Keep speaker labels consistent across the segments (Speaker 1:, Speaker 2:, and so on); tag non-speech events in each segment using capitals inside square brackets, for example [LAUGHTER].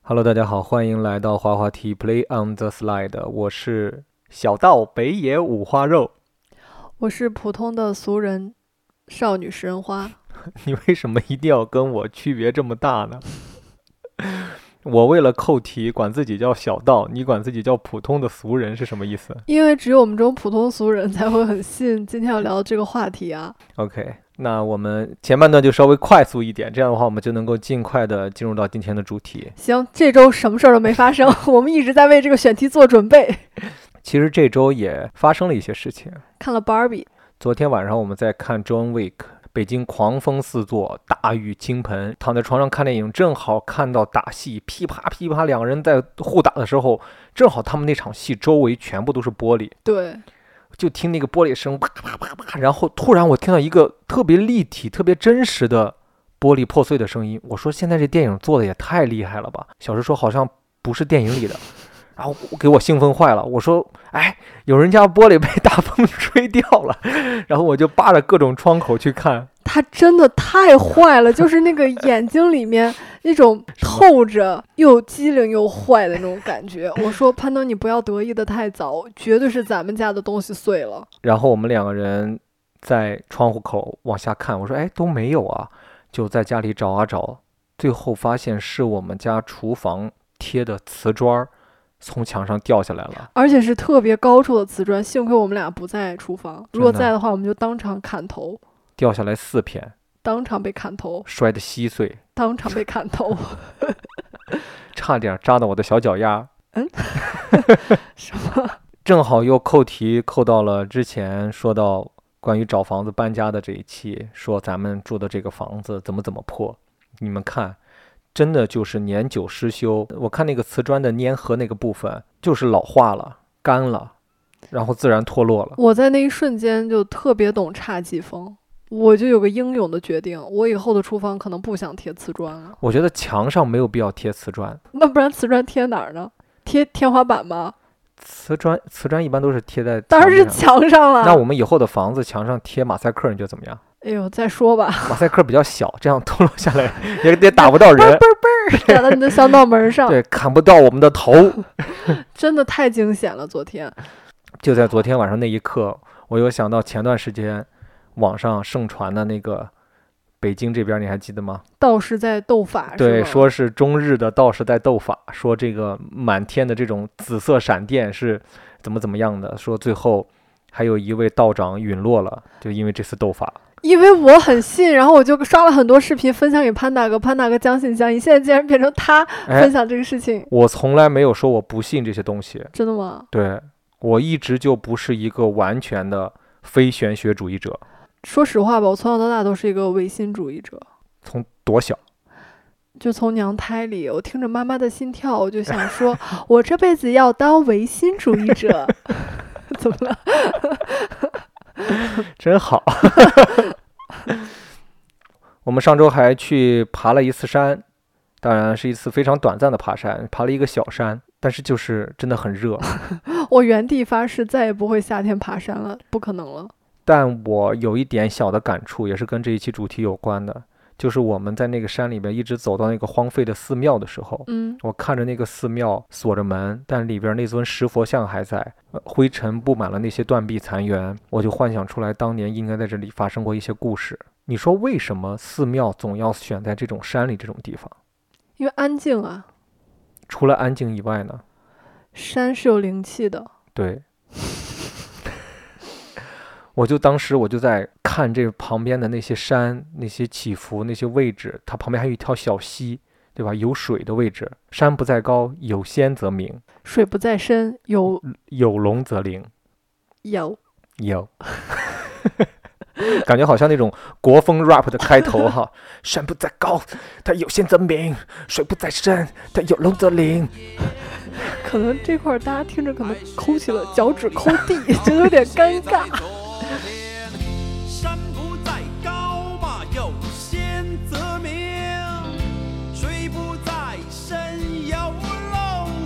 Speaker 1: Hello，大家好，欢迎来到滑滑梯 Play on the Slide，我是小道北野五花肉。 [LAUGHS]
Speaker 2: 我是普通的俗人少女食人花，
Speaker 1: 你为什么一定要跟我区别这么大呢？ [LAUGHS] 我为了扣题，管自己叫小道，你管自己叫普通的俗人是什么意思
Speaker 2: 因为只有我们这种普通俗人才会很信今天要聊的这个话题啊。
Speaker 1: ？OK，那我们前半段就稍微快速一点，这样的话我们就能够尽快的进入到今天的主题。
Speaker 2: 行，这周什么事儿都没发生， [LAUGHS] 我们一直在为这个选题做准备。
Speaker 1: 其实这周也发生了一些事情。
Speaker 2: 看了 Barbie，
Speaker 1: 昨天晚上我们在看《John Wick》，北京狂风四座，大雨倾盆，躺在床上看电影，正好看到打戏，噼啪噼啪，两个人在互打的时候，正好他们那场戏周围全部都是玻璃，
Speaker 2: 对，
Speaker 1: 就听那个玻璃声啪啪啪啪，然后突然我听到一个特别立体、特别真实的玻璃破碎的声音。我说现在这电影做的也太厉害了吧！小石说好像不是电影里的， [LAUGHS] 然后我给我兴奋坏了。我说哎，有人家玻璃被大风吹掉了， [LAUGHS] 然后我就扒着各种窗口去看。
Speaker 2: 他真的太坏了，就是那个眼睛里面那种透着又机灵又坏的那种感觉。我说潘东，你不要得意的太早，绝对是咱们家的东西碎了。
Speaker 1: 然后我们两个人在窗户口往下看，我说哎都没有啊，就在家里找啊找，最后发现是我们家厨房贴的瓷砖儿从墙上掉下来了。
Speaker 2: 而且是特别高处的瓷砖，幸亏我们俩不在厨房，如果
Speaker 1: 真的
Speaker 2: 在的话，我们就当场砍头，
Speaker 1: 掉下来四片，
Speaker 2: 当场被砍头，
Speaker 1: 摔得稀碎，
Speaker 2: 当场被
Speaker 1: [LAUGHS]
Speaker 2: 砍头，
Speaker 1: 差点扎到我的小脚丫。
Speaker 2: 什么？ [LAUGHS]
Speaker 1: 正好又扣题扣到了之前说到关于找房子搬家的这一期，说咱们住的这个房子怎么怎么破，你们看，真的就是年久失修。我看那个瓷砖的粘合那个部分，就是老化了、干了，然后自然脱落了。
Speaker 2: 我在那一瞬间就特别懂侘寂风，我就有个英勇的决定，我以后的厨房可能不想贴瓷砖了，
Speaker 1: 我觉得墙上没有必要贴瓷砖，
Speaker 2: 那不然瓷砖贴哪儿呢？贴天花板吗？
Speaker 1: 瓷砖瓷砖一般都是贴在
Speaker 2: 当然是
Speaker 1: 墙上
Speaker 2: 墙上了。
Speaker 1: 那我们以后的房子墙上贴马赛克，你觉得怎么样？
Speaker 2: 哎呦，再说吧，
Speaker 1: 马赛克比较小，这样脱落下来也也打不到
Speaker 2: 嘣儿
Speaker 1: 人，
Speaker 2: 嘣
Speaker 1: [LAUGHS]
Speaker 2: 儿嘣儿打到你的小脑门儿上，
Speaker 1: 对，砍不到我们的头。
Speaker 2: 真的太惊险了。昨天，
Speaker 1: 就在昨天晚上那一刻，我又想到前段时间网上盛传的那个北京这边，你还记得吗？
Speaker 2: 道士在斗法，啊是
Speaker 1: 对，
Speaker 2: 吗
Speaker 1: 说是中日的道士在斗法，说这个满天的这种紫色闪电是怎么怎么样的，说最后还有一位道长陨落了，就因为这次斗法。
Speaker 2: 因为我很信，然后我就刷了很多视频分享给潘大哥，潘大哥将信将疑。现在竟然变成他
Speaker 1: 哎
Speaker 2: 分，享这个事情，
Speaker 1: 我从来没有说我不信这些东西，
Speaker 2: 真的吗？
Speaker 1: 对我一直就不是一个完全的非玄学主义者，
Speaker 2: 说实话吧，我从小到大都是一个唯心主义者，
Speaker 1: 从多小
Speaker 2: 就从娘胎里，我听着妈妈的心跳，我就想说，我这辈子要当唯心主义者。 [LAUGHS] 怎么了？
Speaker 1: 真好。 [LAUGHS] 我们上周还去爬了一次山，当然是一次非常短暂的爬山，爬了一个小山，但是就是真的很热。
Speaker 2: 我原地发誓，再也不会夏天爬山了，不可能了。
Speaker 1: 但我有一点小的感触，也是跟这一期主题有关的，就是我们在那个山里边一直走到那个荒废的寺庙的时候，
Speaker 2: 嗯，
Speaker 1: 我看着那个寺庙锁着门，但里边那尊石佛像还在，呃灰尘布满了那些断壁残垣，我就幻想出来当年应该在这里发生过一些故事。你说为什么寺庙总要选在这种山里这种地方？
Speaker 2: 因为安静啊，
Speaker 1: 除了安静以外呢？
Speaker 2: 山是有灵气的。
Speaker 1: 对， [LAUGHS] 我就当时我就在看这旁边的那些山、那些起伏、那些位置，它旁边还有一条小溪，对吧？有水的位置，山不在高，有仙则名，
Speaker 2: 水不在深，有
Speaker 1: 有龙则灵。
Speaker 2: 有
Speaker 1: 有， [LAUGHS] 感觉好像那种国风 rap 的开头哈。山不在高，它有仙则名；水不在深，它有龙则灵。
Speaker 2: 可能这块儿大家听着可能抠起了脚趾抠地， [LAUGHS] 觉得有点尴尬。。
Speaker 3: 山不在高嘛，有仙则名；水不在深，有龙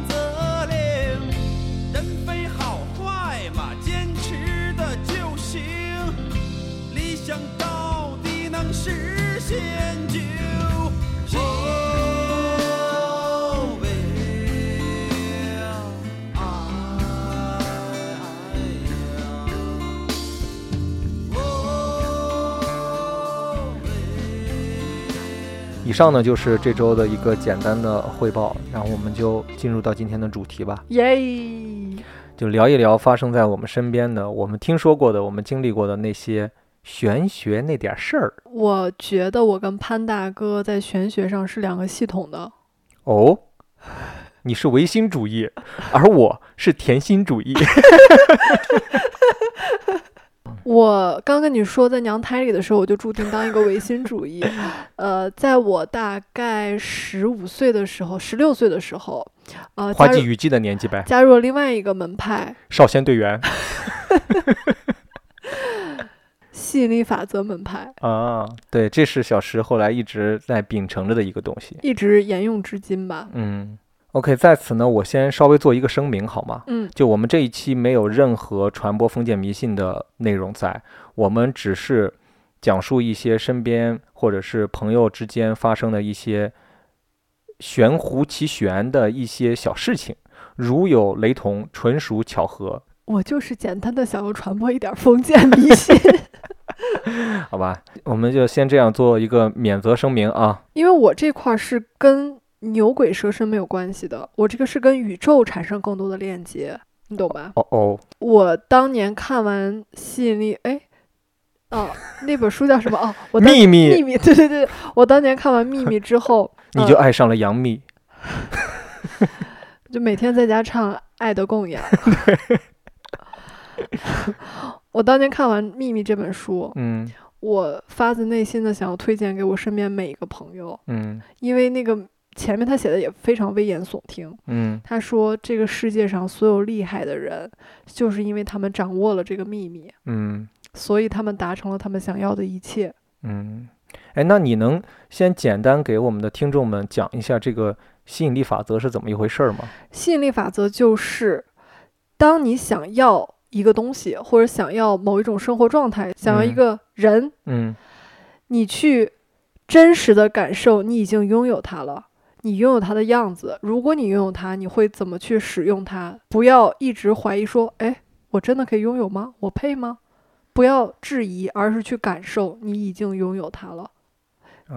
Speaker 3: 则灵。人非好坏嘛，坚持的就行。理想到底能 Oh, 实现就。哦，北 Oh,
Speaker 1: 以上呢就是这周的一个简单的汇报，然后我们就进入到今天的主题吧，
Speaker 2: 耶！
Speaker 1: 就聊一聊发生在我们身边的、我们听说过的、我们经历过的那些玄学那点事儿
Speaker 2: 我觉得我跟潘大哥在玄学上是两个系统的。
Speaker 1: 哦。你是唯心主义，而我是甜心主义。
Speaker 2: 我刚跟你说，在娘胎里的时候，我就注定当一个唯心主 [LAUGHS] 义。呃，在我大概十五岁的时候，十六岁的时候，呃，
Speaker 1: 花
Speaker 2: 加
Speaker 1: 季
Speaker 2: 入
Speaker 1: 雨季的年纪呗，
Speaker 2: 加入了另外一个门派
Speaker 1: 少先队员
Speaker 2: ——吸引力法则门派，
Speaker 1: 啊，对，这是小石后来一直在秉承着的一个东西。
Speaker 2: 一直沿用至今吧。
Speaker 1: 嗯，OK，在此呢，我先稍微做一个声明好吗？
Speaker 2: 嗯，
Speaker 1: 就我们这一期没有任何传播封建迷信的内容在，我们只是讲述一些身边或者是朋友之间发生的一些玄乎其玄的一些小事情，如有雷同，纯属巧合，
Speaker 2: 我就是简单的想要传播一点封建迷信，
Speaker 1: 好吧？我们就先这样做一个免责声明啊。
Speaker 2: 因为我这块儿是跟牛鬼蛇神没有关系的，我这个是跟宇宙产生更多的链接，你懂吧？
Speaker 1: 哦哦，
Speaker 2: 我当年看完《吸引力》，哎，哦，那本书叫什么？哦，我当
Speaker 1: 秘密，
Speaker 2: 秘密，对对对，我当年看完《秘密》之后
Speaker 1: [LAUGHS] 嗯你就
Speaker 2: 呃
Speaker 1: 爱上了杨幂，
Speaker 2: 嗯就每天在家唱《爱的供养》。
Speaker 1: [LAUGHS]
Speaker 2: 我当年看完《秘密》这本书，
Speaker 1: 嗯
Speaker 2: 我发自内心的想要推荐给我身边每一个朋友，
Speaker 1: 嗯
Speaker 2: 因为那个前面他写的也非常危言耸听。
Speaker 1: 嗯，
Speaker 2: 他说，这个世界上所有厉害的人，就是因为他们掌握了这个秘密，
Speaker 1: 嗯
Speaker 2: 所以他们达成了他们想要的一切。
Speaker 1: 嗯，哎，那你能先简单给我们的听众们讲一下这个吸引力法则是怎么一回事儿吗？
Speaker 2: 吸引力法则就是，当你想要一个东西，或者想要某一种生活状态，想要一
Speaker 1: 嗯
Speaker 2: 个人，
Speaker 1: 嗯
Speaker 2: 你去真实的感受你已经拥有它了，你拥有它的样子。如果你拥有它，你会怎么去使用它？不要一直怀疑说，哎，我真的可以拥有吗？我配吗？不要质疑，而是去感受你已经拥有它了。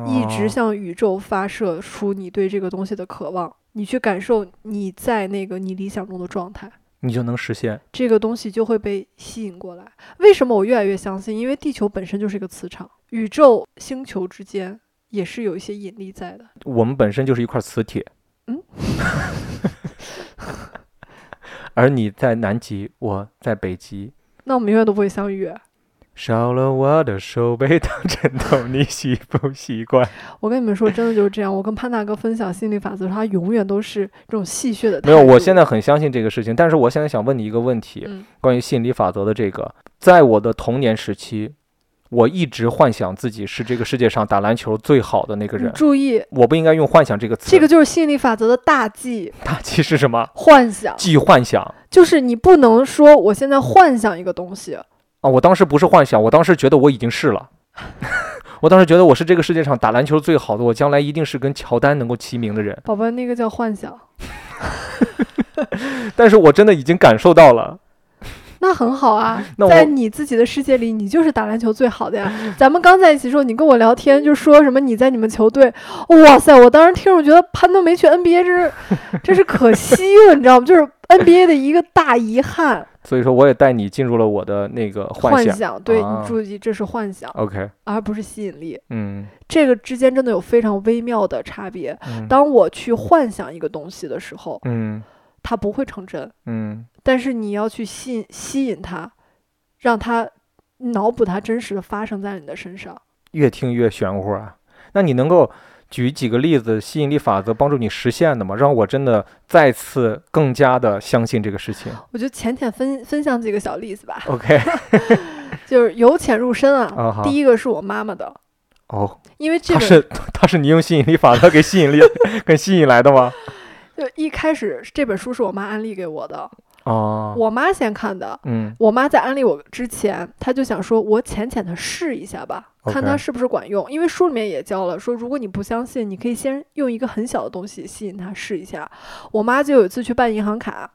Speaker 2: 一直
Speaker 1: 哦
Speaker 2: 向宇宙发射出你对这个东西的渴望，你去感受你在那个你理想中的状态，
Speaker 1: 你就能实现。
Speaker 2: 这个东西就会被吸引过来。为什么我越来越相信？因为地球本身就是一个磁场，宇宙星球之间也是有一些引力在的。
Speaker 1: 我们本身就是一块磁铁，
Speaker 2: 嗯，
Speaker 1: [LAUGHS] 而你在南极，我在北极。
Speaker 2: 那我们永远都不会相遇。啊
Speaker 1: 少了我的手背当枕头，你习不习惯？
Speaker 2: 我跟你们说，真的就是这样。我跟潘大哥分享心理法则，他永远都是这种戏谑的态
Speaker 1: 没
Speaker 2: 度。
Speaker 1: 有，我现在很相信这个事情，但是我现在想问你一个问题，
Speaker 2: 嗯
Speaker 1: 关于吸引力法则的这个，在我的童年时期，我一直幻想自己是这个世界上打篮球最好的那个
Speaker 2: 你
Speaker 1: 人。
Speaker 2: 注意，
Speaker 1: 我不应该用幻想这个词，
Speaker 2: 嗯这个就是吸引力法则的大忌
Speaker 1: 大忌是什么
Speaker 2: ——？幻想。
Speaker 1: 即幻想
Speaker 2: 就是你不能说我现在幻想一个东西，
Speaker 1: 啊！我当时不是幻想，我当时觉得我已经是了。 [LAUGHS] 我当时觉得我是这个世界上打篮球最好的，我将来一定是跟乔丹能够齐名的人。
Speaker 2: 宝宝那个叫幻想，
Speaker 1: 但是我真的已经感受到了，
Speaker 2: 那很好啊
Speaker 1: 那，我
Speaker 2: 在你自己的世界里，你就是打篮球最好的呀。咱们刚在一起的时候，你跟我聊天就说什么你在你们球队，哇塞，我当时听着觉得潘登没去 NBA 这
Speaker 1: [LAUGHS]
Speaker 2: 是这是可惜了，你知道吗？就是 NBA 的一个大遗憾，
Speaker 1: 所以说我也带你进入了我的那个幻
Speaker 2: 幻
Speaker 1: 想。
Speaker 2: 想，对
Speaker 1: 啊
Speaker 2: 你注意，这是幻想，
Speaker 1: OK，
Speaker 2: 而不是吸引力。
Speaker 1: 嗯，
Speaker 2: 这个之间真的有非常微妙的差别。
Speaker 1: 嗯
Speaker 2: 当我去幻想一个东西的时候，
Speaker 1: 嗯
Speaker 2: 它不会成真。
Speaker 1: 嗯
Speaker 2: 但是你要去吸引吸引他，让他脑补他真实的发生在你的身上。
Speaker 1: 越听越玄乎啊！那你能够举几个例子，吸引力法则帮助你实现的吗？让我真的再次更加的相信这个事情。
Speaker 2: 我就浅浅分分享几个小例子吧， [LAUGHS]
Speaker 1: OK，
Speaker 2: 就是由浅入深啊。
Speaker 1: 啊好
Speaker 2: 第，一个是我妈妈的，
Speaker 1: 哦，
Speaker 2: 因为这
Speaker 1: 他
Speaker 2: 本
Speaker 1: 是他是你用吸引力法则给吸
Speaker 2: [LAUGHS]
Speaker 1: 引力给吸引来的吗？
Speaker 2: 就一开始这本书是我妈安利给我的，
Speaker 1: 哦，
Speaker 2: 我妈先看的。
Speaker 1: 嗯
Speaker 2: 我妈在安利我之前，她就想说，我浅浅的试一下吧，看它
Speaker 1: OK
Speaker 2: 是不是管用。因为书里面也教了，说如果你不相信，你可以先用一个很小的东西吸引他试一下。我妈就有一次去办银行卡，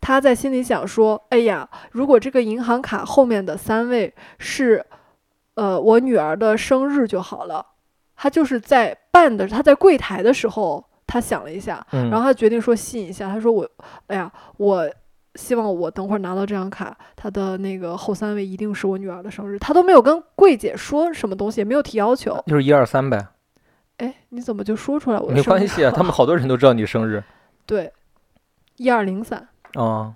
Speaker 2: 她在心里想说，哎呀，如果这个银行卡后面的三位是，呃，我女儿的生日就好了。他就是在办的，他在柜台的时候，他想了一下，
Speaker 1: 嗯，
Speaker 2: 然后他决定说信一下，他说我，哎呀，我希望我等会儿拿到这张卡，它的那个后三位一定是我女儿的生日。他都没有跟柜姐说什么东西，也没有提要求。
Speaker 1: 就是一二三呗，
Speaker 2: 哎，你怎么就说出来我的
Speaker 1: 没
Speaker 2: 生日
Speaker 1: 关系啊，
Speaker 2: 了
Speaker 1: 他们好多人都知道你生日
Speaker 2: 对，一二零三哦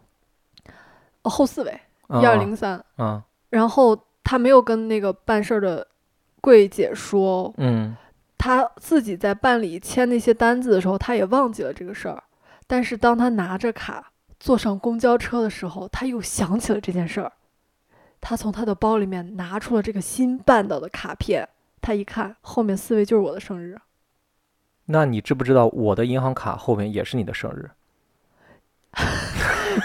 Speaker 1: 啊，
Speaker 2: 后四位
Speaker 1: 啊
Speaker 2: 一二零三，
Speaker 1: 啊，
Speaker 2: 然后他没有跟那个办事儿的柜姐说，
Speaker 1: 嗯
Speaker 2: 他自己在办理签那些单子的时候，他也忘记了这个事儿。但是当他拿着卡坐上公交车的时候，他又想起了这件事儿。他从他的包里面拿出了这个新办到的卡片，他一看，后面四位就是我的生日。
Speaker 1: 那你知不知道我的银行卡后面也是你的生日？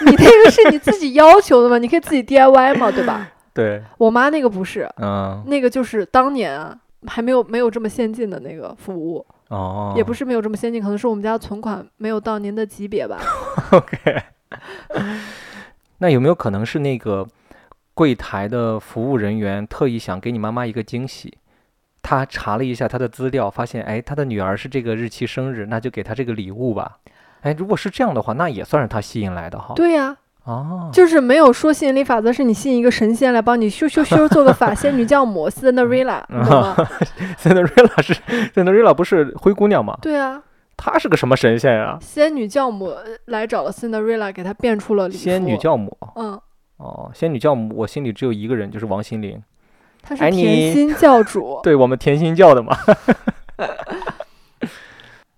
Speaker 2: 你那个是你自己要求的吗？你可以自己 DIY 嘛，对吧？
Speaker 1: 对，
Speaker 2: 我妈那个不是，
Speaker 1: 嗯，
Speaker 2: 那个就是当年啊还没有没有这么先进的那个服务，
Speaker 1: 哦，
Speaker 2: 也不是没有这么先进，可能是我们家存款没有到您的级别吧。
Speaker 1: [LAUGHS] OK，那有没有可能是那个柜台的服务人员特意想给你妈妈一个惊喜？他查了一下他的资料，发现哎，他的女儿是这个日期生日，那就给他这个礼物吧。哎，如果是这样的话，那也算是他吸引来的哈。
Speaker 2: 对呀、
Speaker 1: 哦，
Speaker 2: 就是没有说吸引力法则，是你吸引一个神仙来帮你咻咻咻做个法仙女教
Speaker 1: [LAUGHS]
Speaker 2: 母 Cinderella，你
Speaker 1: 啊
Speaker 2: 懂吗？
Speaker 1: [LAUGHS] Cinderella 是 Cinderella 不是灰姑娘吗？
Speaker 2: 对啊，
Speaker 1: 她是个什么神仙啊呀、
Speaker 2: 仙女教母来找了 Cinderella，给她变出了礼服。
Speaker 1: 仙女教母
Speaker 2: 嗯，
Speaker 1: 哦，仙女教母，我心里只有一个人，就是王心凌，
Speaker 2: 她
Speaker 1: 哎
Speaker 2: 是
Speaker 1: 你
Speaker 2: 甜心教主，
Speaker 1: [LAUGHS] 对我们甜心教的嘛。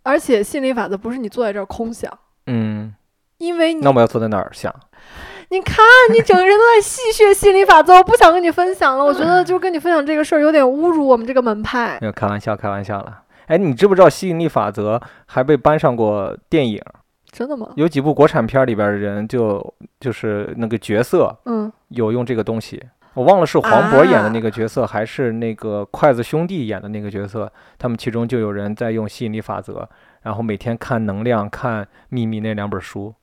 Speaker 2: 而且吸引力法则不是你坐在这儿空想，
Speaker 1: 嗯，
Speaker 2: 因为你
Speaker 1: 那我们要坐在哪儿想？
Speaker 2: 你看你整个人都在戏谑吸引力法则，我不想跟你分享了，我觉
Speaker 1: [LAUGHS]
Speaker 2: 得就跟你分享这个事儿有点侮辱我们这个门派。
Speaker 1: 没有开玩笑，开玩笑了。哎，你知不知道吸引力法则还被搬上过电影？
Speaker 2: 真的吗？
Speaker 1: 有几部国产片里边的人就就是那个角色
Speaker 2: 嗯，
Speaker 1: 有用这个东西，我忘了是黄渤演的
Speaker 2: 啊
Speaker 1: 那个角色，还是那个筷子兄弟演的那个角色。他们其中就有人在用吸引力法则，然后每天看能量、看秘密那两本书。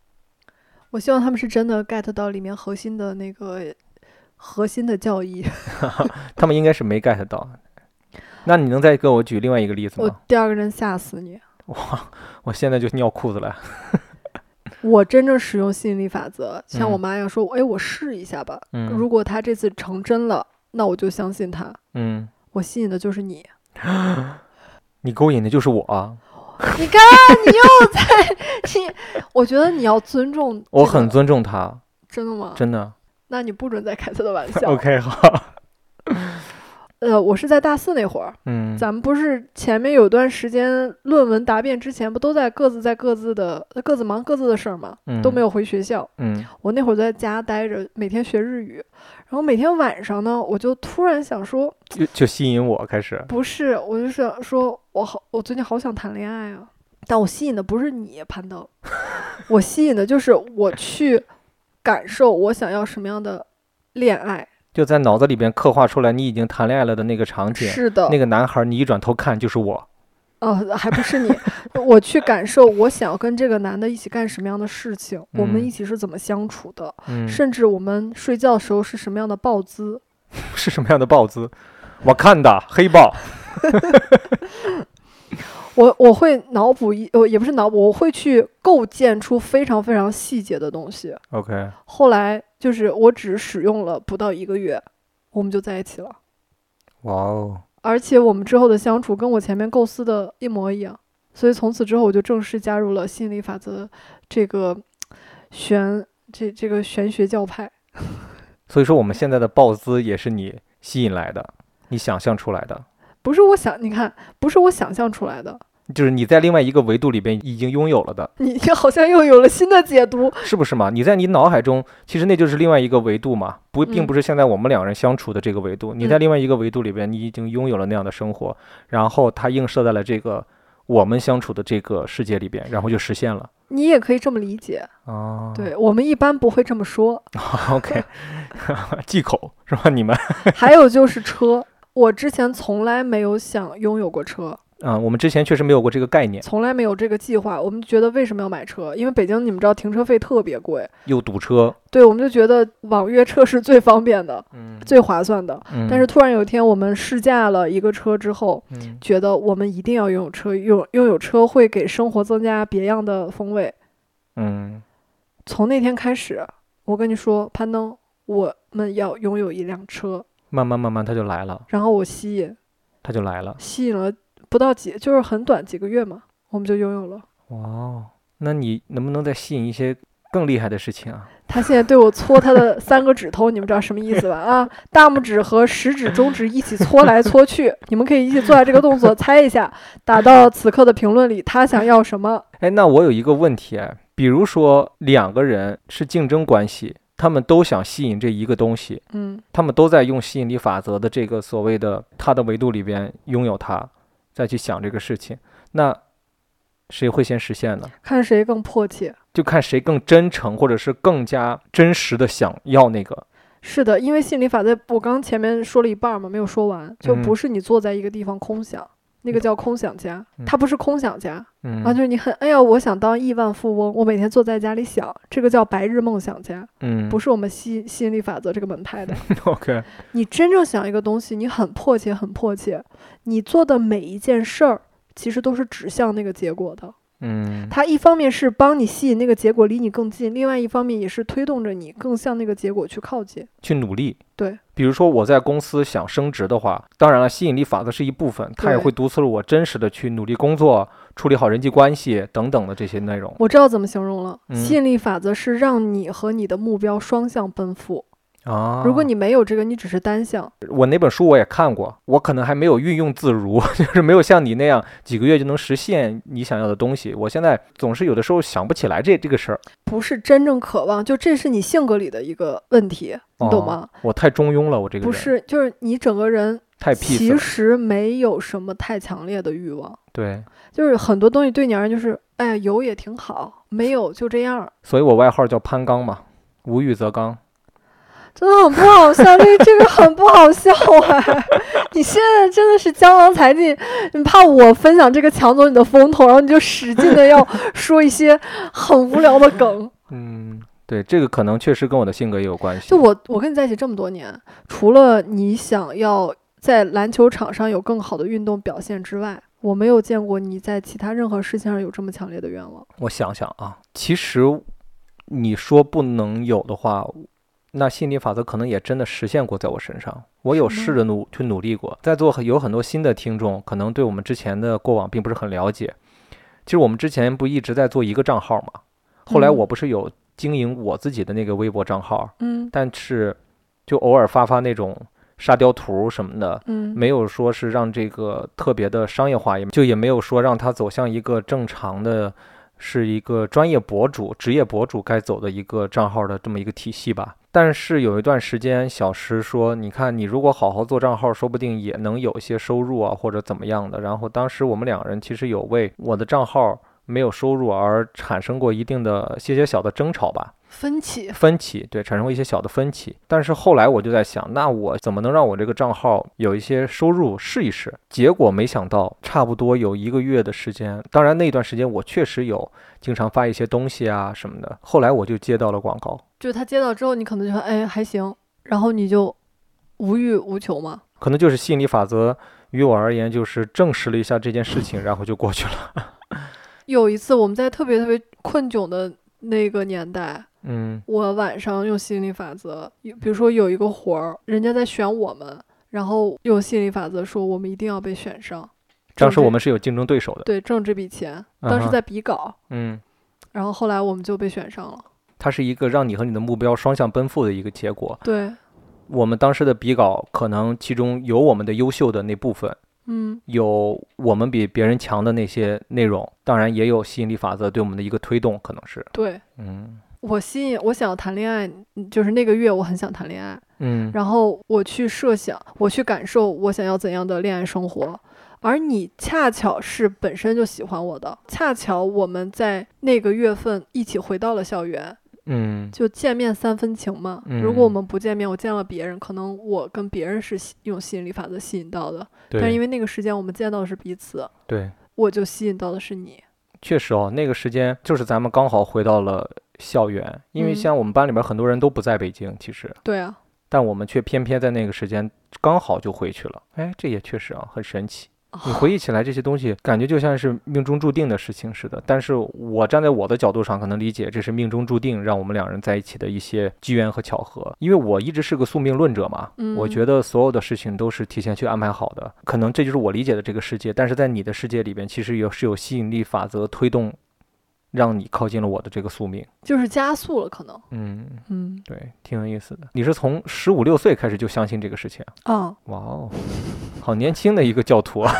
Speaker 2: 我希望他们是真的 get 到里面核心的那个核心的教义。
Speaker 1: 他们应该是没 get 到。那你能再给我举另外一个例子
Speaker 2: 我
Speaker 1: 吗？
Speaker 2: 第二个人吓死你！
Speaker 1: 哇，我现在就尿裤子了。
Speaker 2: 我真正使用吸引力法则，像我
Speaker 1: 嗯
Speaker 2: 妈一样说：“哎，我试一下吧。
Speaker 1: 嗯
Speaker 2: 如果他这次成真了，那我就相信他。
Speaker 1: 嗯，
Speaker 2: 我吸引的就是你。
Speaker 1: 你勾引的就是我啊、
Speaker 2: 你看，你又在你，我觉得你要尊重、
Speaker 1: 我很，尊重他，
Speaker 2: 真的吗？
Speaker 1: 真的。
Speaker 2: 那你不准再开他的
Speaker 1: [LAUGHS]
Speaker 2: 玩笑。
Speaker 1: OK，好，
Speaker 2: 呃，我是在大四那会儿，
Speaker 1: 嗯，
Speaker 2: 咱们不是前面有段时间论文答辩之前，不都在各自在各自的各自忙各自的事儿吗？都没
Speaker 1: 有，
Speaker 2: 有回学校。
Speaker 1: 嗯
Speaker 2: 我那会儿在家待着，每天学日语，然后每天晚上呢，我就突然想说，
Speaker 1: 就就吸引我开始，
Speaker 2: 不是，我就想说，我好，我最近好想谈恋爱啊，但我吸引的不是你，攀登，
Speaker 1: [LAUGHS]
Speaker 2: 我吸引的就是我去感受我想要什么样的恋爱。
Speaker 1: 就在脑子里边刻画出来你已经谈恋爱了的那个场景，
Speaker 2: 是的，
Speaker 1: 那个男孩，你一转头看就是我，
Speaker 2: 哦，还不是你，我去感受我想要跟这个男的一起干什么样的事情，我们
Speaker 1: 嗯
Speaker 2: 一起是怎么相处的，
Speaker 1: 嗯，
Speaker 2: 甚至我们睡觉的时候是什么样的抱姿。
Speaker 1: 是什么样的豹姿？我看的黑豹，
Speaker 2: 我我会脑补一，呃，也不是脑补，我会去构建出非常非常细节的东西。
Speaker 1: OK，
Speaker 2: 后来就是我只使用了不到一个月，我们就在一起了，
Speaker 1: 哇哦，
Speaker 2: 而且我们之后的相处跟我前面构思的一模一样，所以从此之后我就正式加入了吸引力法则这个玄这这个玄学教派。
Speaker 1: 所以说我们现在的豹姿也是你吸引来的，你想象出来的，
Speaker 2: 不是我想，你看，不是我想象出来的，
Speaker 1: 就是你在另外一个维度里边已经拥有了的，
Speaker 2: 你你好像又有了新的解读。
Speaker 1: 是不是嘛？你在你脑海中，其实那就是另外一个维度嘛，不，并
Speaker 2: 嗯
Speaker 1: 不是现在我们两人相处的这个维度。你在
Speaker 2: 嗯
Speaker 1: 另外一个维度里边，你已经拥有了那样的生活，然后它映射在了这个我们相处的这个世界里边，然后就实现了。
Speaker 2: 你也可以这么理解，
Speaker 1: 哦，
Speaker 2: 对我们一般不会这么说。
Speaker 1: [LAUGHS] ，OK，忌口是吧？你们
Speaker 2: 还有就是车，我之前从来没有想拥有过车，
Speaker 1: 啊、我们之前确实没有过这个概念，
Speaker 2: 从来没有这个计划。我们觉得为什么要买车？因为北京你们知道停车费特别贵，
Speaker 1: 又堵车，
Speaker 2: 对，我们就觉得网约车是最方便的、
Speaker 1: 嗯，
Speaker 2: 最划算的。
Speaker 1: 嗯
Speaker 2: 但是突然有一天，我们试驾了一个车之后，
Speaker 1: 嗯
Speaker 2: 觉得我们一定要拥有车，拥拥有车会给生活增加别样的风味。
Speaker 1: 嗯，
Speaker 2: 从那天开始，我跟你说，攀登，我们要拥有一辆车。
Speaker 1: 慢慢慢慢它就来了，
Speaker 2: 然后我吸引，
Speaker 1: 它就来了。
Speaker 2: 吸引了不到几，就是很短几个月嘛，我们就拥有了。
Speaker 1: 哇哦，那你能不能再吸引一些更厉害的事情啊？
Speaker 2: 他现在对我搓他的三个指头，你们知道什么意思吧？啊，大拇指和食指、中指一起搓来搓去，你们可以一起做下这个动作，猜一下，打到此刻的评论里，他想要什么？
Speaker 1: 哎，那我有一个问题哎，比如说两个人是竞争关系，他们都想吸引这一个东西，
Speaker 2: 嗯，
Speaker 1: 他们都在用吸引力法则的这个所谓的它的维度里边拥有它，再去想这个事情，那谁会先实现呢？
Speaker 2: 看谁更迫切。
Speaker 1: 就看谁更真诚，或者是更加真实的想要那个。
Speaker 2: 是的，因为心理法则，我刚前面说了一半儿嘛，没有说完，就
Speaker 1: 嗯
Speaker 2: 不是你坐在一个地方空想，那个叫空想家，
Speaker 1: 嗯
Speaker 2: 他不是空想家，
Speaker 1: 嗯
Speaker 2: 啊，就是你很，哎呀，我想当亿万富翁，我每天坐在家里想，这个叫白日梦想家，
Speaker 1: 嗯，
Speaker 2: 不是我们吸吸引力法则这个门派的。 [LAUGHS]
Speaker 1: OK，
Speaker 2: 你真正想一个东西，你很迫切，很迫切，你做的每一件事儿，其实都是指向那个结果的。
Speaker 1: 嗯，
Speaker 2: 它一方面是帮你吸引那个结果离你更近，另外一方面也是推动着你更向那个结果去靠近。
Speaker 1: 去努力。
Speaker 2: 对，
Speaker 1: 比如说我在公司想升职的话，当然了，吸引力法则是一部分，它也
Speaker 2: 对
Speaker 1: 会督促了我真实的去努力工作，处理好人际关系等等的这些内容。
Speaker 2: 我知道怎么形容了，
Speaker 1: 嗯
Speaker 2: 吸引力法则是让你和你的目标双向奔赴。
Speaker 1: 啊，
Speaker 2: 如果你没有这个，你只是单向。
Speaker 1: 我那本书我也看过，我可能还没有运用自如， [LAUGHS] 就是没有像你那样几个月就能实现你想要的东西。我现在总是有的时候想不起来这这个事儿，
Speaker 2: 不是真正渴望，就这是你性格里的一个问题，你懂
Speaker 1: 哦
Speaker 2: 吗？
Speaker 1: 我太中庸了，我这个人
Speaker 2: 不是，就是你整个人
Speaker 1: 太 peace
Speaker 2: 其
Speaker 1: 了。
Speaker 2: 实没有什么太强烈的欲望，
Speaker 1: 对，
Speaker 2: 就是很多东西对你而言就是，哎呀，有也挺好，没有就这样，
Speaker 1: 所以我外号叫潘刚嘛，无欲则刚。
Speaker 2: [LAUGHS] 真的很不好笑，这这个很不好笑哎！ [LAUGHS] 你现在真的是江郎才尽，你怕我分享这个抢走你的风头，然后你就使劲的要说一些很无聊的梗。
Speaker 1: 嗯，对，这个可能确实跟我的性格也有关系。
Speaker 2: [LAUGHS] 就我，我跟你在一起这么多年，除了你想要在篮球场上有更好的运动表现之外，我没有见过你在其他任何事情上有这么强烈的愿望。
Speaker 1: 我想想啊，其实你说不能有的话，那吸引力法则可能也真的实现过在我身上。我有
Speaker 2: 是吗
Speaker 1: 试着努去努力过，在座很有很多新的听众，可能对我们之前的过往并不是很了解。其实我们之前不一直在做一个账号嘛，后来
Speaker 2: 嗯
Speaker 1: 我不是有经营我自己的那个微博账号，
Speaker 2: 嗯
Speaker 1: 但是就偶尔发发那种沙雕图什么的，
Speaker 2: 嗯，
Speaker 1: 没有说是让这个特别的商业化，也就也没有说让它走向一个正常的，是一个专业博主、职业博主该走的一个账号的这么一个体系吧。但是有一段时间，小石说：“你看，你如果好好做账号，说不定也能有一些收入啊，或者怎么样的。”然后当时我们两人其实有为我的账号没有收入而产生过一定的些些小的争吵吧。
Speaker 2: 分歧。
Speaker 1: 分歧，对，产生过一些小的分歧。但是后来我就在想，那我怎么能让我这个账号有一些收入试一试？结果没想到，差不多有一个月的时间，当然那段时间我确实有经常发一些东西啊什么的。后来我就接到了广告，
Speaker 2: 就是他接到之后，你可能就说，哎，还行，然后你就无欲无求嘛。
Speaker 1: 可能就是吸引力法则于我而言就是证实了一下这件事情，然后就过去了。 [LAUGHS]
Speaker 2: 有一次我们在特别特别困窘的那个年代，
Speaker 1: 嗯
Speaker 2: 我晚上用吸引力法则，有比如说有一个活儿，人家在选我们，然后用吸引力法则说我们一定要被选上，
Speaker 1: 当时
Speaker 2: 挣这
Speaker 1: 我们是有竞争对手的，
Speaker 2: 对挣这笔钱，当
Speaker 1: 嗯
Speaker 2: 时
Speaker 1: 哼
Speaker 2: 在比稿，
Speaker 1: 嗯，
Speaker 2: 然后后来我们就被选上了。
Speaker 1: 它是一个让你和你的目标双向奔赴的一个结果。
Speaker 2: 对，
Speaker 1: 我们当时的比稿可能其中有我们的优秀的那部分。
Speaker 2: 嗯，
Speaker 1: 有我们比别人强的那些内容，当然也有吸引力法则对我们的一个推动，可能是，
Speaker 2: 对
Speaker 1: 嗯
Speaker 2: 我吸引我想谈恋爱，嗯就是那个月我很想谈恋爱，
Speaker 1: 嗯
Speaker 2: 然后我去设想，我去感受我想要怎样的恋爱生活，而你恰巧是本身就喜欢我的，恰巧我们在那个月份一起回到了校园，
Speaker 1: 嗯
Speaker 2: 就见面三分情嘛。如果我们不见面，我见了别人，可能我跟别人是吸用吸引力法则吸引到的，但是因
Speaker 1: 对
Speaker 2: 为那个时间我们见到的是彼此，
Speaker 1: 对，
Speaker 2: 我就吸引到的是你。
Speaker 1: 确实哦，那个时间就是咱们刚好回到了校园，因为
Speaker 2: 嗯
Speaker 1: 像我们班里边很多人都不在北京，其实，
Speaker 2: 对啊，
Speaker 1: 但我们却偏偏在那个时间刚好就回去了。哎，这也确实啊，很神奇。你回忆起来这些东西，感觉就像是命中注定的事情似的。但是我站在我的角度上，可能理解这是命中注定让我们两人在一起的一些机缘和巧合。因为我一直是个宿命论者嘛，我
Speaker 2: 嗯
Speaker 1: 觉得所有的事情都是提前去安排好的。可能这就是我理解的这个世界，但是在你的世界里边，其实有是有吸引力法则推动，让你靠近了我的这个宿命。
Speaker 2: 就是加速了，可能。
Speaker 1: 嗯，
Speaker 2: 嗯
Speaker 1: 对，挺有意思的。你是从十五六岁开始就相信这个事情啊？
Speaker 2: 啊，
Speaker 1: 哇哦，好年轻的一个教徒啊！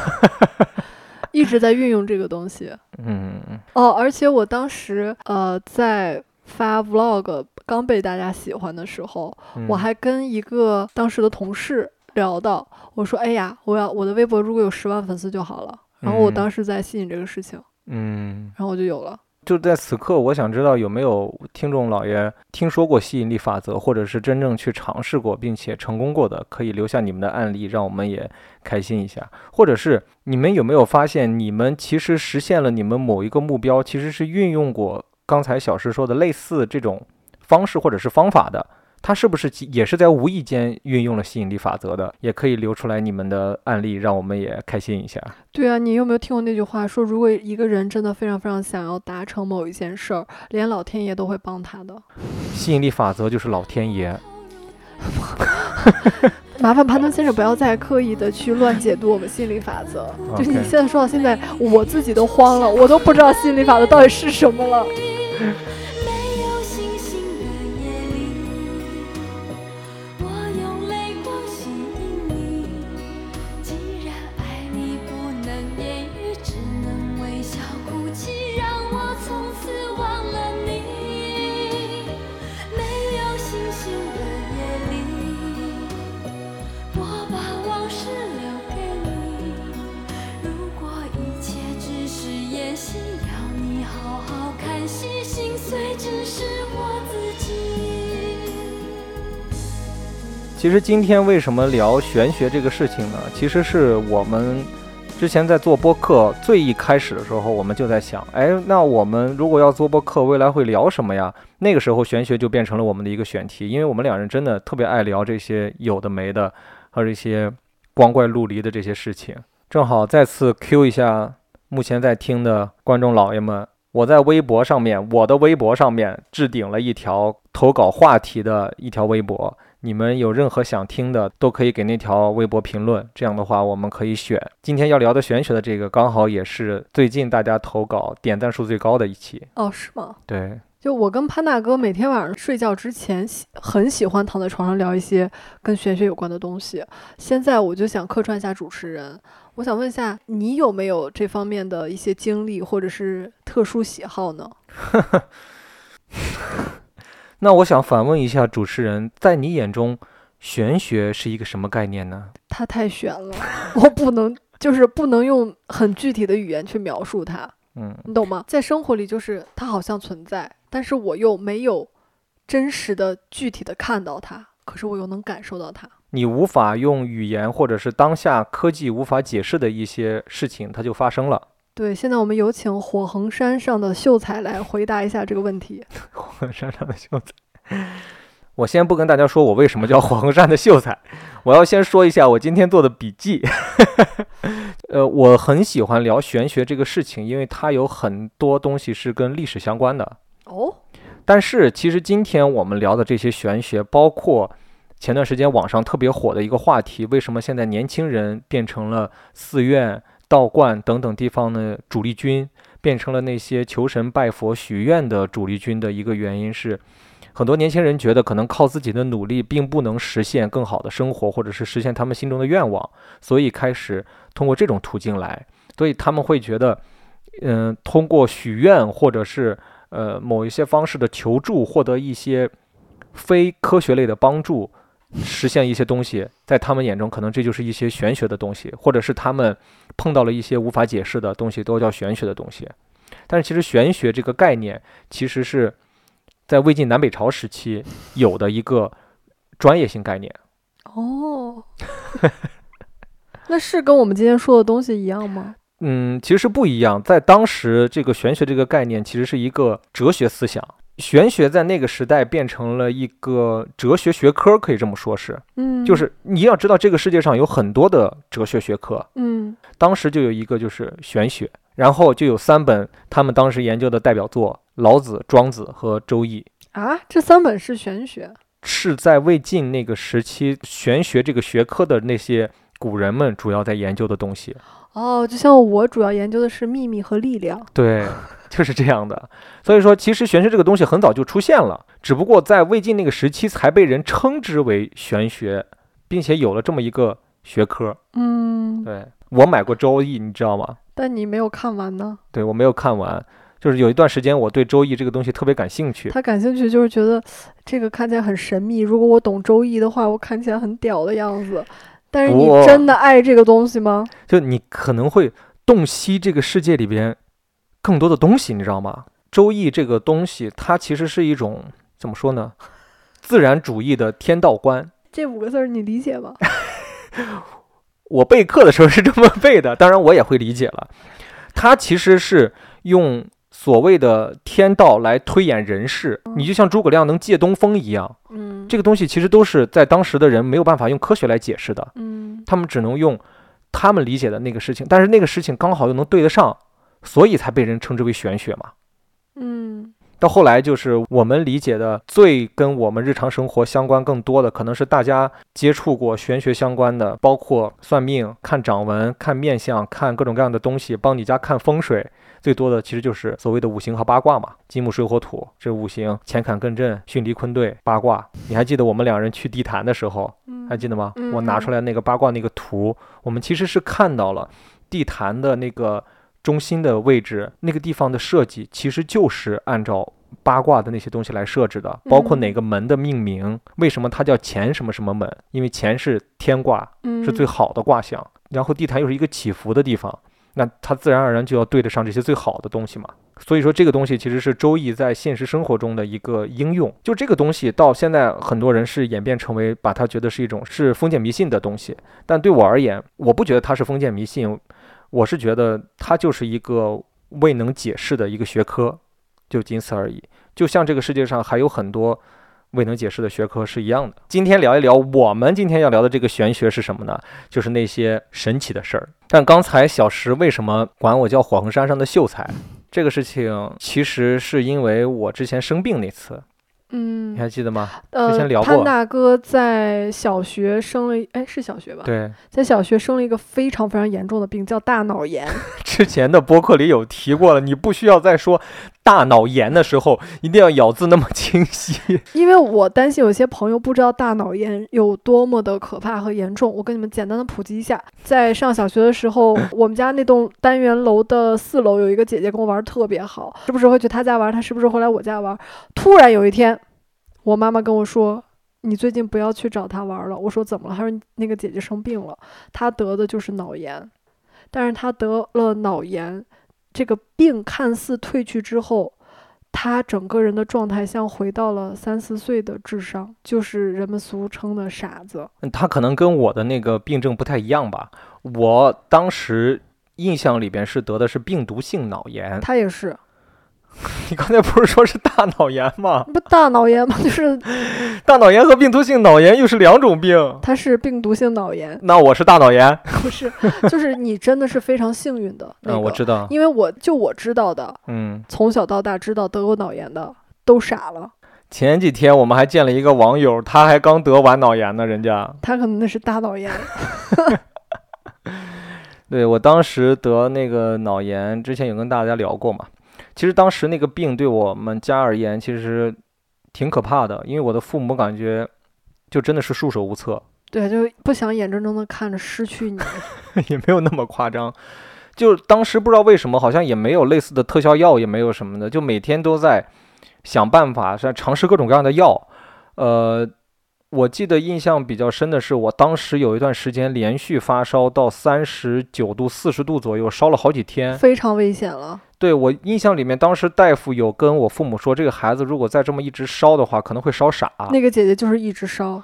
Speaker 2: 一直在运用这个东西。
Speaker 1: [LAUGHS] 嗯
Speaker 2: 哦，而且我当时呃在发 vlog 刚被大家喜欢的时候，
Speaker 1: 嗯，
Speaker 2: 我还跟一个当时的同事聊到，我说：“哎呀，我要我的微博如果有十万粉丝就好了。”然后我
Speaker 1: 嗯
Speaker 2: 当时在吸引这个事情，
Speaker 1: 嗯，
Speaker 2: 然后我就有了。
Speaker 1: 就在此刻，我想知道有没有听众老爷听说过吸引力法则，或者是真正去尝试过并且成功过的，可以留下你们的案例，让我们也开心一下。或者是你们有没有发现，你们其实实现了你们某一个目标，其实是运用过刚才小石说的类似这种方式或者是方法的。它是不是其也是在无意间运用了吸引力法则的？也可以留出来你们的案例，让我们也开心一下。
Speaker 2: 对啊，你有没有听过那句话说，如果一个人真的非常非常想要达成某一件事儿，连老天爷都会帮他的。
Speaker 1: 吸引力法则就是老天爷。
Speaker 2: 麻烦潘登先生不要再刻意的去乱解读我们心理法则。就你
Speaker 1: OK
Speaker 2: 现在说到现在，我自己都慌了，我都不知道心理法则到底是什么了。
Speaker 4: 没有星星的夜里，我用泪光吸引你。既然爱你不能言语，只能微笑哭泣，让我从此忘了你。没有星星的夜里，我把往事留给你。如果一切只是演戏，要你好好看戏，心碎只是我自己。
Speaker 1: 其实今天为什么聊玄学这个事情呢？其实是我们之前在做播客最一开始的时候，我们就在想，哎，那我们如果要做播客，未来会聊什么呀？那个时候玄学就变成了我们的一个选题，因为我们两人真的特别爱聊这些有的没的和这些光怪陆离的这些事情。正好再次 Q 一下目前在听的观众老爷们，我在微博上面，我的微博上面置顶了一条投稿话题的一条微博，你们有任何想听的，都可以给那条微博评论。这样的话，我们可以选。今天要聊的玄学的这个，刚好也是最近大家投稿点赞数最高的一期。
Speaker 2: 哦，是吗？
Speaker 1: 对，
Speaker 2: 就我跟潘大哥每天晚上睡觉之前，喜很喜欢躺在床上聊一些跟玄学有关的东西。现在我就想客串一下主持人，我想问一下，你有没有这方面的一些经历或者是特殊喜好呢？
Speaker 1: 那我想反问一下主持人，在你眼中，玄学是一个什么概念呢？
Speaker 2: 它太玄了，我不能，就是不能用很具体的语言去描述它，
Speaker 1: 嗯
Speaker 2: 你懂吗？在生活里，就是它好像存在，但是我又没有真实的、具体的看到它，可是我又能感受到它。
Speaker 1: 你无法用语言或者是当下科技无法解释的一些事情，它就发生了。
Speaker 2: 对，现在我们有请火衡山上的秀才来回答一下这个问题。
Speaker 1: 火衡山上的秀才。 [LAUGHS] 我先不跟大家说我为什么叫火衡山的秀才， [LAUGHS] 我要先说一下我今天做的笔记。 [LAUGHS] 呃，我很喜欢聊玄学这个事情，因为它有很多东西是跟历史相关的。
Speaker 2: 哦，
Speaker 1: 但是其实今天我们聊的这些玄学，包括前段时间网上特别火的一个话题，为什么现在年轻人变成了寺院、道观等等地方的主力军，变成了那些求神拜佛、许愿的主力军的一个原因是。很多年轻人觉得，可能靠自己的努力并不能实现更好的生活，或者是实现他们心中的愿望，所以开始通过这种途径来，所以他们会觉得，嗯、通过许愿或者是呃某一些方式的求助，获得一些非科学类的帮助，实现一些东西，在他们眼中可能这就是一些玄学的东西，或者是他们碰到了一些无法解释的东西，都叫玄学的东西。但是其实玄学这个概念其实是在魏晋南北朝时期有的一个专业性概念。
Speaker 2: 哦， [LAUGHS] 那是跟我们今天说的东西一样吗？
Speaker 1: 嗯，其实是不一样。在当时，这个玄学这个概念其实是一个哲学思想，玄学在那个时代变成了一个哲学学科，可以这么说是。
Speaker 2: 嗯，
Speaker 1: 就是你要知道，这个世界上有很多的哲学学科，
Speaker 2: 嗯
Speaker 1: 当时就有一个就是玄学，然后就有三本他们当时研究的代表作《老子》《庄子》和《周易》，
Speaker 2: 啊，这三本是玄学。
Speaker 1: 是在魏晋那个时期玄学这个学科的那些古人们主要在研究的东西。
Speaker 2: 哦，就像我主要研究的是秘密和力量。
Speaker 1: [LAUGHS] 对，就是这样的。所以说，其实玄学这个东西很早就出现了，只不过在魏晋那个时期才被人称之为玄学，并且有了这么一个学科。
Speaker 2: 嗯，
Speaker 1: 对我买过《周易》，你知道吗？
Speaker 2: 但你没有看完呢。
Speaker 1: 对我没有看完，就是有一段时间我对《周易》这个东西特别感兴趣。
Speaker 2: 他感兴趣就是觉得这个看起来很神秘，如果我懂周易的话，我看起来很屌的样子。但是你
Speaker 1: 不
Speaker 2: 真的爱这个东西吗？
Speaker 1: 就你可能会洞悉这个世界里边更多的东西，你知道吗？《周易》这个东西，它其实是一种怎么说呢？自然主义的天道观。
Speaker 2: 这五个字儿你理
Speaker 1: [LAUGHS]
Speaker 2: 解吗？
Speaker 1: 我备课的时候是这么背的，当然我也会理解了。它其实是用所谓的天道来推演人事，你就像诸葛亮能借东风一样，
Speaker 2: 嗯，
Speaker 1: 这个东西其实都是在当时的人没有办法用科学来解释的，
Speaker 2: 嗯
Speaker 1: 他们只能用他们理解的那个事情，但是那个事情刚好又能对得上，所以才被人称之为玄学嘛。
Speaker 2: 嗯
Speaker 1: 到后来就是我们理解的最跟我们日常生活相关更多的，可能是大家接触过玄学相关的，包括算命、看掌纹、看面相、看各种各样的东西，帮你家看风水。最多的其实就是所谓的五行和八卦嘛，金木水火土这五行，乾坎艮震、巽离坤兑、八卦。你还记得我们两人去地坛的时候，
Speaker 2: 嗯
Speaker 1: 还记得吗？
Speaker 2: 嗯
Speaker 1: 我拿出来那个八卦那个图，我们其实是看到了地坛的那个中心的位置，那个地方的设计其实就是按照八卦的那些东西来设置的，包括
Speaker 2: 嗯
Speaker 1: 哪个门的命名，为什么它叫乾什么什么门？因为乾是天卦，是最
Speaker 2: 嗯
Speaker 1: 好的卦象，然后地坛又是一个起伏的地方，那它自然而然就要对得上这些最好的东西嘛。所以说，这个东西其实是《周易》在现实生活中的一个应用。就这个东西，到现在很多人是演变成为把它觉得是一种是封建迷信的东西，但对我而言，我不觉得它是封建迷信，我是觉得它就是一个未能解释的一个学科，就仅此而已。就像这个世界上还有很多未能解释的学科是一样的。今天聊一聊我们今天要聊的这个玄学是什么呢？就是那些神奇的事儿。但刚才小石为什么管我叫火衡山上的秀才？这个事情其实是因为我之前生病那次，
Speaker 2: 嗯
Speaker 1: 你还记得吗？
Speaker 2: 呃，
Speaker 1: 前聊过
Speaker 2: 潘大哥在小学生了一，哎，是小学吧？，
Speaker 1: 对，
Speaker 2: 在小学生了一个非常非常严重的病，叫大脑炎。
Speaker 1: 之前的播客里有提过了，你不需要再说大脑炎的时候一定要咬字那么清晰。 [LAUGHS]
Speaker 2: 因为我担心有些朋友不知道大脑炎有多么的可怕和严重，我跟你们简单的普及一下。在上小学的时候，我们家那栋单元楼的四楼有一个姐姐跟我玩儿特别好，时不时会去她家玩儿，她时不时会来我家玩儿。突然有一天，我妈妈跟我说。你最近不要去找她玩儿了。我说怎么了？她说那个姐姐生病了，她得的就是脑炎，但是她得了脑炎，这个病看似退去之后，他整个人的状态像回到了三四岁的智商，就是人们俗称的傻子。
Speaker 1: 嗯他可能跟我的那个病症不太一样吧。我当时印象里边是得的是病毒性脑炎，
Speaker 2: 他也是，
Speaker 1: [LAUGHS] 你刚才不是说是大脑炎吗？
Speaker 2: 不大脑炎吗？ [LAUGHS] 就是
Speaker 1: 大脑炎和病毒性脑炎又是两种病。
Speaker 2: 他是病毒性脑炎，
Speaker 1: 那我是大脑炎，
Speaker 2: 不是，就是你真的是非常幸运的。那个、
Speaker 1: 嗯，我知道，
Speaker 2: 因为我就我知道的，
Speaker 1: 嗯，
Speaker 2: 从小到大知道得过脑炎的都傻了，
Speaker 1: 前几天我们还见了一个网友，他还刚得完脑炎呢，人家。
Speaker 2: 他可能那是大脑炎。 [LAUGHS]
Speaker 1: 对我当时得那个脑炎，之前有跟大家聊过嘛。其实当时那个病对我们家而言，其实挺可怕的，因为我的父母感觉就真的是束手无策，
Speaker 2: 对，就不想眼睁睁的看着失
Speaker 1: [LAUGHS]
Speaker 2: 去你。
Speaker 1: 也没有那么夸张。就当时不知道为什么，好像也没有类似的特效药，也没有什么的，就每天都在想办法，在尝试各种各样的药。呃，我记得印象比较深的是，我当时有一段时间连续发烧到三十九度、四十度左右，烧了好几天。
Speaker 2: 非常危险了。
Speaker 1: 对我印象里面，当时大夫有跟我父母说，这个孩子如果再这么一直烧的话，可能会烧傻。
Speaker 2: 那个姐姐就是一直烧，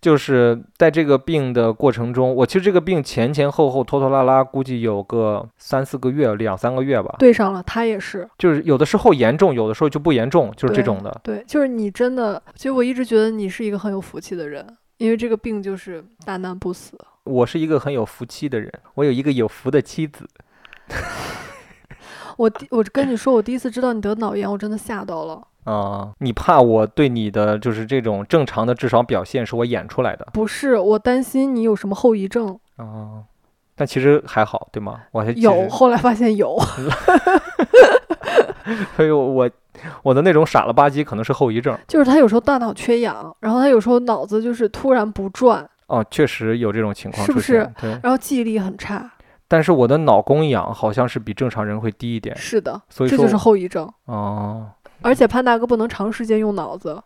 Speaker 1: 就是在这个病的过程中，我其实这个病前前后后拖拖拉拉，估计有个三四个月，两三个月吧。
Speaker 2: 对上了，她也是。
Speaker 1: 就是有的时候严重，有的时候就不严重，就是这
Speaker 2: 对
Speaker 1: 种的。
Speaker 2: 对，就是你真的，其实我一直觉得你是一个很有福气的人，因为这个病就是大难不死。
Speaker 1: 我是一个很有福气的人，我有一个有福的妻子。
Speaker 2: 我第我跟你说，我第一次知道你得脑炎，我真的吓到了。
Speaker 1: 啊、你怕我对你的就是这种正常的智商表现是我演出来的
Speaker 2: 不是，我担心你有什么后遗症，
Speaker 1: 啊、但其实还好，对吗？我还哎其 [LAUGHS]
Speaker 2: 有，
Speaker 1: 实
Speaker 2: 后来发现有。 [LAUGHS]
Speaker 1: 所以哎我我的那种傻了吧唧可能是后遗症
Speaker 2: 就是他有时候大脑缺氧，然后他有时候脑子就是突然不转，
Speaker 1: 哦，确实有这种情况
Speaker 2: 是
Speaker 1: 出
Speaker 2: 不
Speaker 1: 现。
Speaker 2: 是
Speaker 1: 对，
Speaker 2: 然后记忆力很差。
Speaker 1: 但是我的脑供氧好像是比正常人会低一点
Speaker 2: 是的，
Speaker 1: 所以
Speaker 2: 这
Speaker 1: 说
Speaker 2: 就是后遗症。
Speaker 1: 哦。
Speaker 2: 而且潘大哥不能长时间用
Speaker 1: [LAUGHS]
Speaker 2: 脑子，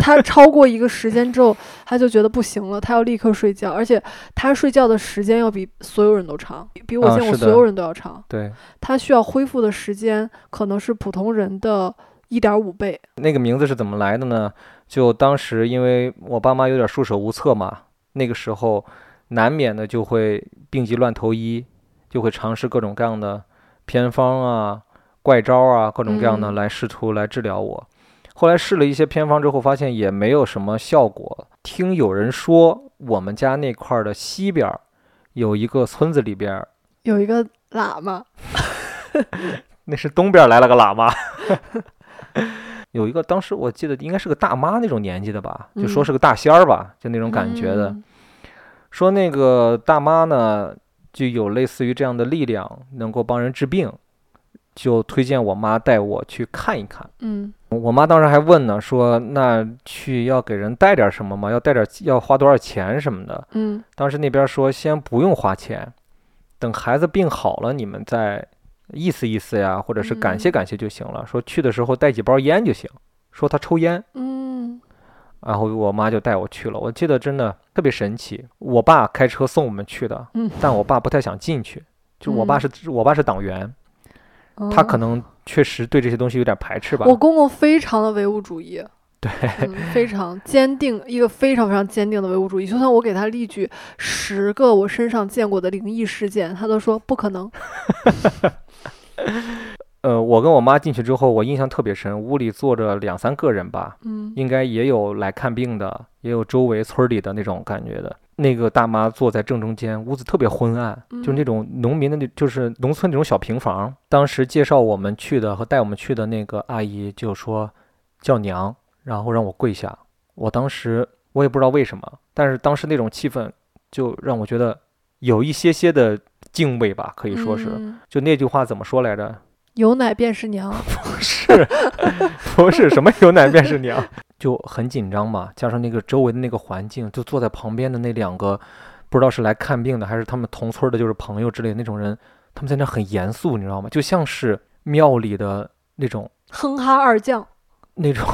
Speaker 2: 他超过一个时间之后，他就觉得不行了，他要立刻睡觉，而且他睡觉的时间要比所有人都长，比我
Speaker 1: 啊
Speaker 2: 见过
Speaker 1: 是的
Speaker 2: 所有人都要长。
Speaker 1: 对，
Speaker 2: 他需要恢复的时间可能是普通人的一点五倍。
Speaker 1: 那个名字是怎么来的呢？就当时因为我爸妈有点束手无策嘛，那个时候难免的就会病急乱投医，就会尝试各种各样的偏方啊、怪招啊，各种各样的
Speaker 2: 嗯
Speaker 1: 来试图来治疗我。后来试了一些偏方之后，发现也没有什么效果。听有人说，我们家那块儿的西边儿有一个村子里边儿，
Speaker 2: 有一个喇嘛，
Speaker 1: 那是东边儿来了个喇嘛，有一个当时我记得应该是个大妈那种年纪的吧，就说
Speaker 2: 嗯
Speaker 1: 是个大仙儿吧，就那
Speaker 2: 那
Speaker 1: 种感觉的。说那个大妈呢，就有类似于这样的力量，能够帮人治病，就推荐我妈带我去看一看。
Speaker 2: 嗯，
Speaker 1: 我妈当时还问呢，说那去要给人带点什么吗？要带点要花多少钱什么的？
Speaker 2: 嗯
Speaker 1: 当时那边说先不用花钱，等孩子病好了，你们再意思意思呀，或者是感谢
Speaker 2: 嗯
Speaker 1: 感谢就行了。说去的时候带几包烟就行。说他抽烟，
Speaker 2: 嗯
Speaker 1: 然后我妈就带我去了。我记得真的特别神奇，我爸开车送我们去的，
Speaker 2: 嗯
Speaker 1: 但我爸不太想进去，就我爸
Speaker 2: 嗯
Speaker 1: 是、我爸是党员，
Speaker 2: 嗯，
Speaker 1: 他可能确实对这些东西有点排斥吧。
Speaker 2: 我公公非常的唯物主义，
Speaker 1: 对，
Speaker 2: 嗯，非常坚定，一个非常非常坚定的唯物主义。就算我给他例举十个我身上见过的灵异事件，他都说不可能。
Speaker 1: 呃，我跟我妈进去之后，我印象特别深，屋里坐着两三个人吧，
Speaker 2: 嗯
Speaker 1: 应该也有来看病的，也有周围村儿里的那种感觉的。那个大妈坐在正中间，屋子特别昏暗，就是那
Speaker 2: 嗯
Speaker 1: 种农民的那，就是农村那种小平房。当时介绍我们去的和带我们去的那个阿姨就说叫娘，然后让我跪下。我当时我也不知道为什么，但是当时那种气氛就让我觉得有一些些的敬畏吧，可以说是。
Speaker 2: 嗯
Speaker 1: 就那句话怎么说来着？
Speaker 2: 有奶便是娘。
Speaker 1: 是，不是什么有奶便是娘， [LAUGHS] 就很紧张嘛。加上那个周围的那个环境，就坐在旁边的那两个，不知道是来看病的还是他们同村儿的，就是朋友之类的那种人，他们在那很严肃，你知道吗？就像是庙里的那种
Speaker 2: 哼哈二将，
Speaker 1: 那种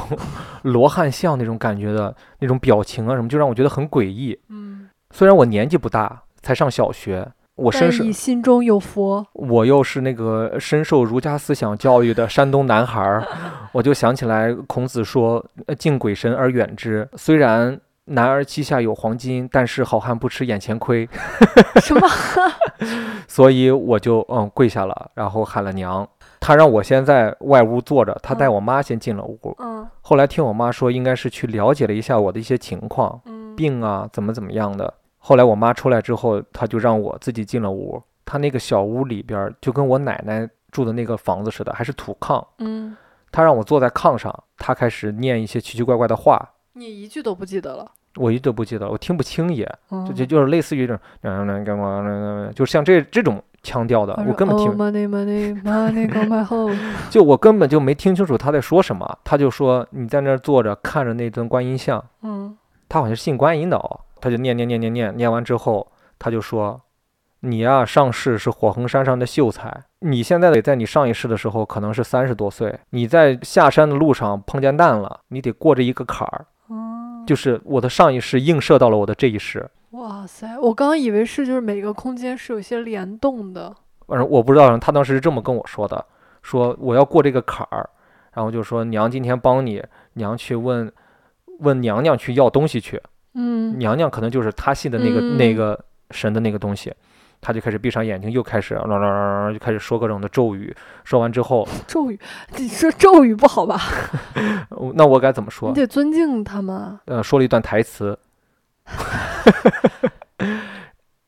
Speaker 1: 罗汉像那种感觉的那种表情啊什么，就让我觉得很诡异。
Speaker 2: 嗯，
Speaker 1: 虽然我年纪不大，才上小学，我身
Speaker 2: 但
Speaker 1: 是
Speaker 2: 你心中有佛。
Speaker 1: 我又是那个深受儒家思想教育的山东男孩儿，我就想起来孔子说：“呃敬鬼神而远之。”虽然男儿膝下有黄金，但是好汉不吃眼前亏，
Speaker 2: 什么？
Speaker 1: 所以我就嗯跪下了，然后喊了娘。他让我先在外屋坐着，他带我妈先进了屋。
Speaker 2: [LAUGHS] 嗯
Speaker 1: 后来听我妈说，应该是去了解了一下我的一些情况，
Speaker 2: 嗯，
Speaker 1: 病啊，怎么怎么样的。后来我妈出来之后，她就让我自己进了屋。她那个小屋里边儿就跟我奶奶住的那个房子似的，还是土炕。
Speaker 2: 嗯，
Speaker 1: 她让我坐在炕上，她开始念一些奇奇怪怪的话，
Speaker 2: 你一句都不记得了。
Speaker 1: 我一直都不记得了，我听不清也，就
Speaker 2: 嗯
Speaker 1: 就就是类似于这种，嗯，就像这这种腔调的
Speaker 2: 他，
Speaker 1: 我
Speaker 2: 说
Speaker 1: 根本
Speaker 2: "Oh,
Speaker 1: 听，
Speaker 2: money money money go my home。 [LAUGHS]
Speaker 1: 就我根本就没听清楚她在说什么。她就说你在那儿坐着看着那尊观音像，
Speaker 2: 嗯
Speaker 1: 他好像是信观音的哦，他就念念念念念念完之后，他就说：“你呀、上世是火衡山上的秀才，你现在得在你上一世的时候可能是三十多岁，你在下山的路上碰见难了，你得过这一个坎儿。
Speaker 2: 嗯，
Speaker 1: 就是我的上一世映射到了我的这一世，
Speaker 2: 哇塞，我刚以为是就是每个空间是有些联动的。
Speaker 1: 反正我不知道，他当时是这么跟我说的，说我要过这个坎儿，然后就说娘今天帮你，娘去问问娘娘去要东西去，
Speaker 2: 嗯
Speaker 1: 娘娘可能就是他信的那个、
Speaker 2: 嗯
Speaker 1: 那个神的那个东西，他就开始闭上眼睛，又开始啊啦啦啦啦啦，就开始说各种的咒语。说完之后， [LAUGHS]
Speaker 2: 咒语，你说咒语不好吧？
Speaker 1: 呃那我该怎么
Speaker 2: 你
Speaker 1: 说？
Speaker 2: 得尊敬他们。啊
Speaker 1: 呃，说了一段台词。 [LAUGHS]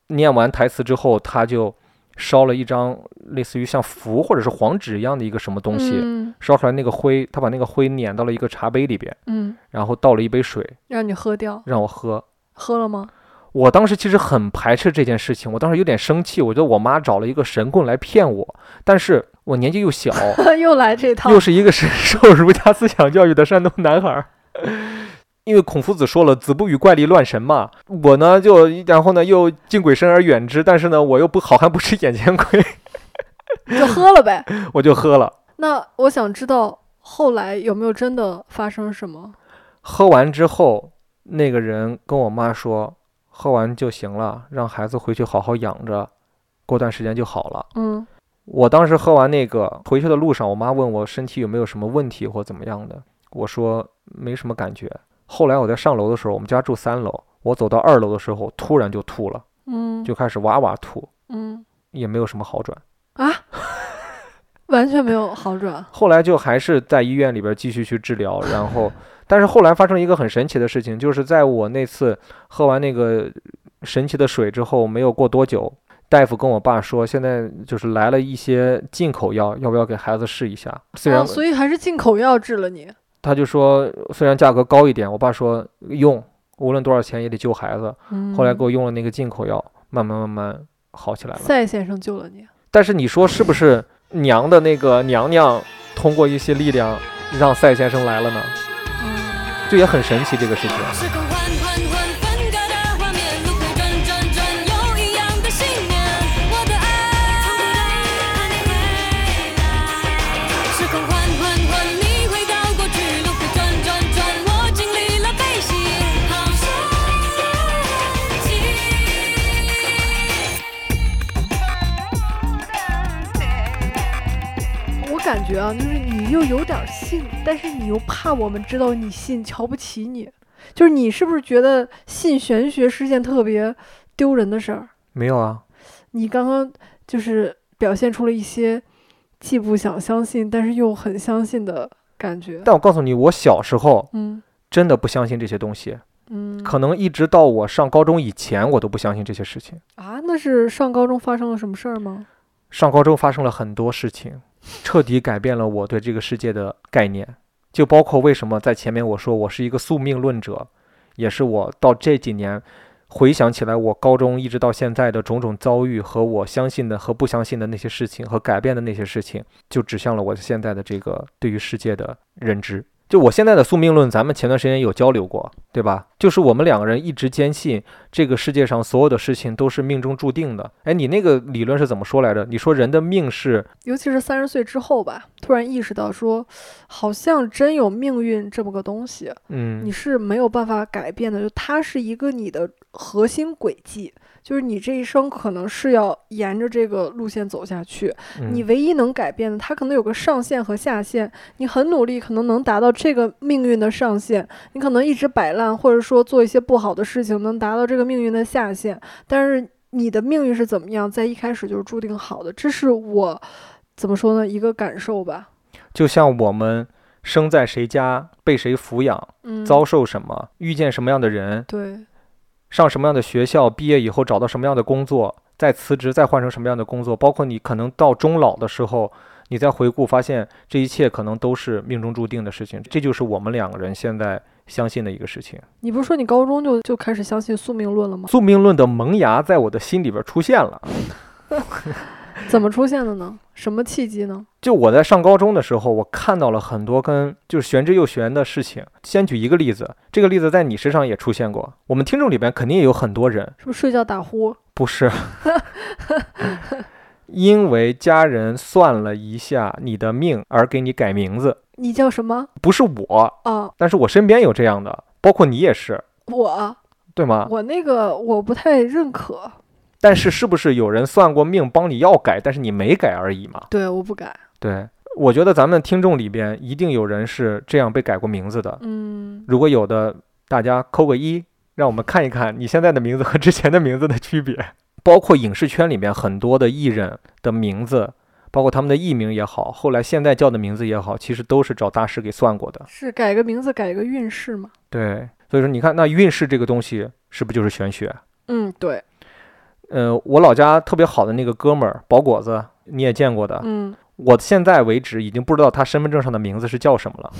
Speaker 1: 念完台词之后，他就烧了一张类似于像符或者是黄纸一样的一个什么东西，
Speaker 2: 嗯
Speaker 1: 烧出来那个灰，他把那个灰碾到了一个茶杯里边，
Speaker 2: 嗯，
Speaker 1: 然后倒了一杯水
Speaker 2: 让你喝掉，
Speaker 1: 让我喝。
Speaker 2: 喝了吗？ [LAUGHS]
Speaker 1: 我当时其实很排斥这件事情，我当时有点生气，我觉得我妈找了一个神棍来骗我，但是我年纪又小，
Speaker 2: 又来这套
Speaker 1: 又，是一个深受儒家思想教育的山东男孩儿。 [LAUGHS] 因为孔夫子说了“子不语怪力乱神”嘛，我呢就然后呢又敬鬼神而远之，但是呢我又不好汉不吃眼前亏，
Speaker 2: 就喝了呗。
Speaker 1: 我就喝了。
Speaker 2: 那我想知道后来有没有真的发生什么？
Speaker 1: 喝完之后，那个人跟我妈说：“喝完就行了，让孩子回去好好养着，过段时间就好了。”
Speaker 2: 嗯
Speaker 1: 我当时喝完那个回去的路上，我妈问我身体有没有什么问题或怎么样的，我说没什么感觉。后来我在上楼的时候，我们家住三楼，我走到二楼的时候，突然就吐了，
Speaker 2: 嗯
Speaker 1: 就开始哇哇吐，
Speaker 2: 嗯
Speaker 1: 也没有什么好转。
Speaker 2: 啊， [LAUGHS] 完全没有好转。
Speaker 1: 后来就还是在医院里边继续去治疗，然后，但是后来发生了一个很神奇的事情，就是在我那次喝完那个神奇的水之后，没有过多久，大夫跟我爸说，现在就是来了一些进口药，要不要给孩子试一下？虽然、
Speaker 2: 啊，所以还是进口药治了你。
Speaker 1: 他就说，虽然价格高一点，我爸说用，无论多少钱也得救孩子。
Speaker 2: 嗯
Speaker 1: 后来给我用了那个进口药，慢慢慢慢好起来了。
Speaker 2: 赛先生救了你。
Speaker 1: 但是你说是不是娘的那个娘娘通过一些力量让赛先生来了呢？
Speaker 2: 嗯
Speaker 1: 这也很神奇这个事情。
Speaker 4: 是个缓缓缓分割的画面，路口转转转，有一样的信念。我的爱从你来，和你回来。时空缓缓缓，你回到过去，路口转转转，我经历了悲喜，好神奇。
Speaker 2: 我感觉啊，就是你又有点儿信，但是你又怕我们知道你信，瞧不起你。就是你是不是觉得信玄学是件特别丢人的事儿？
Speaker 1: 没有啊，
Speaker 2: 你刚刚就是表现出了一些既不想相信，但是又很相信的感觉。
Speaker 1: 但我告诉你，我小时候
Speaker 2: 嗯
Speaker 1: 真的不相信这些东西，
Speaker 2: 嗯，
Speaker 1: 可能一直到我上高中以前，我都不相信这些事情。
Speaker 2: 啊，那是上高中发生了什么事儿吗？
Speaker 1: 上高中发生了很多事情，彻底改变了我对这个世界的概念，就包括为什么在前面我说我是一个宿命论者，也是我到这几年回想起来，我高中一直到现在的种种遭遇和我相信的和不相信的那些事情和改变的那些事情，就指向了我现在的这个对于世界的认知。就我现在的宿命论，咱们前段时间有交流过，对吧？就是我们两个人一直坚信这个世界上所有的事情都是命中注定的。哎，你那个理论是怎么说来着？你说人的命是
Speaker 2: 尤其是三十岁之后吧，突然意识到说，好像真有命运这么个东西。你
Speaker 1: 嗯，
Speaker 2: 是没有办法改变的，就它是一个你的核心轨迹，就是你这一生可能是要沿着这个路线走下去。
Speaker 1: 嗯
Speaker 2: 你唯一能改变的，它可能有个上限和下限，你很努力，可能能达到这个命运的上限；你可能一直摆烂，或者说做一些不好的事情，能达到这个命运的下限。但是你的命运是怎么样，在一开始就是注定好的，这是我怎么说呢一个感受吧。
Speaker 1: 就像我们生在谁家，被谁抚养，
Speaker 2: 嗯，
Speaker 1: 遭受什么，遇见什么样的人，
Speaker 2: 对，
Speaker 1: 上什么样的学校，毕业以后找到什么样的工作，再辞职，再换成什么样的工作，包括你可能到终老的时候。你再回顾，发现这一切可能都是命中注定的事情，这就是我们两个人现在相信的一个事情。
Speaker 2: 你不是说你高中就就开始相信宿命论了吗？
Speaker 1: 宿命论的萌芽在我的心里边出现了。
Speaker 2: 怎么出现的呢？什么契机呢？
Speaker 1: 就我在上高中的时候，我看到了很多跟就是玄之又玄的事情。先举一个例子，这个例子在你身上也出现过。我们听众里边肯定也有很多人，
Speaker 2: 是不是睡觉打呼？
Speaker 1: 不是 [LAUGHS] 因为家人算了一下你的命而给你改名字，
Speaker 2: 你叫什么
Speaker 1: 不是我，
Speaker 2: 啊？
Speaker 1: 但是我身边有这样的，包括你也是，
Speaker 2: 我
Speaker 1: 对吗？
Speaker 2: 我那个我不太认可，
Speaker 1: 但是是不是有人算过命帮你要改，但是你没改而已嘛？
Speaker 2: 对，我不改。
Speaker 1: 对，我觉得咱们听众里边一定有人是这样被改过名字的。
Speaker 2: 嗯，
Speaker 1: 如果有的，大家扣个一，让我们看一看你现在的名字和之前的名字的区别。 [LAUGHS] 包括影视圈里面很多的艺人的名字，包括他们的艺名也好，后来现在叫的名字也好，其实都是找大师给算过的。
Speaker 2: 是改个名字，改个运势嘛？
Speaker 1: 对，所以说你看，那运势这个东西是不是就是玄学？
Speaker 2: 嗯，对，
Speaker 1: 呃，我老家特别好的那个哥们儿包果子，你也见过的，
Speaker 2: 嗯。
Speaker 1: 我现在为止已经不知道他身份证上的名字是叫什么了，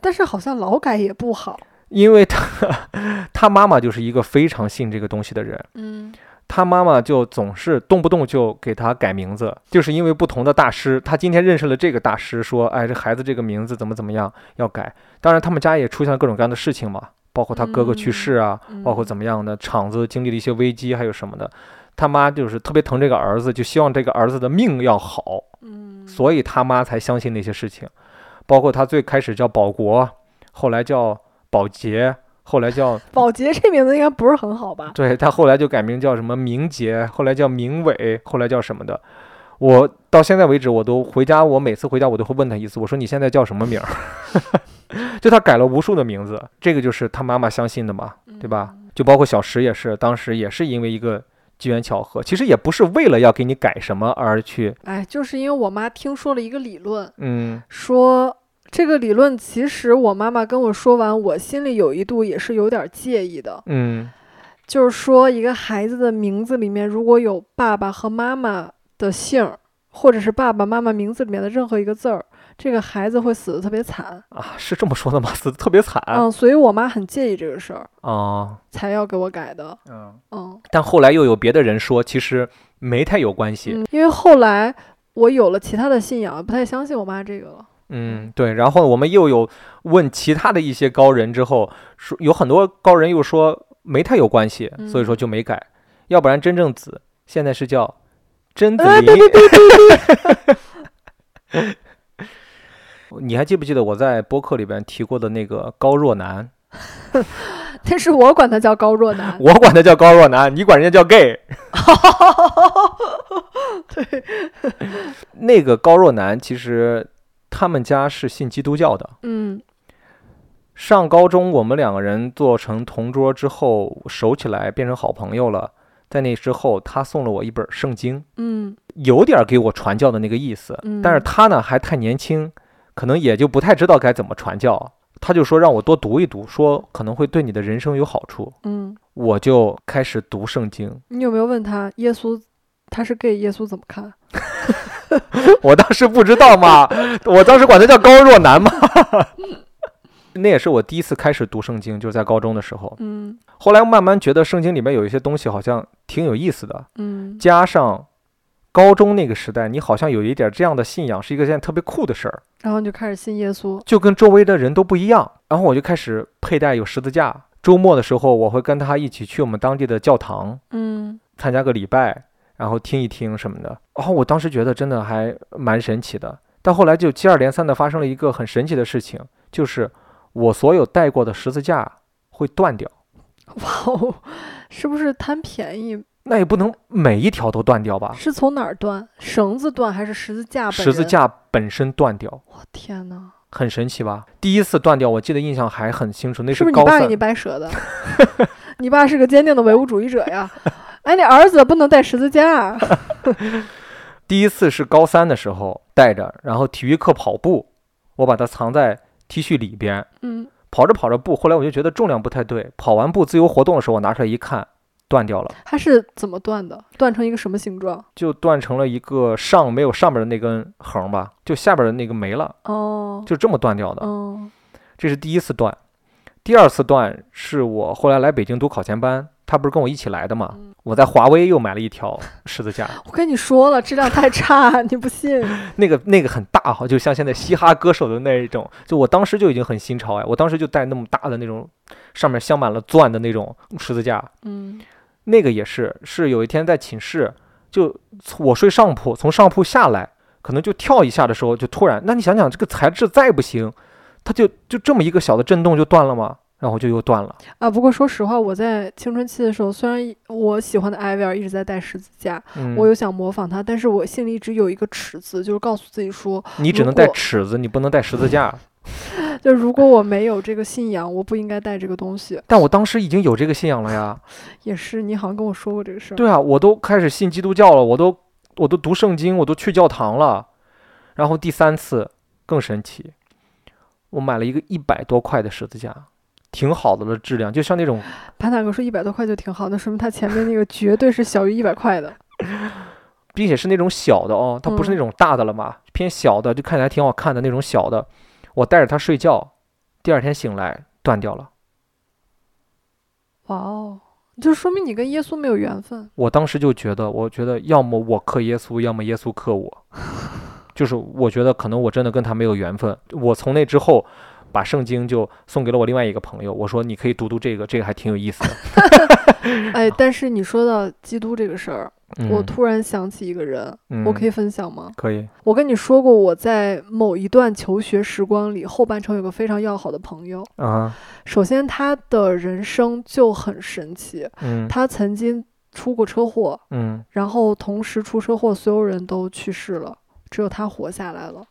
Speaker 2: 但是好像老改也不好。
Speaker 1: 因为他 [LAUGHS] 他妈妈就是一个非常信这个东西的人，
Speaker 2: 嗯，
Speaker 1: 他妈妈就总是动不动就给他改名字，就是因为不同的大师，他今天认识了这个大师，说，哎，这孩子这个名字怎么怎么样要改。当然，他们家也出现了各种各样的事情嘛，包括他哥哥去世啊，
Speaker 2: 嗯
Speaker 1: 包括怎么样的厂子经历了一些危机，还有什么的。他妈就是特别疼这个儿子，就希望这个儿子的命要好，
Speaker 2: 嗯，
Speaker 1: 所以他妈才相信那些事情。包括他最开始叫保国，后来叫保洁，后来叫
Speaker 2: 保洁这名字应该不是很好吧？
Speaker 1: 对他后来就改名叫什么明杰，后来叫明伟，后来叫什么的。我到现在为止，我都回家，我每次回家我都会问他一次，我说你现在叫什么名儿？ [LAUGHS] 就他改了无数的名字，这个就是他妈妈相信的嘛，
Speaker 2: 嗯
Speaker 1: 对吧？就包括小石也是，当时也是因为一个机缘巧合，其实也不是为了要给你改什么而去，
Speaker 2: 哎，就是因为我妈听说了一个理论，
Speaker 1: 嗯
Speaker 2: 说这个理论其实我妈妈跟我说完，我心里有一度也是有点介意的。
Speaker 1: 嗯
Speaker 2: 就是说，一个孩子的名字里面如果有爸爸和妈妈的姓儿，或者是爸爸妈妈名字里面的任何一个字儿，这个孩子会死得特别惨。
Speaker 1: 啊，是这么说的吗？死的特别惨啊
Speaker 2: 嗯，所以我妈很介意这个事儿，
Speaker 1: 嗯
Speaker 2: 才要给我改的。嗯，
Speaker 1: 但后来又有别的人说，其实没太有关系，
Speaker 2: 嗯因为后来我有了其他的信仰，不太相信我妈这个了。
Speaker 1: 嗯，对。然后我们又有问其他的一些高人之后，说有很多高人又说没太有关系，所以说就没改。要不然真正子现在是叫甄子
Speaker 2: 哎
Speaker 1: 林。你还记不记得我在播客里边提过的那个高若男？
Speaker 2: 但是我管他叫高若男。
Speaker 1: [LAUGHS] 我管他叫高若男，你管人家叫 gay。
Speaker 2: 对，
Speaker 1: 那个高若男其实他们家是信基督教的，
Speaker 2: 嗯
Speaker 1: 上高中，我们两个人做成同桌之后，熟起来变成好朋友了。在那之后，他送了我一本圣经，
Speaker 2: 嗯
Speaker 1: 有点儿给我传教的那个意思。
Speaker 2: 嗯
Speaker 1: 但是他呢还太年轻，可能也就不太知道该怎么传教。他就说让我多读一读，说可能会对你的人生有好处。
Speaker 2: 嗯，
Speaker 1: 我就开始读圣经。
Speaker 2: 你有没有问他耶稣他是 gay，耶稣怎么看？
Speaker 1: [LAUGHS] 我当时不知道嘛，我当时管他叫高若男嘛。 [LAUGHS] 那也是我第一次开始读圣经，就是在高中的时候。
Speaker 2: 嗯
Speaker 1: 后来慢慢觉得圣经里面有一些东西好像挺有意思的，
Speaker 2: 嗯
Speaker 1: 加上高中那个时代，你好像有一点这样的信仰，是一个件特别酷的事儿，
Speaker 2: 然后你就开始信耶稣。
Speaker 1: 就跟周围的人都不一样。然后我就开始佩戴有十字架，周末的时候我会跟他一起去我们当地的教堂
Speaker 2: 嗯
Speaker 1: 参加个礼拜，然后听一听什么的。然后我当时觉得真的还蛮神奇的，但后来就接二连三的发生了一个很神奇的事情，就是我所有带过的十字架会断掉。
Speaker 2: 哦，是不是贪便宜？
Speaker 1: 那也不能每一条都断掉吧？
Speaker 2: 是从哪儿断？绳子断还是十字啊架本人？
Speaker 1: 啊十字。架本身断掉，
Speaker 2: 我天哪！
Speaker 1: 很神奇吧？第一次断掉，我记得印象还很清楚，那
Speaker 2: 是不是你
Speaker 1: 高
Speaker 2: 爸
Speaker 1: 三
Speaker 2: 给你掰折的？ [LAUGHS] 你爸是个坚定的唯物主义者
Speaker 1: [LAUGHS]
Speaker 2: 呀！哎，你儿子不能带十字架。啊
Speaker 1: 第一次是高三的时候带着，然后体育课跑步，我把它藏在 T 恤里边，
Speaker 2: [LAUGHS] 嗯，
Speaker 1: 跑着跑着步，后来我就觉得重量不太对，跑完步自由活动的时候，我拿出来一看，断掉了，
Speaker 2: 他是怎么断的？断成一个什么形状？
Speaker 1: 就断成了一个上没有上面的那根横吧，就下边的那个没了，
Speaker 2: 哦，
Speaker 1: 就这么断掉的。
Speaker 2: 哦，
Speaker 1: 这是第一次断。第二次断是我后来来北京读考前班，他不是跟我一起来的嘛？我在华威又买了一条十字架，
Speaker 2: 我跟你说了，质量太差， [LAUGHS] 你
Speaker 1: [LAUGHS]
Speaker 2: 不信？
Speaker 1: 那个那个很大哈，就像现在嘻哈歌手的那一种，就我当时就已经很新潮哎，我当时就戴那么大的那种，上面镶满了钻的那种十字架，
Speaker 2: 嗯
Speaker 1: 那个也是，是有一天在寝室，就从我睡上铺，从上铺下来，可能就跳一下的时候，就突然，那你想想这个材质再不行，它就就这么一个小的震动就断了吗？然后就又断了。
Speaker 2: 啊。不过说实话，我在青春期的时候，虽然我喜欢的艾薇儿一直在戴十字架，
Speaker 1: 嗯，
Speaker 2: 我有想模仿她，但是我心里一直有一个尺子，就是告诉自己说，
Speaker 1: 你只
Speaker 2: 如
Speaker 1: 能带
Speaker 2: 果嗯
Speaker 1: 尺子，你不能带十字架。
Speaker 2: 就如果我没有这个信仰，我不应该戴这个东西。
Speaker 1: 但我当时已经有这个信仰了呀。
Speaker 2: 也是，你好像跟我说过这个事儿。
Speaker 1: 对啊，我都开始信基督教了，我都我都读圣经，我都去教堂了。然后第三次更神奇，我买了一个一百多块的十字架，挺好的了，质量就像那种
Speaker 2: 潘大哥说一百多块就挺好，那说明他前面那个绝对是小于一百块的。
Speaker 1: 并且是那种小的哦，它不是那
Speaker 2: 嗯
Speaker 1: 种大的了嘛，偏小的，就看起来挺好看的那种小的。我带着它睡觉，第二天醒来断掉了。
Speaker 2: 哇哦，就说明你跟耶稣没有缘分。
Speaker 1: 我当时就觉得，我觉得要么我克耶稣，要么耶稣克
Speaker 2: [LAUGHS]
Speaker 1: 我，就是我觉得可能我真的跟他没有缘分。我从那之后，把圣经就送给了我另外一个朋友，我说你可以读读这个，这个还挺有意思
Speaker 2: [LAUGHS]
Speaker 1: 的。
Speaker 2: 哎，但是你说到基督这个事儿，
Speaker 1: 嗯、
Speaker 2: 我突然想起一个人，我可
Speaker 1: 以
Speaker 2: 以分享吗？
Speaker 1: 可以，
Speaker 2: 我跟你说过，我在某一段求学时光里，后半程有个非常要好的朋友。
Speaker 1: 啊，
Speaker 2: 首先，他的人生就很神奇，
Speaker 1: 嗯
Speaker 2: 他曾经出过车祸，
Speaker 1: 嗯，
Speaker 2: 然后同时出车祸，所有人都去世了，只有他活下来了。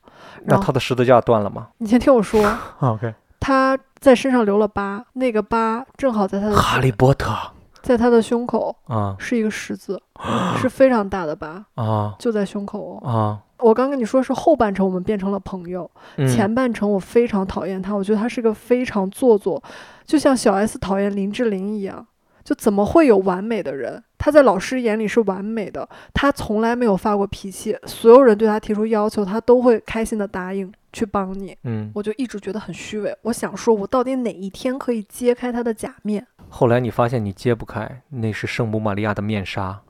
Speaker 1: 那
Speaker 2: 然后啊
Speaker 1: 他的十字架断了吗
Speaker 2: 你先听我说，
Speaker 1: ？OK，
Speaker 2: 他在身上留了疤，那个疤正好在他的
Speaker 1: 哈利波特
Speaker 2: 在他的胸口
Speaker 1: 嗯啊
Speaker 2: 是一个
Speaker 1: [GASPS]
Speaker 2: 十字，是非常大的疤，
Speaker 1: 啊
Speaker 2: 就在胸口哦。
Speaker 1: 啊，
Speaker 2: 我刚跟你说是后半程我们变成了朋友，
Speaker 1: 嗯
Speaker 2: 前半程我非常讨厌他，我觉得他是个非常做作，就像小 S 讨厌林志玲一样。就怎么会有完美的人？他在老师眼里是完美的，他从来没有发过脾气，所有人对他提出要求，他都会开心的答应去帮你。
Speaker 1: 嗯，
Speaker 2: 我就一直觉得很虚伪，我想说，我到底哪一天可以揭开他的假面？
Speaker 1: 后来你发现你揭不开，那是圣母玛利亚的面纱。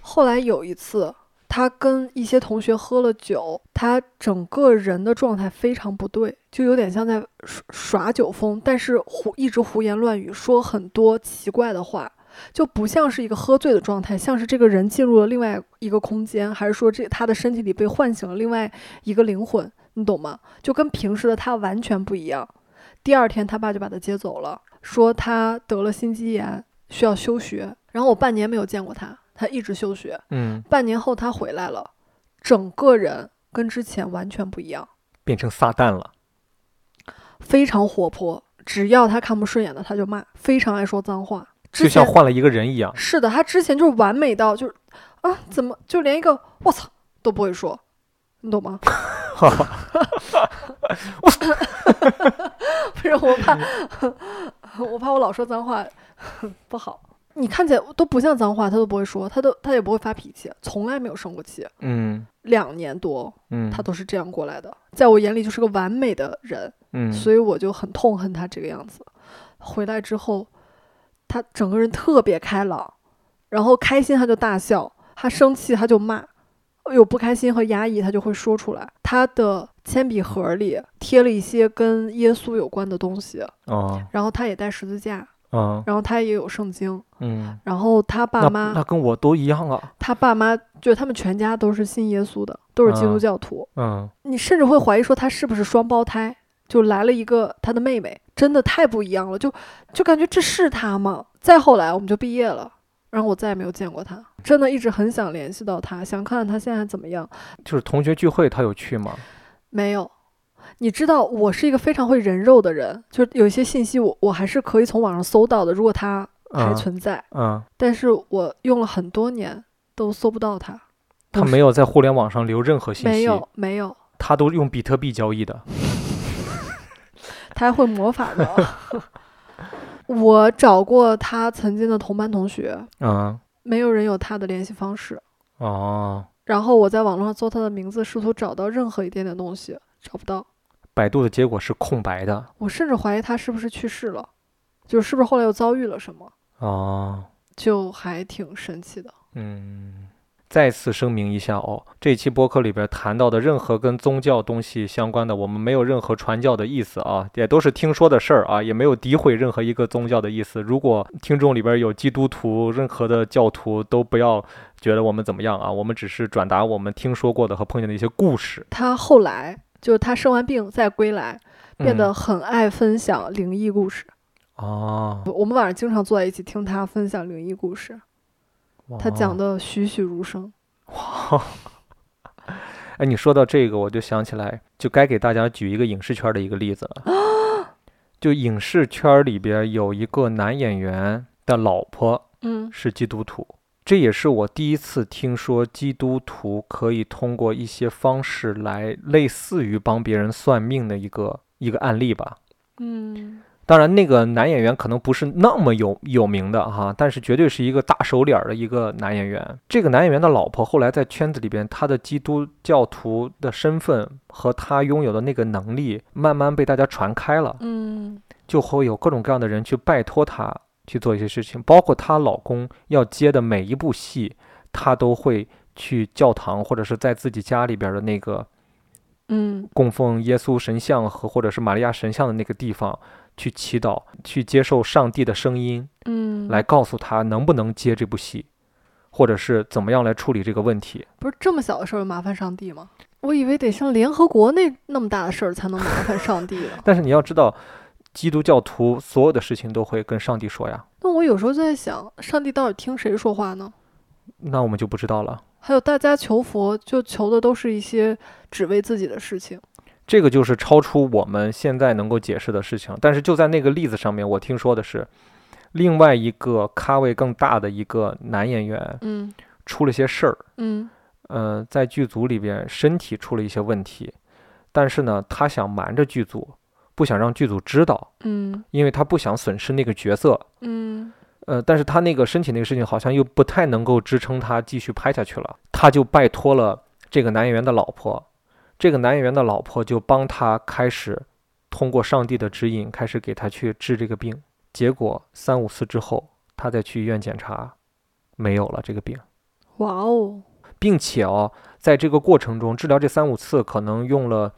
Speaker 2: 后来有一次，他跟一些同学喝了酒，他整个人的状态非常不对，就有点像在耍耍酒疯，但是胡一直胡言乱语，说很多奇怪的话。就不像是一个喝醉的状态，像是这个人进入了另外一个空间，还是说这他的身体里被唤醒了另外一个灵魂，你懂吗？就跟平时的他完全不一样。第二天，他爸就把他接走了，说他得了心肌炎，需要休学。然后我半年没有见过他，他一直休学。
Speaker 1: 嗯，
Speaker 2: 半年后他回来了，整个人跟之前完全不一样，
Speaker 1: 变成撒旦了。
Speaker 2: 非常活泼。只要他看不顺眼的，他就骂，非常爱说脏话。之
Speaker 1: 就像
Speaker 2: 前
Speaker 1: 换了一个人
Speaker 2: [LAUGHS]
Speaker 1: 一样。
Speaker 2: 是的，他之前就是完美到就是啊，怎么就连一个我操都不会说，你懂吗？ [LAUGHS] 不是我怕， [LAUGHS] 我怕我老说脏话不好。你看起来都不像脏话，他都不会说，他都他也不会发脾气，从来没有生过气。
Speaker 1: 嗯
Speaker 2: 两年多，
Speaker 1: 嗯，
Speaker 2: 他都是这样过来的，在我眼里就是个完美的人，
Speaker 1: 嗯，
Speaker 2: 所以我就很痛恨他这个样子。回来之后，他整个人特别开朗，然后开心他就大笑，他生气他就骂，有不开心和压抑他就会说出来。他的铅笔盒里贴了一些跟耶稣有关的东西，
Speaker 1: 哦
Speaker 2: 然后他也带十字架，
Speaker 1: 哦
Speaker 2: 然后他也有圣经，
Speaker 1: 嗯，
Speaker 2: 然后他爸
Speaker 1: 那
Speaker 2: 妈
Speaker 1: 那跟我都一样啊。
Speaker 2: 他爸妈就他们全家都是信耶稣的，都是基督
Speaker 1: 啊
Speaker 2: 教徒。
Speaker 1: 嗯
Speaker 2: 你甚至会怀疑说他是不是双胞胎，就来了一个他的妹妹，真的太不一样了，就就感觉这是他吗？再后来我们就毕业了，然后我再也没有见过他，真的一直很想联系到他，想看看他现在怎么样。
Speaker 1: 就是同学聚会，他有去吗？
Speaker 2: 没有，你知道我是一个非常会人肉的人，就是有一些信息我我还是可以从网上搜到的，如果他还
Speaker 1: 嗯
Speaker 2: 存在，
Speaker 1: 嗯，
Speaker 2: 但是我用了很多年都搜不到他，
Speaker 1: 他没有在互联网上留任何信
Speaker 2: 没
Speaker 1: 息，
Speaker 2: 有没有，
Speaker 1: 他都用比特币交易的。
Speaker 2: 他还会魔法的。哦 [LAUGHS] 我找过他曾经的同班同学，
Speaker 1: 嗯
Speaker 2: 没有人有他的联系方式。
Speaker 1: 哦，
Speaker 2: 然后我在网络上搜他的名字，试图找到任何一点点东西，找不到。
Speaker 1: 百度的结果是空白的。
Speaker 2: 我甚至怀疑他是不是去世了，就是不是后来又遭遇了什么，
Speaker 1: 哦，
Speaker 2: 就还挺神奇的。
Speaker 1: 嗯。再次声明一下哦，这期播客里边谈到的任何跟宗教东西相关的，我们没有任何传教的意思啊，也都是听说的事儿啊，也没有诋毁任何一个宗教的意思。如果听众里边有基督徒，任何的教徒都不要觉得我们怎么样啊，我们只是转达我们听说过的和碰见的一些故事。
Speaker 2: 他后来就是他生完病再归来，变得很爱分享灵异故事。
Speaker 1: 嗯哦，
Speaker 2: 我们晚上经常坐在一起听他分享灵异故事，他讲
Speaker 1: 的
Speaker 2: 的栩栩如生。
Speaker 1: 哎，你说到这个，我就想起来，就该给大家举一个影视圈的一个例子了。就影视圈里边有一个男演员的老婆，
Speaker 2: 嗯
Speaker 1: 是基督徒，这也是我第一次听说基督徒可以通过一些方式来类似于帮别人算命的一个一个案例吧。
Speaker 2: 嗯，
Speaker 1: 当然，那个男演员可能不是那么有有名的哈，但是绝对是一个大手脸儿的一个男演员。这个男演员的老婆后来在圈子里边，他的基督教徒的身份和他拥有的那个能力，慢慢被大家传开了。
Speaker 2: 嗯
Speaker 1: 就会有各种各样的人去拜托她去做一些事情，包括她老公要接的每一部戏，她都会去教堂或者是在自己家里边的那个
Speaker 2: 嗯
Speaker 1: 供奉耶稣神像和或者是玛利亚神像的那个地方去祈祷，去接受上帝的声音，
Speaker 2: 嗯，
Speaker 1: 来告诉她能不能接这部戏，或者是怎么样来处理这个问题。。
Speaker 2: 不是这么小的事儿麻烦上帝吗？我以为得像联合国那那么大的事儿才能麻烦上帝 [LAUGHS] 呢
Speaker 1: 但是你要知道，基督教徒所有的事情都会跟上帝说呀，
Speaker 2: 那我有时候就在想，上帝到底听谁说话呢？
Speaker 1: 那我们就不知道了。
Speaker 2: 还有大家求佛，就求的都是一些只为自己的事情。
Speaker 1: 这个就是超出我们现在能够解释的事情。但是就在那个例子上面，我听说的是，另外一个咖位更大的一个男演员
Speaker 2: 嗯
Speaker 1: 出了些事儿，
Speaker 2: 嗯
Speaker 1: 呃，在剧组里边身体出了一些问题，但是呢，他想瞒着剧组，不想让剧组知道，
Speaker 2: 嗯
Speaker 1: 因为他不想损失那个角色。
Speaker 2: 嗯
Speaker 1: 呃，但是他那个身体那个事情好像又不太能够支撑他继续拍下去了，他就拜托了这个男演员的老婆，这个男演员的老婆就帮他开始通过上帝的指引，开始给他去治这个病。结果三五次之后，他再去医院检查，没有了这个病，
Speaker 2: 哇哦，
Speaker 1: 并且哦，在这个过程中治疗这三五次可能用了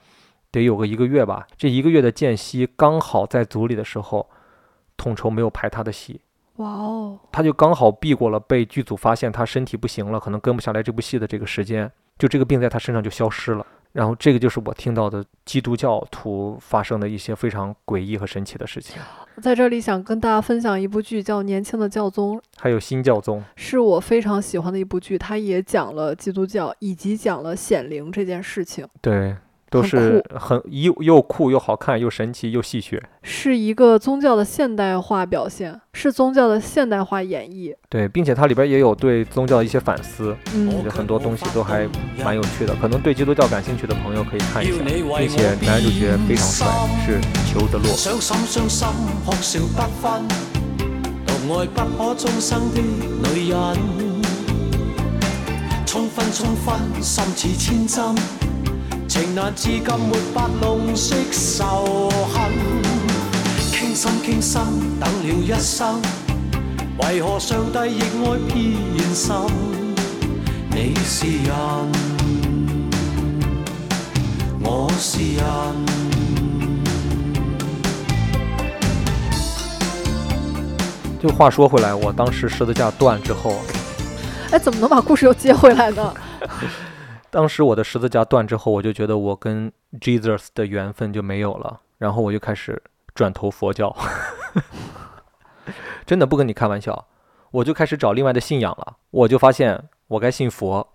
Speaker 1: 得有个一个月吧，这一个月的间隙刚好在组里的时候，统筹没有排他的戏。
Speaker 2: 哇哦，
Speaker 1: 他就刚好避过了被剧组发现他身体不行了，可能跟不下来这部戏的这个时间，就这个病在他身上就消失了。然后这个就是我听到的基督教徒发生的一些非常诡异和神奇的事情，
Speaker 2: 我在这里想跟大家分享一部剧，叫《年轻的教宗》，
Speaker 1: 还有新教宗。
Speaker 2: 是我非常喜欢的一部剧。它也讲了基督教，以及讲了显灵这件事情。
Speaker 1: 对，都
Speaker 2: 很
Speaker 1: 是很又又酷又好看又神奇又戏谑。
Speaker 2: 是一个宗教的现代化表现，是宗教的现代化演绎。
Speaker 1: 对，并且它里边也有对宗教的一些反思，我
Speaker 2: 嗯
Speaker 1: 觉得很多东西都还蛮有趣的。可能对基督教感兴趣的朋友可以看一下，并且男主角非常帅，是裘德洛。
Speaker 3: 想心伤心，哭笑不分。独爱不可终生的女人，冲昏冲昏，心似千针，情难至今没法弄熄仇恨。倾心倾心，等了一生，为何上帝亦爱偏心？你是人，我是人。
Speaker 1: 就话说回来，我当时十字架断之后，
Speaker 2: 哎，怎么能把故事又接回来呢？
Speaker 1: 当时我的十字架断之后，我就觉得我跟 Jesus 的缘分就没有了，然后我就开始转投佛教， [LAUGHS] 真的不跟你开玩笑，我就开始找另外的信仰了。我就发现我该信佛，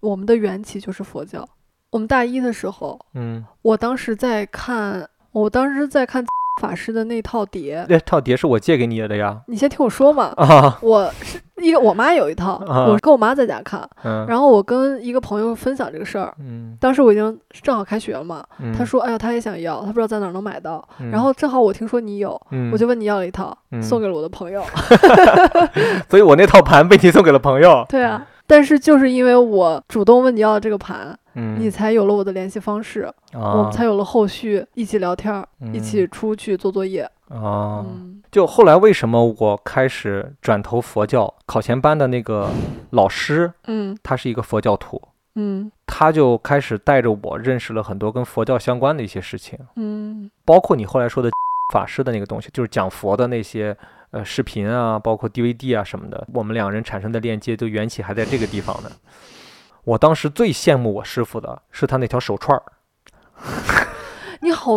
Speaker 2: 我们的缘起就是佛教。我们大一的时候，
Speaker 1: 嗯，
Speaker 2: 我当时在看，我当时在看 [LAUGHS] 法师的那套碟。
Speaker 1: 那套哎碟是我借给你的呀， [LAUGHS]
Speaker 2: 你先听我说嘛，
Speaker 1: 啊，
Speaker 2: 我是因为我妈有一套，
Speaker 1: 啊
Speaker 2: 我跟我妈在家看，
Speaker 1: 嗯，
Speaker 2: 然后我跟一个朋友分享这个事儿。
Speaker 1: 嗯，
Speaker 2: 当时我已经正好开学了嘛，
Speaker 1: 嗯
Speaker 2: 她，说：“哎呀，她也想要，她不知道在哪儿能买到。
Speaker 1: 嗯
Speaker 2: 然后，正好我听说你有，
Speaker 1: 嗯
Speaker 2: 我就，问你要了一套，
Speaker 1: 嗯
Speaker 2: 送给了我的朋友。
Speaker 1: 所以我那套盘被你送给了朋友，
Speaker 2: 对啊，但是就是因为我主动问你要了这个盘，
Speaker 1: 嗯，
Speaker 2: 你才有了我的联系方式，我
Speaker 1: 啊
Speaker 2: 们才有了后续一起聊天儿，一起出去做作业。
Speaker 1: 啊，
Speaker 2: 嗯
Speaker 1: 嗯就后来为什么我开始转投佛教？考前班的那个老师，
Speaker 2: 嗯
Speaker 1: 他是一个佛教徒，
Speaker 2: 嗯
Speaker 1: 他就开始带着我认识了很多跟佛教相关的一些事情，
Speaker 2: 嗯
Speaker 1: 包括你后来说的 [LAUGHS] 法师的那个东西，就是讲佛的那些呃视频啊，包括 DVD 啊什么的。我们两人产生的链接，就缘起还在这个地方呢。我当时最羡慕我师傅的是他那条手串儿，
Speaker 2: 你好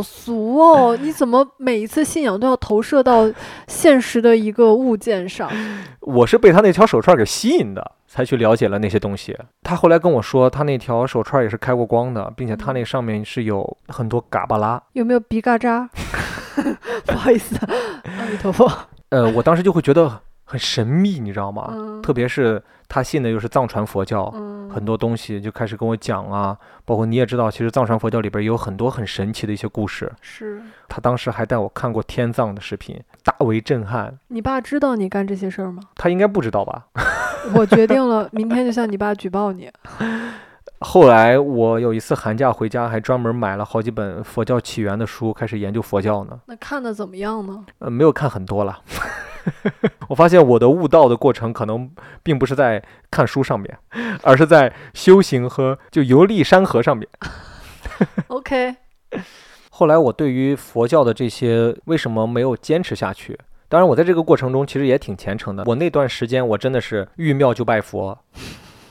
Speaker 1: [LAUGHS]
Speaker 2: 俗哦！你怎么每一次信仰都要投射到现实的一个物件上？
Speaker 1: 我是被他那条手串儿给吸引的，才去了解了那些东西。他后来跟我说，他那条手串儿也是开过光的，并且他
Speaker 2: 嗯
Speaker 1: 那上面是有很多嘎巴拉。
Speaker 2: 有没有鼻
Speaker 1: [LAUGHS]
Speaker 2: 嘎渣？不好意思，阿弥陀佛。
Speaker 1: 呃，我当时就会觉得很神秘，你知道吗？
Speaker 2: 嗯，
Speaker 1: 特别是他信的又是藏传佛教，
Speaker 2: 嗯
Speaker 1: 很多东西就开始跟我讲啊，包括你也知道，其实藏传佛教里边也有很多很神奇的一些故事。
Speaker 2: 是
Speaker 1: 他当时还带我看过天葬的视频，大为震撼。
Speaker 2: 你爸知道你干这些事儿吗？
Speaker 1: 他应该不知道吧？
Speaker 2: 我决定了，明天就向你爸举报你。
Speaker 1: 后来我有一次寒假回家，还专门买了好几本佛教起源的书，开始研究佛教呢。
Speaker 2: 那看的怎么样呢？
Speaker 1: 呃，没有看很多了。 [LAUGHS] 我发现我的悟道的过程可能并不是在看书上面，而是在修行和就游历山河上面。
Speaker 2: OK，
Speaker 1: 后来我对于佛教的这些为什么没有坚持下去？当然，我在这个过程中其实也挺虔诚的。我那段时间我真的是遇庙就拜佛，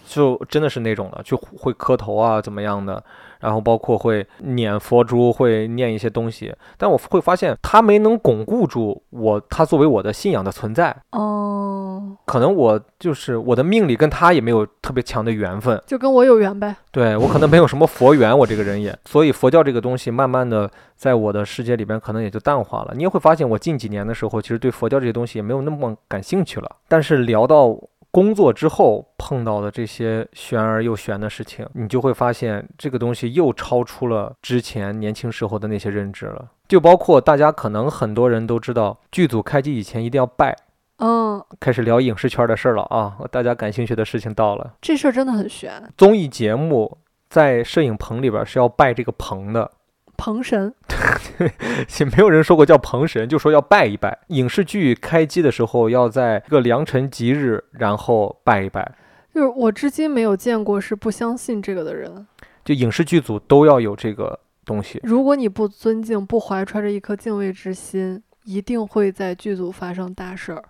Speaker 1: 就真的是那种的，就会磕头啊，怎么样的，然后包括会念佛珠，会念一些东西。但我会发现，它没能巩固住我，它作为我的信仰的存在。
Speaker 2: 哦，
Speaker 1: 可能我就是我的命里跟他也没有特别强的缘分，
Speaker 2: 就跟我有缘呗。
Speaker 1: 对我可能没有什么佛缘，我这个人也，所以佛教这个东西慢慢的在我的世界里边可能也就淡化了。你也会发现，我近几年的时候，其实对佛教这些东西也没有那么感兴趣了。但是聊到工作之后碰到的这些玄而又玄的事情，你就会发现这个东西又超出了之前年轻时候的那些认知了。就包括大家可能很多人都知道，剧组开机以前一定要拜，
Speaker 2: 嗯，
Speaker 1: 开始聊影视圈的事儿了啊！大家感兴趣的事情到了，
Speaker 2: 这事儿真的很悬，
Speaker 1: 综艺节目在摄影棚里边儿是要拜这个棚的， [LAUGHS]
Speaker 2: 彭神。
Speaker 1: 也没有人说过叫棚神，就说要拜一拜。影视剧开机的时候要在一个良辰吉日，然后拜一拜。
Speaker 2: 就是我至今没有见过是不相信这个的人。
Speaker 1: 就影视剧组都要有这个东西。
Speaker 2: 如果你不尊敬、不怀揣着一颗敬畏之心，一定会在剧组发生大事儿。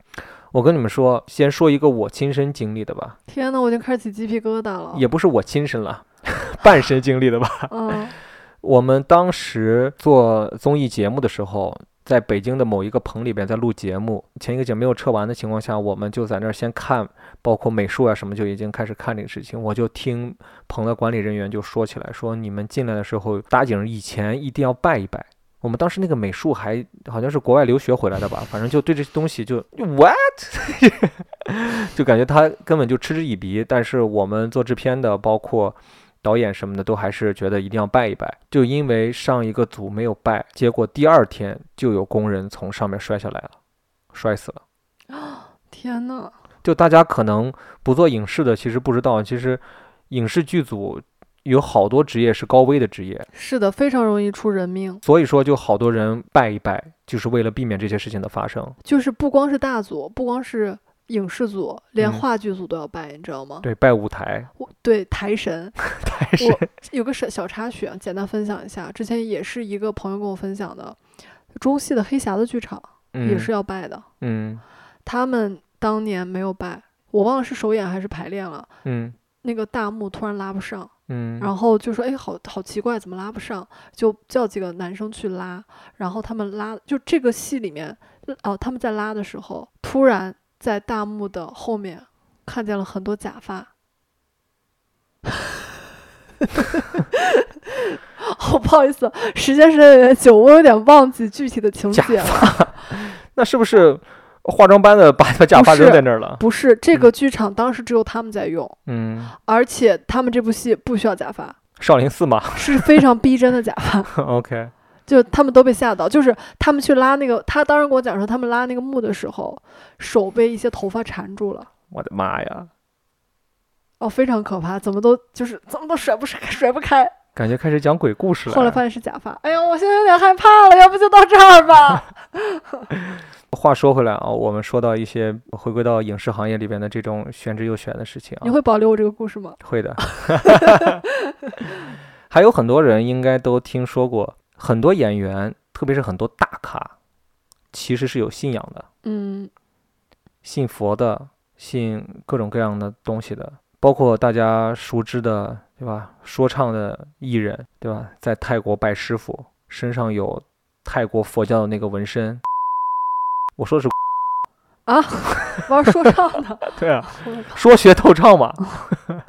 Speaker 1: 我跟你们说，先说一个我亲身经历的吧，
Speaker 2: 天呐，我已经开始起鸡皮疙瘩了。
Speaker 1: 也不是我亲身了， [LAUGHS] 半身经历的吧。
Speaker 2: 嗯
Speaker 1: 我们当时做综艺节目的时候，在北京的某一个棚里边在录节目，前一个节目没有撤完的情况下，我们就在那儿先看，包括美术啊什么就已经开始看这个事情。我就听棚的管理人员就说起来，说你们进来的时候打井以前一定要拜一拜。我们当时那个美术还好像是国外留学回来的吧，反正就对这些东西就 what，就感觉他根本就嗤之以鼻。但是我们做制片的，包括导演什么的都还是觉得一定要拜一拜，就因为上一个组没有拜，结果第二天就有工人从上面摔下来了，摔死了。
Speaker 2: 天呐，
Speaker 1: 就大家可能不做影视的，其实不知道，其实影视剧组有好多职业是高危的职业，
Speaker 2: 是的，非常容易出人命。
Speaker 1: 所以说就好多人拜一拜，就是为了避免这些事情的发生。
Speaker 2: 就是不光是大组，不光是影视组，连
Speaker 1: 嗯
Speaker 2: 话剧组都要拜，你知道吗？
Speaker 1: 对，拜舞台，
Speaker 2: 我对台神，
Speaker 1: 台
Speaker 2: 我
Speaker 1: 神，
Speaker 2: 有个小小插曲，啊，简单分享一下。之前也是一个朋友跟我分享的，中戏的黑匣子剧场也
Speaker 1: 嗯
Speaker 2: 是要拜的。
Speaker 1: 嗯
Speaker 2: 他们当年没有拜，我忘了是首演还是排练了。
Speaker 1: 嗯
Speaker 2: 那个大幕突然拉不上，
Speaker 1: 嗯，
Speaker 2: 然后就说：“哎，好好奇怪，怎么拉不上？”就叫几个男生去拉，然后他们拉，就这个戏里面，哦，他们在拉的时候，突然在大幕的后面看见了很多假发， [LAUGHS] 好、哦不好意思，时间实在有点久，我有点忘记具体的情
Speaker 1: 假
Speaker 2: 节了。
Speaker 1: 那是不是化妆班的把他假
Speaker 2: 不
Speaker 1: 发扔
Speaker 2: 是
Speaker 1: 在那儿了？
Speaker 2: 不是，这
Speaker 1: 嗯
Speaker 2: 个剧场当时只有他们在用，
Speaker 1: 嗯，
Speaker 2: 而且他们这部戏不需要假发，
Speaker 1: 少林寺嘛 [LAUGHS]
Speaker 2: 是非常逼真的假发，
Speaker 1: ，OK，
Speaker 2: 就他们都被吓到。就是他们去拉那个，他当时跟我讲说，他们拉那个幕的时候，手被一些头发缠住了，
Speaker 1: 我的妈呀！
Speaker 2: 哦，非常可怕，怎么都就是怎么都甩不甩甩不开。
Speaker 1: 感觉开始讲鬼故事了。
Speaker 2: 后来发现是假发，哎呀，我现在有点害怕了，要不就到这
Speaker 1: [LAUGHS]
Speaker 2: 儿吧。
Speaker 1: 话说回来啊，我们说到一些回归到影视行业里边的这种玄之又玄的事情啊，
Speaker 2: 你会保留我这个故事吗？
Speaker 1: 会
Speaker 2: [LAUGHS]
Speaker 1: 的。 [LAUGHS] 还有很多人应该都听说过，很多演员，特别是很多大咖，其实是有信仰的，
Speaker 2: 嗯，
Speaker 1: 信佛的，信各种各样的东西的。包括大家熟知的，对吧？说唱的艺人，对吧？在泰国拜师傅，身上有泰国佛教的那个纹身。我说的是
Speaker 2: 啊， [LAUGHS] 玩说唱 [LAUGHS] 的，
Speaker 1: 对啊，说学逗唱 [LAUGHS] 嘛。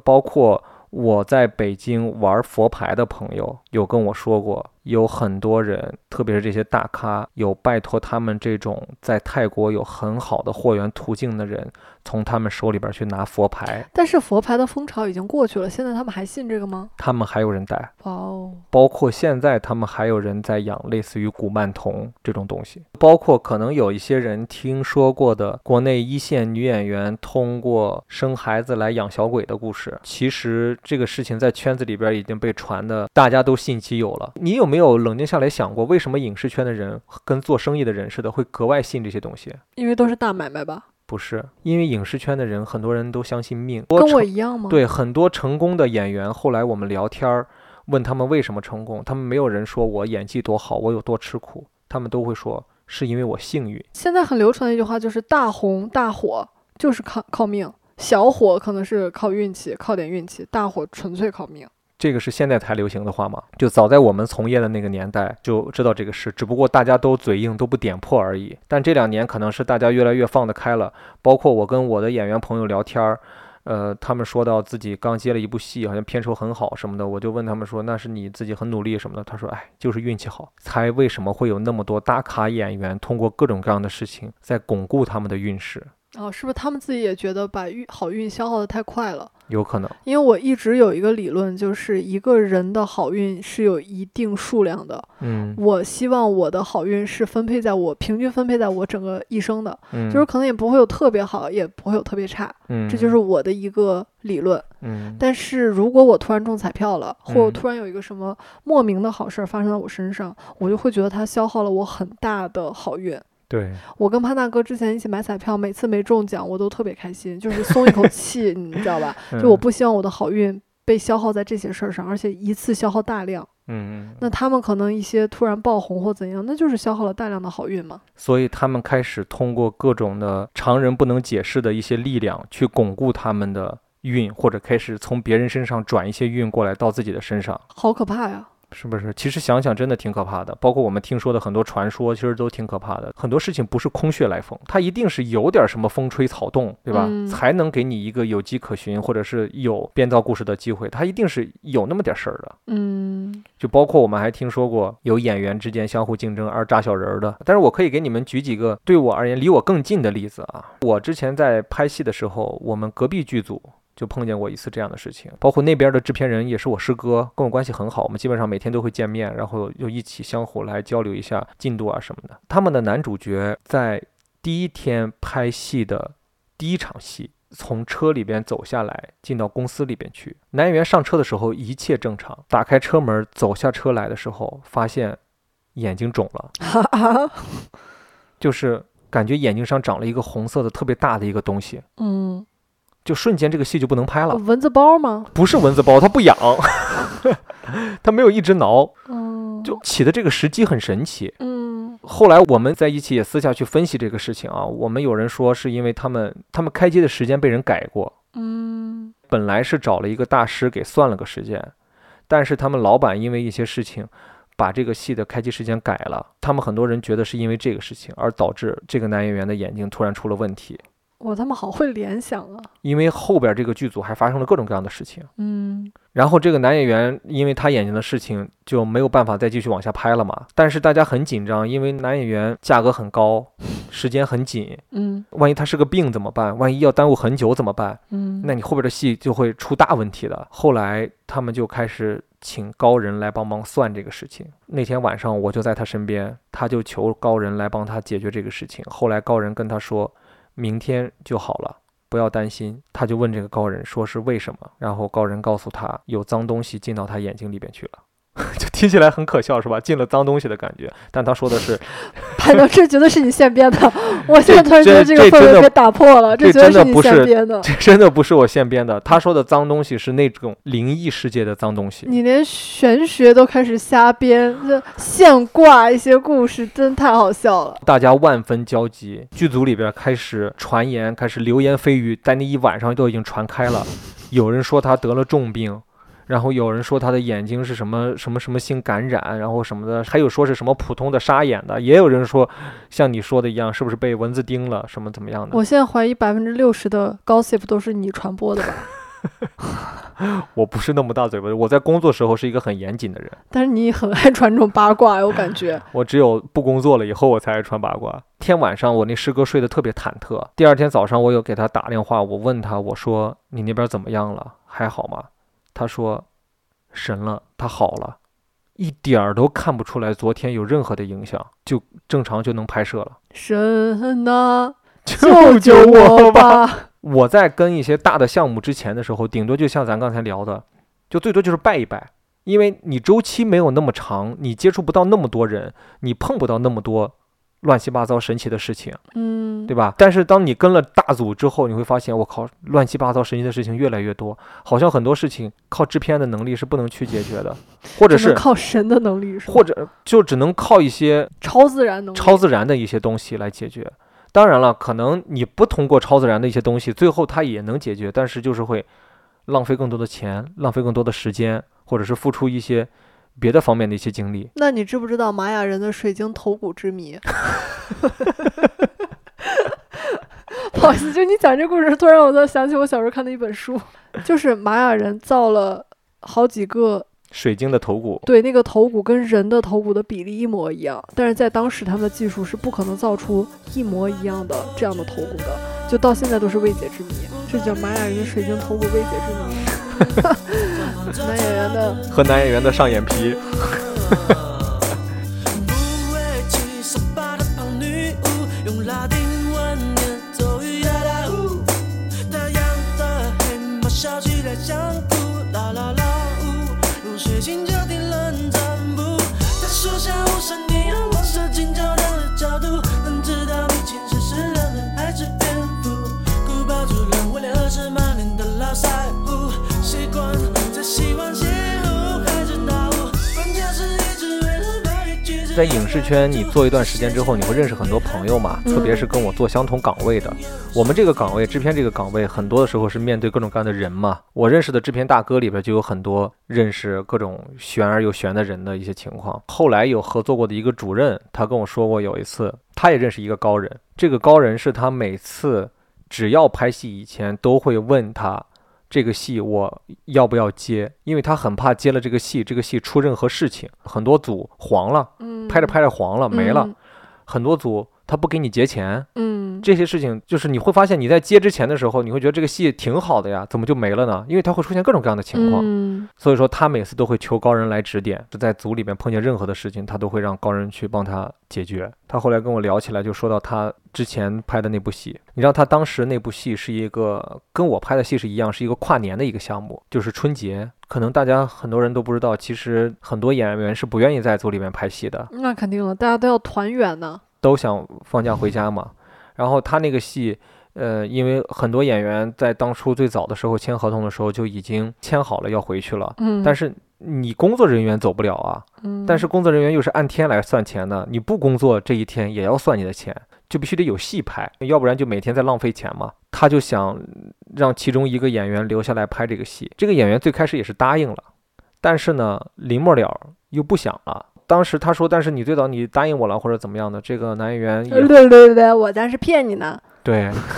Speaker 1: 包括我在北京玩佛牌的朋友有跟我说过，有很多人，特别是这些大咖，有拜托他们这种在泰国有很好的货源途径的人，从他们手里边去拿佛牌，
Speaker 2: 但是佛牌的风潮已经过去了，现在他们还信这个吗？
Speaker 1: 他们还有人带。
Speaker 2: 哇哦，
Speaker 1: 包括现在他们还有人在养类似于古曼童这种东西，包括可能有一些人听说过的国内一线女演员通过生孩子来养小鬼的故事，其实这个事情在圈子里边已经被传的大家都信其有了。你有没有冷静下来想过，为什么影视圈的人跟做生意的人似的会格外信这些东西？
Speaker 2: 因为都是大买卖吧，
Speaker 1: 不是，因为影视圈的人很多人都相信命，
Speaker 2: 跟我一样吗？，
Speaker 1: 对，很多成功的演员，后来我们聊天儿，问他们为什么成功，他们没有人说我演技多好，我有多吃苦，他们都会说是因为我幸运。
Speaker 2: 现在很流传的一句话就是大红大火就是靠靠命，小火可能是靠运气，靠点运气，大火纯粹靠命。
Speaker 1: 这个是现在才流行的话嘛？就早在我们从业的那个年代就知道这个事，只不过大家都嘴硬，都不点破而已。但这两年可能是大家越来越放得开了，包括我跟我的演员朋友聊天儿，呃，他们说到自己刚接了一部戏，好像片酬很好什么的，我就问他们说，那是你自己很努力什么的？他说，哎，就是运气好，才为什么会有那么多大咖演员通过各种各样的事情在巩固他们的运势，
Speaker 2: 哦，是不是他们自己也觉得把运好运消耗的太快了？
Speaker 1: 有可能。
Speaker 2: 因为我一直有一个理论，就是一个人的好运是有一定数量的。
Speaker 1: 嗯
Speaker 2: 我希望我的好运是分配在我平均分配在我整个一生的，
Speaker 1: 嗯，
Speaker 2: 就是可能也不会有特别好，也不会有特别差，
Speaker 1: 嗯，
Speaker 2: 这就是我的一个理论。
Speaker 1: 嗯
Speaker 2: 但是如果我突然中彩票了，或者
Speaker 1: 嗯
Speaker 2: 突然有一个什么莫名的好事儿发生在我身上，我就会觉得它消耗了我很大的好运。
Speaker 1: 对，
Speaker 2: 我跟潘大哥之前一起买彩票，每次没中奖我都特别开心，就是松一口气， [LAUGHS] 你知道吧？就
Speaker 1: [LAUGHS]
Speaker 2: 我
Speaker 1: 嗯
Speaker 2: 不希望我的好运被消耗在这些事儿上，而且一次消耗大量。
Speaker 1: 嗯嗯。
Speaker 2: 那他们可能一些突然爆红或怎样，那就是消耗了大量的好运嘛。
Speaker 1: 所以他们开始通过各种的常人不能解释的一些力量去巩固他们的运，或者开始从别人身上转一些运过来到自己的身上，
Speaker 2: 好可怕呀！
Speaker 1: 是不是？其实想想真的挺可怕的，包括我们听说的很多传说，其实都挺可怕的。很多事情不是空穴来风，它一定是有点什么风吹草动，对吧？
Speaker 2: 嗯
Speaker 1: 才能给你一个有迹可循，或者是有编造故事的机会，它一定是有那么点事儿的。
Speaker 2: 嗯，
Speaker 1: 就包括我们还听说过有演员之间相互竞争而扎小人儿的，但是我可以给你们举几个对我而言离我更近的例子啊。我之前在拍戏的时候，我们隔壁剧组就碰见过一次这样的事情，包括那边的制片人也是我师哥，跟我关系很好，我们基本上每天都会见面，然后又一起相互来交流一下进度啊什么的。他们的男主角在第一天拍戏的第一场戏。从车里边走下来，进到公司里边去。男演员上车的时候一切正常，打开车门走下车来的时候，发现眼睛肿了，
Speaker 2: 哈哈，
Speaker 1: 就是感觉眼睛上长了一个红色的特别大的一个东西，
Speaker 2: 嗯，
Speaker 1: 就瞬间这个戏就不能拍了。
Speaker 2: 蚊子包吗？
Speaker 1: 不是蚊子包，它不痒， [LAUGHS] 它没有一直挠，
Speaker 2: 嗯，
Speaker 1: 就起的这个时机很神奇。
Speaker 2: 嗯
Speaker 1: 后来我们在一起也私下去分析这个事情啊，我们有人说是因为他们他们开机的时间被人改过，
Speaker 2: 嗯，
Speaker 1: 本来是找了一个大师给算了个时间，但是他们老板因为一些事情，把这个戏的开机时间改了。他们很多人觉得是因为这个事情而导致这个男演员的眼睛突然出了问题，
Speaker 2: 我他妈好会联想啊！
Speaker 1: 因为后边这个剧组还发生了各种各样的事情。
Speaker 2: 嗯，
Speaker 1: 然后这个男演员因为他眼睛的事情就没有办法再继续往下拍了嘛。但是大家很紧张，因为男演员价格很高，时间很紧，
Speaker 2: 嗯
Speaker 1: 万一他是个病怎么办？万一要耽误很久怎么办？
Speaker 2: 嗯，
Speaker 1: 那你后边的戏就会出大问题的。后来他们就开始请高人来帮忙算这个事情。那天晚上我就在他身边，他就求高人来帮他解决这个事情。后来高人跟他说，明天就好了。不要担心，他就问这个高人说是为什么，然后高人告诉他有脏东西进到他眼睛里边去了， [LAUGHS] 就听起来很可笑是吧？进了脏东西的感觉，但他说的是 [LAUGHS]
Speaker 2: 潘总，这绝对是你现编的。我现在突然觉
Speaker 1: 这
Speaker 2: 得这
Speaker 1: 这
Speaker 2: 个氛
Speaker 1: 真
Speaker 2: 围
Speaker 1: 的
Speaker 2: 被打破了，
Speaker 1: 这
Speaker 2: 绝对
Speaker 1: 真的
Speaker 2: 你
Speaker 1: 不
Speaker 2: 现
Speaker 1: 是
Speaker 2: 编的。
Speaker 1: 这真的不是我现编的，他说的脏东西是那种灵异世界的脏东西。
Speaker 2: 你连玄学都开始瞎编，这现挂一些故事，真太好笑了。
Speaker 1: 大家万分焦急，剧组里边开始传言，开始流言蜚语，在那一晚上都已经传开了，有人说他得了重病，然后有人说他的眼睛是什么什么什么性感染，然后什么的，还有说是什么普通的沙眼的，也有人说像你说的一样，是不是被蚊子叮了，什么怎么样的？
Speaker 2: 我现在怀疑百分之六十的 gossip 都是你传播的吧？
Speaker 1: 我不是那么大嘴巴的，我在工作时候是一个很严谨的人，
Speaker 2: 但是你很爱传这种八卦，我
Speaker 1: [LAUGHS]
Speaker 2: 感觉。
Speaker 1: 我只有不工作了以后我才爱穿八卦。天晚上我那师哥睡得特别忐忑，第二天早上我有给他打电话，我问他我说你那边怎么样了，还好吗？他说神了，他好了，一点儿都看不出来昨天有任何的影响，就正常就能拍摄了。
Speaker 2: 神呐、
Speaker 1: [LAUGHS] 救
Speaker 2: 救
Speaker 1: 我
Speaker 2: 我
Speaker 1: 吧！
Speaker 2: 吧！
Speaker 1: 我在跟一些大的项目之前的时候，顶多就像咱刚才聊的，就最多就是拜一拜，因为你周期没有那么长，你接触不到那么多人，你碰不到那么多乱七八糟神奇的事情，
Speaker 2: 嗯，
Speaker 1: 对吧？但是当你跟了大组之后，你会发现，我靠，乱七八糟神奇的事情越来越多，好像很多事情靠制片的能力是不能去解决的，或者
Speaker 2: 只能
Speaker 1: 是
Speaker 2: 靠神的能力是吧？
Speaker 1: 或者就只能靠一些
Speaker 2: 超自然能力？
Speaker 1: 超自然的一些东西来解决。当然了，可能你不通过超自然的一些东西，最后它也能解决，但是就是会浪费更多的钱，浪费更多的时间，或者是付出一些别的方面的一些精力。
Speaker 2: 那你知不知道玛雅人的水晶头骨之谜？ [LAUGHS] 不好意思，就你讲这故事，突然我就想起我小时候看的一本书，就是玛雅人造了好几个，
Speaker 1: 水晶的头骨，
Speaker 2: 对那个头骨跟人的头骨的比例一模一样，但是在当时他们的技术是不可能造出一模一样的这样的头骨的，就到现在都是未解之谜，这叫玛雅人水晶头骨未解之谜。男演员的
Speaker 1: 和男演员的上眼皮，
Speaker 5: 不畏惧伤疤的胖女巫，用拉丁文念咒语啦啦呜，太阳的黑猫笑起来像哭啦啦啦呜，用水晶就定冷战步，在树下无声你和我射进较量的角度，能知道你其实是冷冷还是蝙蝠，古堡主人威廉二世曼联的老赛虎，习惯在习惯邂逅还是大雾，关键是一直为了被拒绝。
Speaker 1: 在影视圈你做一段时间之后，你会认识很多朋友嘛，特别是跟我做相同岗位的。我们这个岗位，制片这个岗位，很多的时候是面对各种各样的人嘛。我认识的制片大哥里边就有很多认识各种玄而又玄的人的一些情况。后来有合作过的一个主任，他跟我说过，有一次他也认识一个高人，这个高人是他每次只要拍戏以前都会问他。这个戏我要不要接？因为他很怕接了这个戏，这个戏出任何事情，很多组黄了，
Speaker 2: 嗯，
Speaker 1: 拍着拍着黄了，没了。
Speaker 2: 嗯
Speaker 1: 很多组他不给你结钱，
Speaker 2: 嗯，
Speaker 1: 这些事情就是你会发现你在接之前的时候，你会觉得这个戏挺好的呀，怎么就没了呢？因为它会出现各种各样的情况，
Speaker 2: 嗯
Speaker 1: 所以说他每次都会求高人来指点，就在组里面碰见任何的事情，他都会让高人去帮他解决。他后来跟我聊起来，就说到他之前拍的那部戏，你知道他当时那部戏是一个跟我拍的戏是一样，是一个跨年的一个项目，就是春节。可能大家很多人都不知道，其实很多演员是不愿意在组里面拍戏的，
Speaker 2: 那肯定了，大家都要团圆呢。
Speaker 1: 都想放假回家嘛。然后他那个戏，呃，因为很多演员在当初最早的时候签合同的时候就已经签好了要回去了，
Speaker 2: 嗯，
Speaker 1: 但是你工作人员走不了啊，
Speaker 2: 嗯，
Speaker 1: 但是工作人员又是按天来算钱的，你不工作这一天也要算你的钱，就必须得有戏拍，要不然就每天在浪费钱嘛。他就想让其中一个演员留下来拍这个戏，这个演员最开始也是答应了，但是呢，临末了又不想了。当时他说：“但是你最早你答应我了，或者怎么样的。”这个男演员也
Speaker 2: 对对对对，我才是骗你呢。
Speaker 1: 对， [LAUGHS]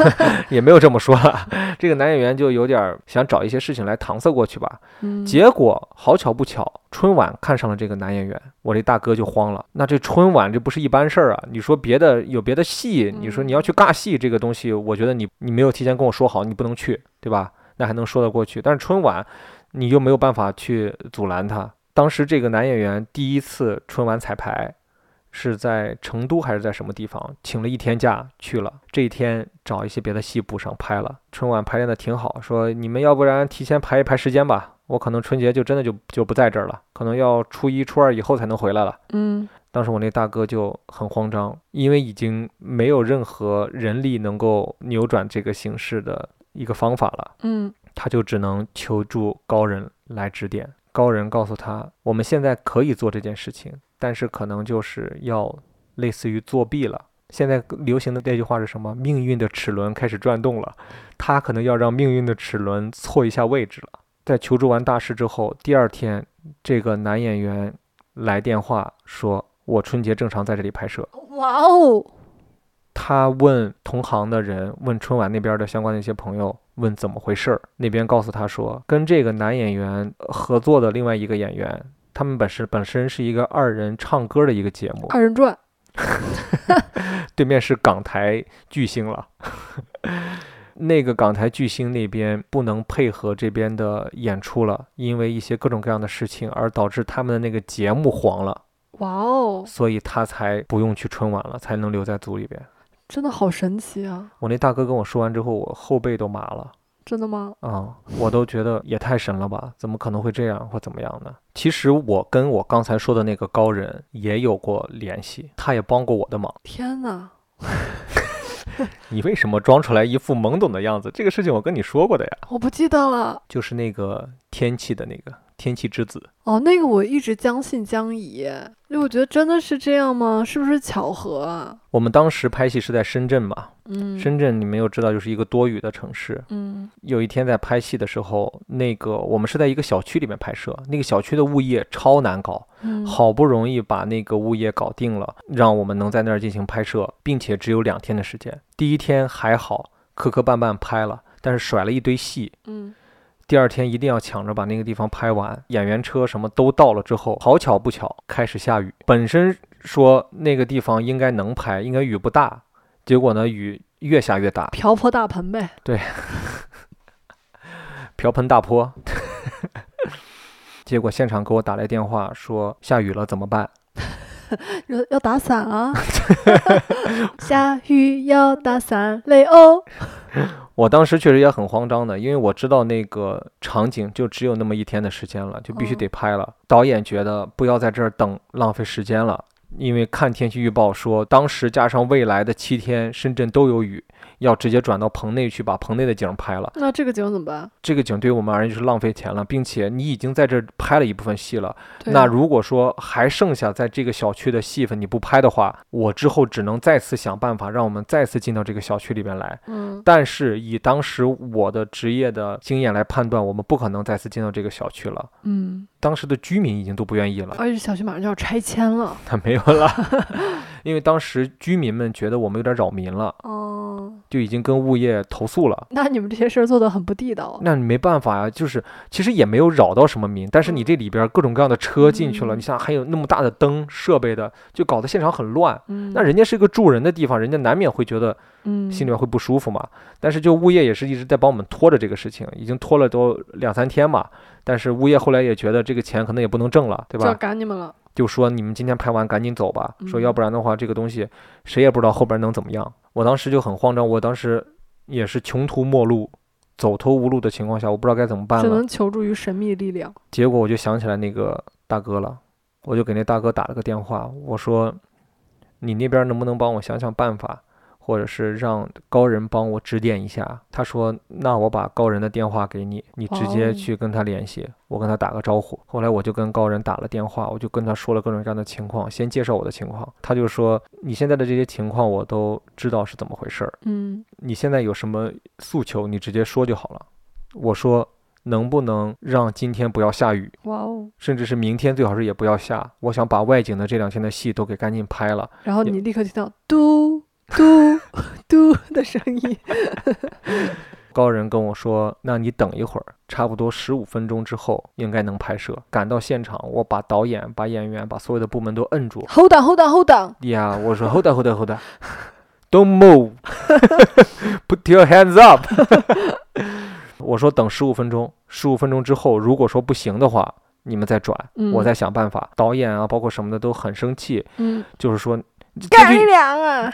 Speaker 1: 也没有这么说了。这个男演员就有点儿想找一些事情来搪塞过去吧。
Speaker 2: 嗯，
Speaker 1: 结果好巧不巧，春晚看上了这个男演员，我这大哥就慌了。那这春晚这不是一般事儿啊！你说别的有别的戏，你说你要去尬戏这个东西，我觉得你你没有提前跟我说好，你不能去，对吧？那还能说得过去。但是春晚，你又没有办法去阻拦他。当时这个男演员第一次春晚彩排，是在成都还是在什么地方，请了一天假去了。这一天找一些别的戏补上拍了。春晚排练的挺好，说你们要不然提前排一排时间吧，我可能春节就真的就就不在这儿了，可能要初一、初二以后才能回来了。
Speaker 2: 嗯
Speaker 1: 当时我那大哥就很慌张，因为已经没有任何人力能够扭转这个形势的一个方法了。
Speaker 2: 嗯
Speaker 1: 他就只能求助高人来指点。高人告诉他，我们现在可以做这件事情，但是可能就是要类似于作弊了。现在流行的那句话是什么？命运的齿轮开始转动了，他可能要让命运的齿轮错一下位置了。在求助完大师之后，第二天这个男演员来电话说：“我春节正常在这里拍摄。”
Speaker 2: 哇哦，
Speaker 1: 他问同行的人，问春晚那边的相关的一些朋友，问怎么回事儿。那边告诉他说，跟这个男演员呃合作的另外一个演员，他们本身本身是一个二人唱歌的一个节目，
Speaker 2: 二人转，
Speaker 1: 对面是港台巨星了。那个港台巨星那边不能配合这边的演出了，因为一些各种各样的事情，而导致他们的那个节目黄了，
Speaker 2: 哇哦，
Speaker 1: 所以他才不用去春晚了，才能留在组里边。
Speaker 2: 真的好神奇啊！
Speaker 1: 我那大哥跟我说完之后，我后背都麻了。
Speaker 2: 真的吗？
Speaker 1: 啊、我都觉得也太神了吧，怎么可能会这样或怎么样呢？其实我跟我刚才说的那个高人也有过联系，他也帮过我的忙。
Speaker 2: 天哪，
Speaker 1: 你为什么装出来一副懵懂的样子？这个事情我跟你说过的呀，
Speaker 2: 我不记得了。
Speaker 1: 就是那个天气的那个天气之子，
Speaker 2: 哦，那个我一直将信将疑，因为我觉得真的是这样吗？是不是巧合啊？
Speaker 1: 我们当时拍戏是在深圳嘛，
Speaker 2: 嗯，
Speaker 1: 深圳你们又知道就是一个多雨的城市。
Speaker 2: 嗯，
Speaker 1: 有一天在拍戏的时候，那个我们是在一个小区里面拍摄，那个小区的物业超难搞，
Speaker 2: 嗯，
Speaker 1: 好不容易把那个物业搞定了，让我们能在那儿进行拍摄，并且只有两天的时间。第一天还好，磕磕绊绊拍了，但是甩了一堆戏。
Speaker 2: 嗯，
Speaker 1: 第二天一定要抢着把那个地方拍完，演员车什么都到了之后，好巧不巧开始下雨。本身说那个地方应该能拍，应该雨不大，结果呢雨越下越大，
Speaker 2: 瓢泼大盆呗。
Speaker 1: 瓢盆大泼。 [LAUGHS] 结果现场给我打来电话说下雨了怎么办？
Speaker 2: 要要打伞
Speaker 1: [LAUGHS]
Speaker 2: 啊！ [LAUGHS] 下雨要打伞嘞哦。
Speaker 1: 我当时确实也很慌张的，因为我知道那个场景就只有那么一天的时间了，就必须
Speaker 2: 嗯
Speaker 1: 得拍了。导演觉得不要在这儿等，浪费时间了，因为看天气预报说，当时加上未来的七天，深圳都有雨，要直接转到棚内去把棚内的景儿拍了。
Speaker 2: 那这个景怎么办？
Speaker 1: 这个景对于我们而言就是浪费钱了，并且你已经在这儿拍了一部分戏了，
Speaker 2: 对
Speaker 1: 那
Speaker 2: 啊
Speaker 1: 如果说还剩下在这个小区的戏份你不拍的话，我之后只能再次想办法让我们再次进到这个小区里边来。
Speaker 2: 嗯
Speaker 1: 但是以当时我的职业的经验来判断，我们不可能再次进到这个小区了。
Speaker 2: 嗯，
Speaker 1: 当时的居民已经都不愿意了， [LAUGHS]
Speaker 2: 而且小区马上就要拆迁了。
Speaker 1: 他没有了， [LAUGHS] 因为当时居民们觉得我们有点扰民了，
Speaker 2: 哦，
Speaker 1: 就已经跟物业投诉了。
Speaker 2: 那你们这些事儿做的很不地道。啊
Speaker 1: 那你没办法呀、就是其实也没有扰到什么民，但是你这里边各种各样的车进去了，
Speaker 2: 嗯
Speaker 1: 你想还有那么大的灯设备的，就搞得现场很乱。
Speaker 2: 嗯，
Speaker 1: 那人家是一个住人的地方，人家难免会觉得
Speaker 2: 嗯
Speaker 1: 心里面会不舒服嘛。但是就物业也是一直在帮我们拖着这个事情，已经拖了都两三天嘛。但是物业后来也觉得这个钱可能也不能挣了，对
Speaker 2: 就要
Speaker 1: 吧？
Speaker 2: 赶你们了。
Speaker 1: 就说你们今天拍完赶紧走吧，说
Speaker 2: 嗯
Speaker 1: 要不然的话这个东西谁也不知道后边能怎么样。我当时就很慌张，我当时也是穷途末路、走投无路的情况下，我不知道该怎么办
Speaker 2: 只
Speaker 1: 了
Speaker 2: 能。求助于神秘力量。
Speaker 1: 结果我就想起来那个大哥了，我就给那大哥打了个电话，我说：“你那边能不能帮我想想办法，或者是让高人帮我指点一下？”他说：“那我把高人的电话给你，你直
Speaker 2: 哇哦
Speaker 1: 接去跟他联系，我跟他打个招呼。”后来我就跟高人打了电话，我就跟他说了各种各样的情况，先介绍我的情况，他就说：“你现在的这些情况我都知道是怎么回事儿，
Speaker 2: 嗯
Speaker 1: 你现在有什么诉求，你直接说就好了。”我说。能不能让今天不要下雨？
Speaker 2: 哇哦！
Speaker 1: 甚至是明天最好是也不要下。我想把外景的这两天的戏都给赶紧拍了。
Speaker 2: 然后
Speaker 1: 也
Speaker 2: 你立刻听到嘟嘟嘟的声音。 [LAUGHS]
Speaker 1: 高人跟我说：“那你等一会儿，差不多十五分钟之后应该能拍摄。”赶到现场，我把导演、把演员、把所有的部门都摁住。
Speaker 2: Hold on, hold on, hold on。
Speaker 1: 呀，我说 “Hold on, hold on, hold on, don't move, put your hands up 。” [LAUGHS] 我说等十五分钟，十五分钟之后，如果说不行的话，你们再转，我
Speaker 2: 嗯
Speaker 1: 再想办法。导演啊，包括什么的都很生气，
Speaker 2: 嗯，
Speaker 1: 就是说
Speaker 2: 干一两
Speaker 1: [LAUGHS]
Speaker 2: 啊！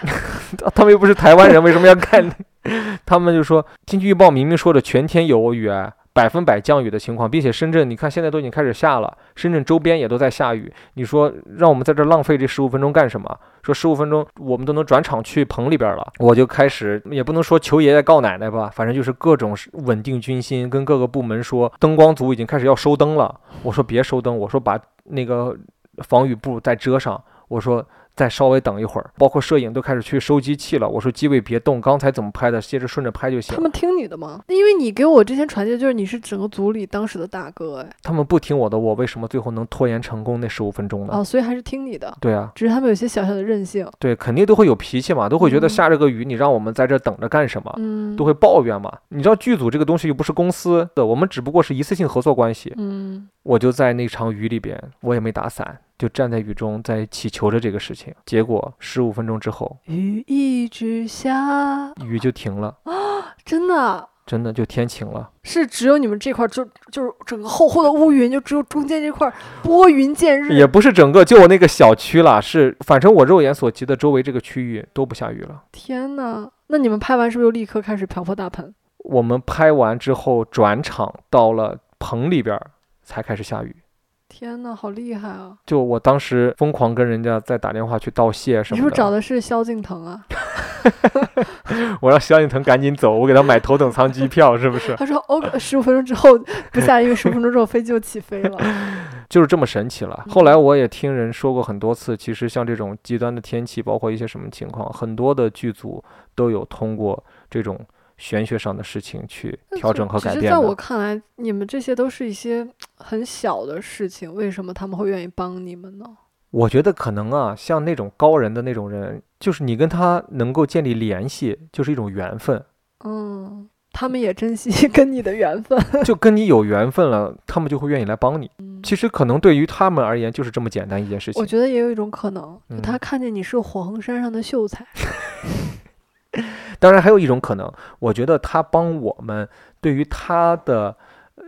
Speaker 1: 他们又不是台湾人，为什么要看？ [LAUGHS] 他们就说天气预报明明说着全天有雨，啊百分百降雨的情况，并且深圳，你看现在都已经开始下了，深圳周边也都在下雨。你说让我们在这儿浪费这十五分钟干什么？说十五分钟我们都能转场去棚里边了，我就开始也不能说求爷爷告奶奶吧，反正就是各种是稳定军心，跟各个部门说灯光组已经开始要收灯了。我说别收灯，我说把那个防雨布再遮上。我说再稍微等一会儿，包括摄影都开始去收机器了。我说机位别动，刚才怎么拍的，接着顺着拍就行
Speaker 2: 他。们听你的吗？因为你给我之前传递的就是你是整个组里当时的大哥哎，
Speaker 1: 他们不听我的，我为什么最后能拖延成功那十五分钟呢？
Speaker 2: 哦，所以还是听你的，
Speaker 1: 对啊，
Speaker 2: 只是他们有些小小的任性，
Speaker 1: 对，肯定都会有脾气嘛，都会觉得
Speaker 2: 嗯
Speaker 1: 下这个雨，你让我们在这等着干什么？
Speaker 2: 嗯，
Speaker 1: 都会抱怨嘛。你知道剧组这个东西又不是公司的，我们只不过是一次性合作关系。
Speaker 2: 嗯，
Speaker 1: 我就在那场雨里边，我也没打伞，就站在雨中在祈求着这个事情。结果十五分钟之后，
Speaker 2: 雨一直下，
Speaker 1: 雨就停了，
Speaker 2: 真的。
Speaker 1: 真的就天晴了。
Speaker 2: 是只有你们这块儿就就是整个厚厚的乌云，就只有中间这块儿拨云见日，
Speaker 1: 也不是整个就我那个小区啦，是反正我肉眼所及的周围这个区域都不下雨了。
Speaker 2: 天呐，那你们拍完是不是又立刻开始瓢泼大盆？
Speaker 1: 我们拍完之后转场到了棚里边儿才开始下雨。
Speaker 2: 天呐，好厉害啊！
Speaker 1: 就我当时疯狂跟人家在打电话去道谢什
Speaker 2: 你
Speaker 1: 么的，啊
Speaker 2: 是不是找的是萧敬
Speaker 1: [LAUGHS]
Speaker 2: 腾啊？
Speaker 1: 我让萧敬腾赶紧走，我给他买头等舱机票，是不是？ [LAUGHS]
Speaker 2: 他说 OK，十五分钟之后不下，因为十五分钟之后飞机就起飞了。
Speaker 1: 就是这么神奇了。后来我也听人说过很多次，其实像这种极端的天气，包括一些什么情况，很多的剧组都有通过这种玄学上的事情去 [LAUGHS] 调整和改
Speaker 2: 只是
Speaker 1: 变
Speaker 2: 在我
Speaker 1: 的。
Speaker 2: 看来，你们这些都是一些很小的事情，为什么他们会愿意帮你们呢？
Speaker 1: 我觉得可能啊，像那种高人的那种人，就是你跟他能够建立联系，就是一种缘分， [LAUGHS]
Speaker 2: 嗯，他们也珍惜 [LAUGHS] 跟你的缘分。
Speaker 1: 就跟你有缘分了，他们就会愿意来帮你。
Speaker 2: 嗯
Speaker 1: 其实可能对于他们而言，就是这么简单一件事
Speaker 2: 我
Speaker 1: 情。
Speaker 2: 觉得也有一种可能，就
Speaker 1: 嗯
Speaker 2: 他看见你是火衡山上的秀才，
Speaker 1: 当然，还有一种可能，我觉得他帮我们对于他的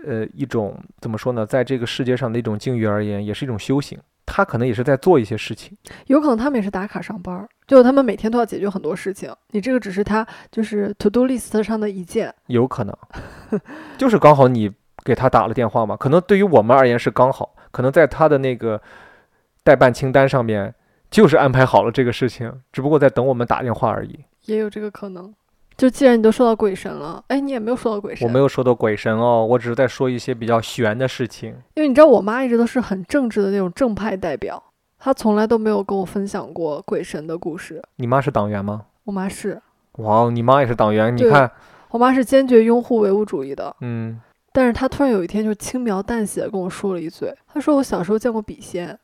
Speaker 1: 呃一种怎么说呢，在这个世界上的一种境遇而言，也是一种修行。他可能也是在做一些事情，
Speaker 2: 有可能他们也是打卡上班儿，就他们每天都要解决很多事情，你这个只是他就是 to do list 上的一件。
Speaker 1: 有可
Speaker 2: [LAUGHS]
Speaker 1: 能就是刚好你给他打了电话嘛。可能对于我们而言是刚好，可能在他的那个代办清单上面就是安排好了这个事情，只不过在等我们打电话而已。
Speaker 2: 也有这个可能。就既然你都说到鬼神了，哎，你也没有说到鬼神，
Speaker 1: 我没有说到鬼神哦，我只是在说一些比较玄的事情。
Speaker 2: 因为你知道我妈一直都是很正直的那种正派代表，她从来都没有跟我分享过鬼神的故事。
Speaker 1: 你妈是党员吗？
Speaker 2: 我妈是，
Speaker 1: 哇哦，你妈也是党员，你
Speaker 2: 对
Speaker 1: 看，
Speaker 2: 我妈是坚决拥护唯物主义的，
Speaker 1: 嗯。 [LAUGHS]
Speaker 2: 但是她突然有一天就轻描淡写地跟我说了一嘴，她说我小时候见过笔仙，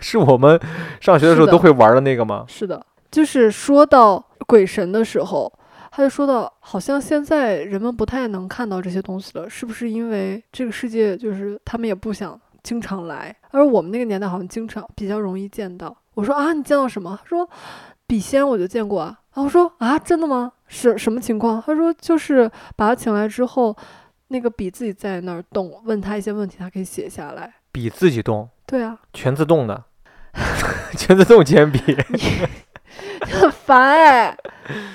Speaker 1: 是我们上学的时候
Speaker 2: 是的
Speaker 1: 都会玩的那个吗？
Speaker 2: 是的，就是说到鬼神的时候，她就说到好像现在人们不太能看到这些东西了，是不是因为这个世界就是他们也不想经常来，而我们那个年代好像经常比较容易见到。我说啊，你见到什么？他说笔仙我就见过啊。然后我说啊，真的吗？是什么情况？他说就是把他请来之后，那个笔自己在那儿动，问他一些问题，他可以写下来。
Speaker 1: 笔自己动，
Speaker 2: 对啊， [LAUGHS]
Speaker 1: 全自动的， [LAUGHS] 全自动铅笔。 [LAUGHS]
Speaker 2: 很烦哎，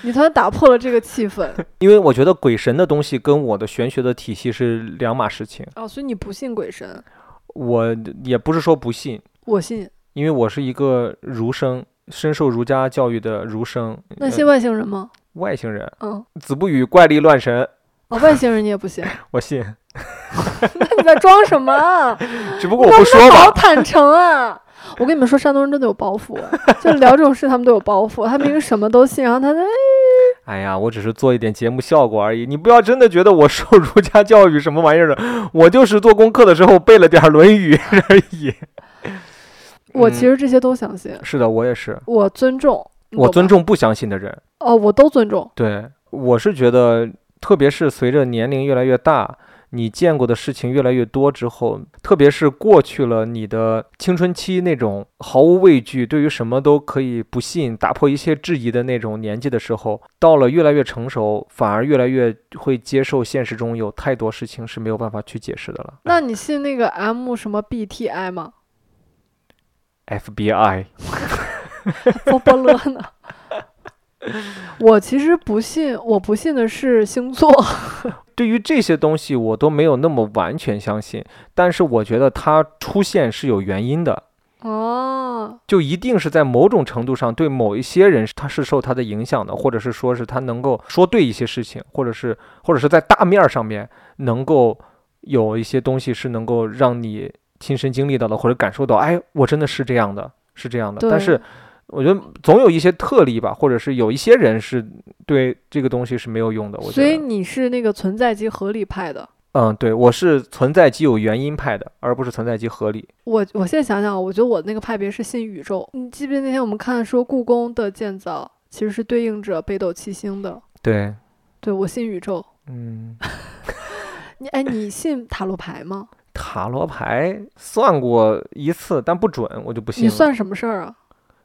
Speaker 2: 你突然打破了这个气氛。
Speaker 1: 因为我觉得鬼神的东西跟我的玄学的体系是两码事情，
Speaker 2: 哦，所以你不信鬼神，
Speaker 1: 我也不是说不信，
Speaker 2: 我信。
Speaker 1: 因为我是一个儒生，深受儒家教育的儒生。
Speaker 2: 那
Speaker 1: 呃
Speaker 2: 信外星人吗？
Speaker 1: 外星人， [LAUGHS]
Speaker 2: 嗯，
Speaker 1: 子不语怪力乱神，
Speaker 2: 哦，外星人你也不信，
Speaker 1: 我信，
Speaker 2: 那你在装什么啊？
Speaker 1: 只 [LAUGHS] 不过
Speaker 2: 我
Speaker 1: 我不说
Speaker 2: 好
Speaker 1: 吧。
Speaker 2: 坦诚啊！我跟你们说，山东人真的有包袱啊，就聊这种事他们都有包袱，他明明什么都信，然后他在
Speaker 1: 哎呀，我只是做一点节目效果而已，你不要真的觉得我受儒家教育什么玩意儿的，我就是做功课的时候背了点儿《论语》而已。
Speaker 2: [LAUGHS] 我
Speaker 1: 嗯
Speaker 2: 其实这些都相信，
Speaker 1: 是的，我也是，
Speaker 2: 我尊重，你懂
Speaker 1: 我
Speaker 2: 吗
Speaker 1: 尊重不相信的人。
Speaker 2: 哦，我都尊重，
Speaker 1: 对，我是觉得，特别是随着年龄越来越大，你见过的事情越来越多之后，特别是过去了你的青春期那种毫无畏惧，对于什么都可以不信、打破一切质疑的那种年纪的时候，到了越来越成熟，反而越来越会接受现实中有太多事情是没有办法去解释的了。
Speaker 2: 那你信那个 M 什么 BTI 吗？
Speaker 1: FBI
Speaker 2: 波波乐呢？ [LAUGHS] 我其实不信，我不信的是星座。 [LAUGHS]
Speaker 1: 对于这些东西，我都没有那么完全相信，但是我觉得它出现是有原因的。
Speaker 2: 哦，
Speaker 1: 就一定是在某种程度上对某一些人，他是受他的影响的，或者是说是他能够说对一些事情，或者是或者是在大面儿上面能够有一些东西是能够让你亲身经历到的，或者感受到，哎，我真的是这样的，是这样的。
Speaker 2: 对
Speaker 1: 但是我觉得总有一些特例吧，或者是有一些人是对这个东西是没有用的。我觉
Speaker 2: 所
Speaker 1: 得，
Speaker 2: 以你是那个存在即合理派的。
Speaker 1: 嗯，对我是存在即有原因派的，而不是存在即合理。
Speaker 2: 我我现在想啊想，我觉得我那个派别是信宇宙。你记不记得那天我们看说故宫的建造其实是对应着北斗七星的？
Speaker 1: 对，
Speaker 2: 对我信宇宙。
Speaker 1: 嗯，
Speaker 2: 你哎，你信塔罗牌吗？
Speaker 1: 塔罗牌算过一次，但不准，我就不信
Speaker 2: 你
Speaker 1: 了。
Speaker 2: 算什么事儿啊？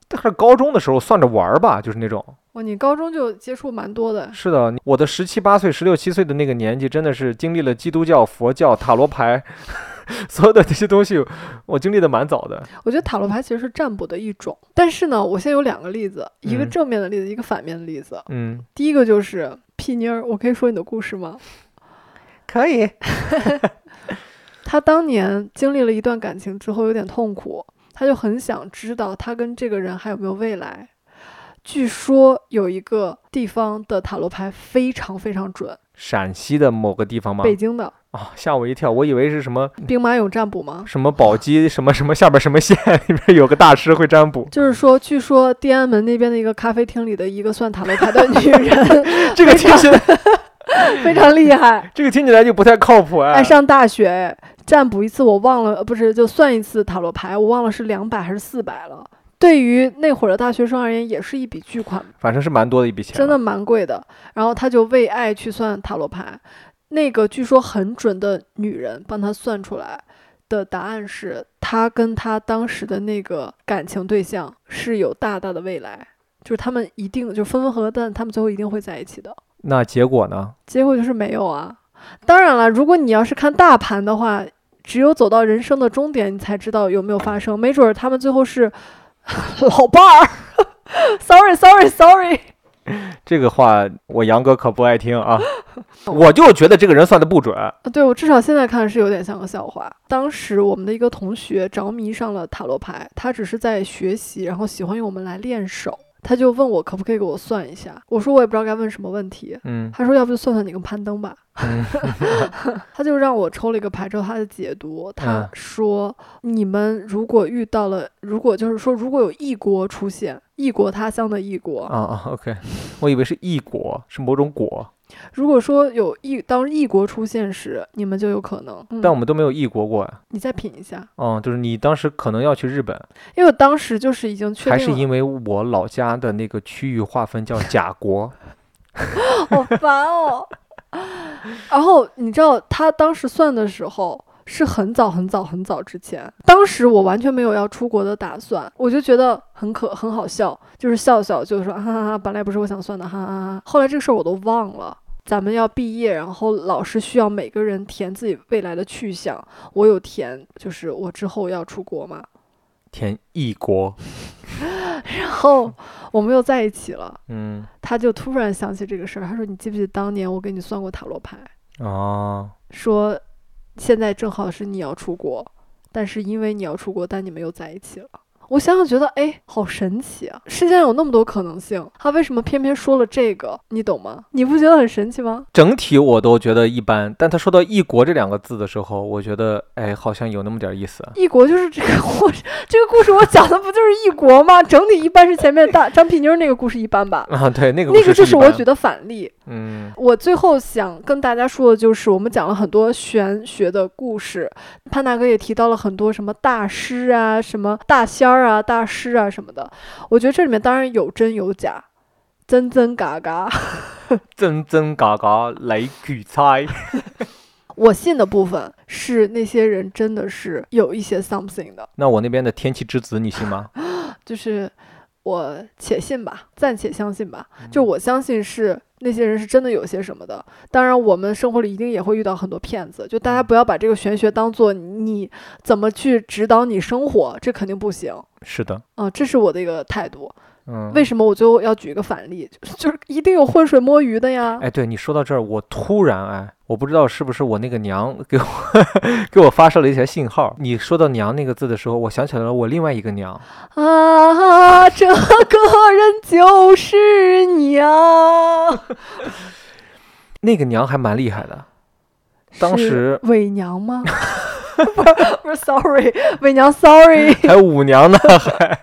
Speaker 1: 但是高中的时候算着玩儿吧，就是那种。
Speaker 2: 哇，你高中就接触蛮多的，
Speaker 1: 是的，我的十七八岁、十六七岁的那个年纪，真的是经历了基督教、佛教、塔罗牌， [LAUGHS] 所有的这些东西，我经历的蛮早的。
Speaker 2: 我觉得塔罗牌其实是占卜的一种。但是呢，我现在有两个例子，一个
Speaker 1: 嗯
Speaker 2: 正面的例子，一个反面的例子。
Speaker 1: 嗯，
Speaker 2: 第一个就是屁妮儿，我可以说你的故事吗？
Speaker 1: 可以。
Speaker 2: 她当年经历了一段感情之后有点痛苦，她就很想知道她跟这个人还有没有未来。据说有一个地方的塔罗牌非常非常准，
Speaker 1: 陕西的某个地方吗？嗯
Speaker 2: 北京的
Speaker 1: 哦，吓我一跳，我以为是什么
Speaker 2: 兵马俑占卜吗？
Speaker 1: 什么宝鸡什么什么下边什么县里边有个大师会占卜，
Speaker 2: 就是说，据说地安门那边的一个咖啡厅里的一个算塔罗牌的女人
Speaker 1: [LAUGHS] 这个听起来
Speaker 2: [LAUGHS] 非常厉害，
Speaker 1: 这个听起来就不太靠谱哎。
Speaker 2: 哎，上大学占卜一次我忘了，呃不是就算一次塔罗牌，我忘了是两百还是四百了。对于那会儿的大学生而言，也是一笔巨款
Speaker 1: 反正是蛮多的一笔钱，
Speaker 2: 真的。蛮贵的。然后他就为爱去算塔罗牌，那个据说很准的女人帮他算出来的答案是，他跟他当时的那个感情对象是有大大的未来，就是他们一定就分分合合，但他们最后一定会在一起的。
Speaker 1: 那结果呢？
Speaker 2: 结果就是没有啊。当然了，如果你要是看大盘的话，只有走到人生的终点，你才知道有没有发生。没准儿他们最后是 [LAUGHS] 老伴儿。Sorry，Sorry，Sorry sorry, sorry
Speaker 1: 这个话我杨哥可不爱听啊， [LAUGHS] 我就觉得这个人算的不准。
Speaker 2: 啊，对我至少现在看是有点像个笑话。当时我们的一个同学着迷上了塔罗牌，他只是在学习，然后喜欢用我们来练手。他就问我可不可以给我算一下，我说我也不知道该问什么问题。
Speaker 1: 嗯
Speaker 2: 他说要不就算算你跟攀登吧。
Speaker 1: 嗯
Speaker 2: [LAUGHS] 他就让我抽了一个牌之后，他的解读，他
Speaker 1: 嗯
Speaker 2: 说你们如果遇到了，如果就是说如果有异国出现，异国他乡的异国，
Speaker 1: 啊啊，OK，我以为是异果，是某种果，
Speaker 2: 如果说有异当异国出现时，你们就有可能。嗯、
Speaker 1: 但我们都没有异国过呀。
Speaker 2: 你再品一下。
Speaker 1: 嗯，就是你当时可能要去日本，
Speaker 2: 因为我当时就是已经确定
Speaker 1: 还
Speaker 2: 了，
Speaker 1: 是因为我老家的那个区域划分叫甲
Speaker 2: [LAUGHS]
Speaker 1: 国。
Speaker 2: 好烦哦。 [LAUGHS] 然后你知道他当时算的时候是很早很早很早之前，当时我完全没有要出国的打算，我就觉得很可很好笑，就是笑笑就说哈哈哈，本来不是我想算的哈哈哈。后来这个事儿我都忘了。咱们要毕业，然后老师需要每个人填自己未来的去向。我有填，就是我之后要出国嘛。 [LAUGHS]
Speaker 1: 填异国，
Speaker 2: 然后我们又在一起了，
Speaker 1: 嗯，
Speaker 2: 他就突然想起这个事儿，他说：“你记不记得当年我给你算过塔罗牌？”
Speaker 1: 哦，
Speaker 2: 说现在正好是你要出国，但是因为你要出国，但你们又在一起了。我想想觉得，哎，好神奇啊！世界上有那么多可能性，他为什么偏偏说了这个？你懂吗？你不觉得很神奇吗？
Speaker 1: 整体我都觉得一般，但他说到“异国”这两个字的时候，我觉得，哎，好像有那么点意思。
Speaker 2: 异国就是这个故事，这个故事我讲的不就是异国吗？整体一般是前面大张屁妮儿那个故事一般吧，
Speaker 1: 啊，对，那个
Speaker 2: 那个就是我觉
Speaker 1: 得，
Speaker 2: 得反例，
Speaker 1: 嗯
Speaker 2: 我最后想跟大家说的就是，我们讲了很多玄学的故事，潘大哥也提到了很多什么大师啊、什么大仙儿啊、大师啊什么的。我觉得这里面当然有真有假， [LAUGHS] 真真嘎嘎。
Speaker 1: 真真嘎嘎来举猜，
Speaker 2: [LAUGHS] 我信的部分是那些人真的是有一些 something 的，
Speaker 1: 那我那边的天气之子，你信
Speaker 2: [LAUGHS]
Speaker 1: 吗？
Speaker 2: 就是我且信吧，暂且相信吧。
Speaker 1: 嗯
Speaker 2: 就我相信是那些人是真的有些什么的。当然，我们生活里一定也会遇到很多骗子，就
Speaker 1: 嗯
Speaker 2: 大家不要把这个玄学当做你怎么去指导你生活，这肯定不行。
Speaker 1: 是的，
Speaker 2: 啊、这是我的一个态度。
Speaker 1: 嗯，
Speaker 2: 为什么我最后要举一个反例？就是就是一定有浑水摸鱼的呀。
Speaker 1: 哎，对你说到这儿，我突然哎，我不知道是不是我那个娘给我 [LAUGHS] 给我发射了一些信号。你说到“娘”那个字的时候，我想起来了我另外一个娘，
Speaker 2: 啊，这个人就是娘，
Speaker 1: 那个娘还蛮厉害
Speaker 2: [LAUGHS]
Speaker 1: 的。当
Speaker 2: 是
Speaker 1: 时
Speaker 2: 伪娘吗？不是不是，sorry，伪娘，sorry。
Speaker 1: 还有舞娘呢，还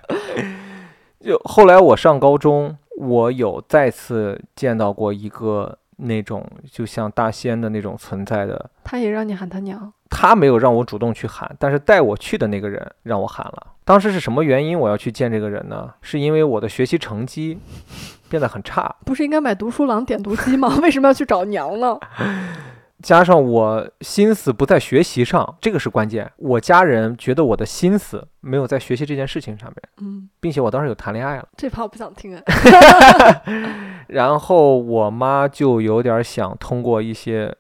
Speaker 1: 就后来我上高中，我有再次见到过一个那种就像大仙的那种存在的，
Speaker 2: 他也让你喊他娘，
Speaker 1: 他没有让我主动去喊，但是带我去的那个人让我喊了。当时是什么原因我要去见这个人呢？是因为我的学习成绩变得很差，
Speaker 2: 不是应该买读书郎点读机吗？ [LAUGHS] 为什么要去找娘呢？
Speaker 1: 加上我心思不在学习上，这个是关键。我家人觉得我的心思没有在学习这件事情上面，
Speaker 2: 嗯，
Speaker 1: 并且我当时有谈恋爱
Speaker 2: [LAUGHS]
Speaker 1: 了。
Speaker 2: 这趴我不想听哎。
Speaker 1: 然后我妈就有点想通过一些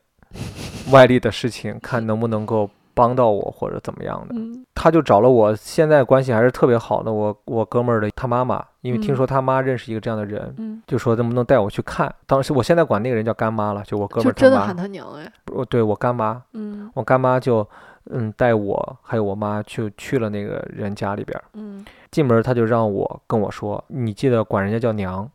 Speaker 1: 外力的事情，看能不能够帮到我或者怎么样的，
Speaker 2: 嗯
Speaker 1: 她就找了我现在关系还是特别好的我我哥们儿的他妈妈，因为听
Speaker 2: 嗯
Speaker 1: 说他妈认识一个这样的人，
Speaker 2: 嗯，
Speaker 1: 就说能不能带我去看。当时我现在管那个人叫干妈了，就我哥们
Speaker 2: 就
Speaker 1: 儿他
Speaker 2: 真的喊
Speaker 1: 妈，
Speaker 2: 他娘哎。
Speaker 1: 我对我干妈，
Speaker 2: 嗯
Speaker 1: 我干妈就嗯带我还有我妈就去了那个人家里边儿，
Speaker 2: 嗯，
Speaker 1: 进门她就让我跟我说，你记得管人家叫娘，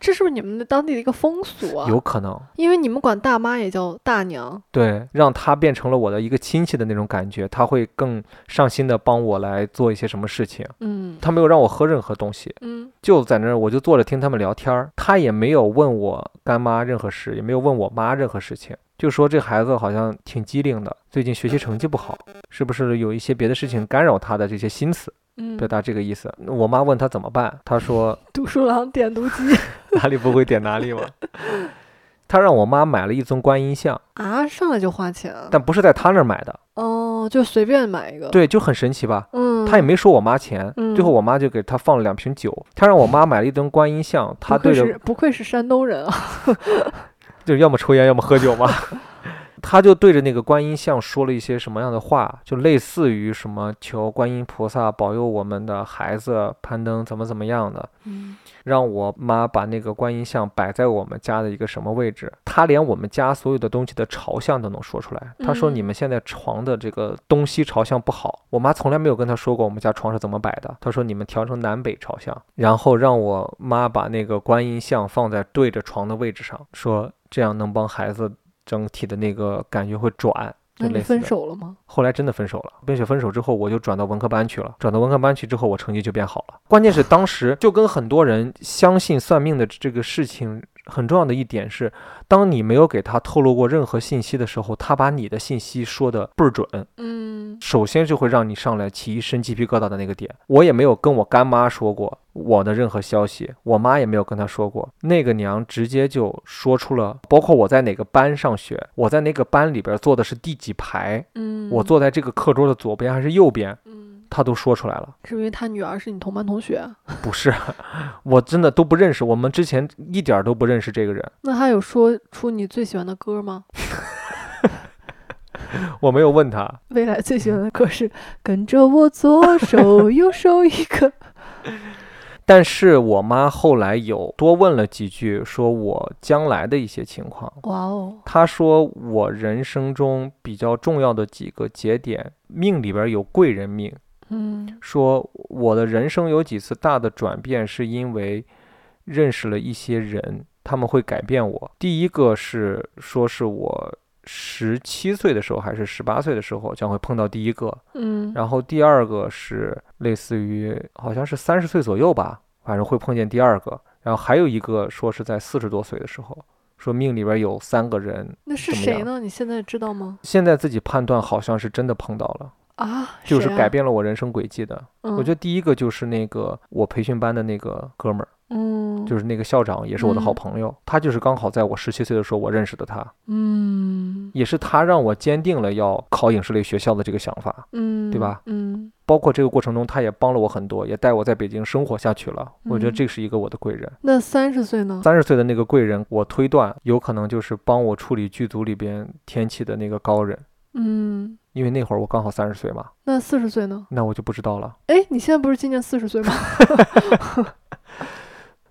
Speaker 2: 这是不是你们的当地的一个风俗啊？
Speaker 1: 有可能。
Speaker 2: 因为你们管大妈也叫大娘。
Speaker 1: 对，让他变成了我的一个亲戚的那种感觉，他会更上心的帮我来做一些什么事情。
Speaker 2: 嗯
Speaker 1: 他没有让我喝任何东西，
Speaker 2: 嗯
Speaker 1: 就在那儿我就坐着听他们聊天儿，他也没有问我干妈任何事，也没有问我妈任何事情，就说这孩子好像挺机灵的，最近学习成绩不好，是不是有一些别的事情干扰他的这些心思？
Speaker 2: 嗯
Speaker 1: 表，达这个意思。我妈问他怎么办，他说
Speaker 2: 读书郎点
Speaker 1: [LAUGHS]
Speaker 2: 读机
Speaker 1: 哪里不会点哪里
Speaker 2: [LAUGHS]
Speaker 1: 嘛。他让我妈买了一尊观音像，
Speaker 2: 啊，上来就花钱啊。
Speaker 1: 但不是在他那儿买的，
Speaker 2: 哦，就随便买一个。，
Speaker 1: 对，就很神奇吧。
Speaker 2: 嗯，
Speaker 1: 他也没收我妈钱，最后
Speaker 2: 嗯
Speaker 1: 我妈就给他放了两瓶酒，他让我妈买了一吨观音像，他
Speaker 2: 不愧
Speaker 1: 对
Speaker 2: 是
Speaker 1: 着
Speaker 2: 不愧是山东人啊。
Speaker 1: 就要么抽烟要么喝酒嘛，他就对着那个观音像说了一些什么样的话，就类似于什么求观音菩萨保佑我们的孩子攀登怎么怎么样的，
Speaker 2: 嗯
Speaker 1: 让我妈把那个观音像摆在我们家的一个什么位置，她连我们家所有的东西的朝向都能说出来。她说
Speaker 2: 嗯
Speaker 1: 你们现在床的这个东西朝向不好，我妈从来没有跟她说过我们家床是怎么摆的。她说你们调成南北朝向，然后让我妈把那个观音像放在对着床的位置上，说这样能帮孩子整体的那个感觉会转。 [LAUGHS] 就
Speaker 2: 那
Speaker 1: 类
Speaker 2: 你
Speaker 1: 似的
Speaker 2: 分手了吗？
Speaker 1: 后来真的分手了，并且分手之后，我就转到文科班去了。转到文科班去之后，我成绩就变好了。关键是当时就跟很多人相信算命的这个事情很重要的一点是，当你没有给他透露过任何信息的时候，他把你的信息说的倍儿准，
Speaker 2: 嗯
Speaker 1: 首先就会让你上来起一身鸡皮疙瘩的那个点。我也没有跟我干妈说过我的任何消息，我妈也没有跟她说过。那个娘直接就说出了，包括我在哪个班上学，我在那个班里边坐的是第几排。
Speaker 2: 嗯，
Speaker 1: 我坐在这个课桌的左边还是右边，
Speaker 2: 嗯，
Speaker 1: 他都说出来了。 [LAUGHS]
Speaker 2: 是因为他女儿是你同班同学，啊
Speaker 1: 不是，我真的都不认识，我们之前一点儿都不认识这个人。
Speaker 2: 那他有说出你最喜欢的歌吗？
Speaker 1: 我没有问他，
Speaker 2: 未来最喜欢的歌是《跟着我
Speaker 1: [LAUGHS]
Speaker 2: 左手右手一个》。
Speaker 1: 但是我妈后来有多问了几句，说我将来的一些情况。
Speaker 2: 哇哦，
Speaker 1: 她说我人生中比较重要的几个节点，命里边儿有贵人命，
Speaker 2: 嗯
Speaker 1: 说我的人生有几次大的转变，是因为认识了一些人，他们会改变我。第一个是说是我十七岁的时候还是十八岁的时候将会碰到第一个，
Speaker 2: 嗯
Speaker 1: 然后第二个是类似于好像是三十岁左右吧，反正会碰见第二个。然后还有一个说是在四十多岁的时候，说命里边有三个人，
Speaker 2: 那是
Speaker 1: 怎么
Speaker 2: 谁
Speaker 1: 样
Speaker 2: 呢？你现在知道吗？
Speaker 1: 现在自己判断好像是真的碰到了，
Speaker 2: 啊，
Speaker 1: 就是
Speaker 2: 谁啊嗯
Speaker 1: 改。变了我人生轨迹的。
Speaker 2: 我
Speaker 1: 我觉得第一个就是那个我培训班的那个哥们儿，
Speaker 2: 嗯，
Speaker 1: 就是是那个校长，也是我的好
Speaker 2: 嗯
Speaker 1: 朋友。他就是刚好在我十七岁的时候，我认识的他，
Speaker 2: 嗯
Speaker 1: 也是他让我坚定了要考影视类学校的这个想法。
Speaker 2: 嗯，
Speaker 1: 对吧？
Speaker 2: 嗯
Speaker 1: 包括这个过程中，他也帮了我很多，也带我在北京生活下去了。我觉得
Speaker 2: 嗯
Speaker 1: 这是一个我的贵人。
Speaker 2: 那三十岁呢？
Speaker 1: 三十岁的那个贵人，我推断有可能就是帮我处理剧组里边天气的那个高人，
Speaker 2: 嗯，
Speaker 1: 因为那会儿我刚好三十岁嘛，
Speaker 2: 那四十岁呢？
Speaker 1: 那我就不知道了。
Speaker 2: 哎，你现在不是今年四十岁吗？ [LAUGHS]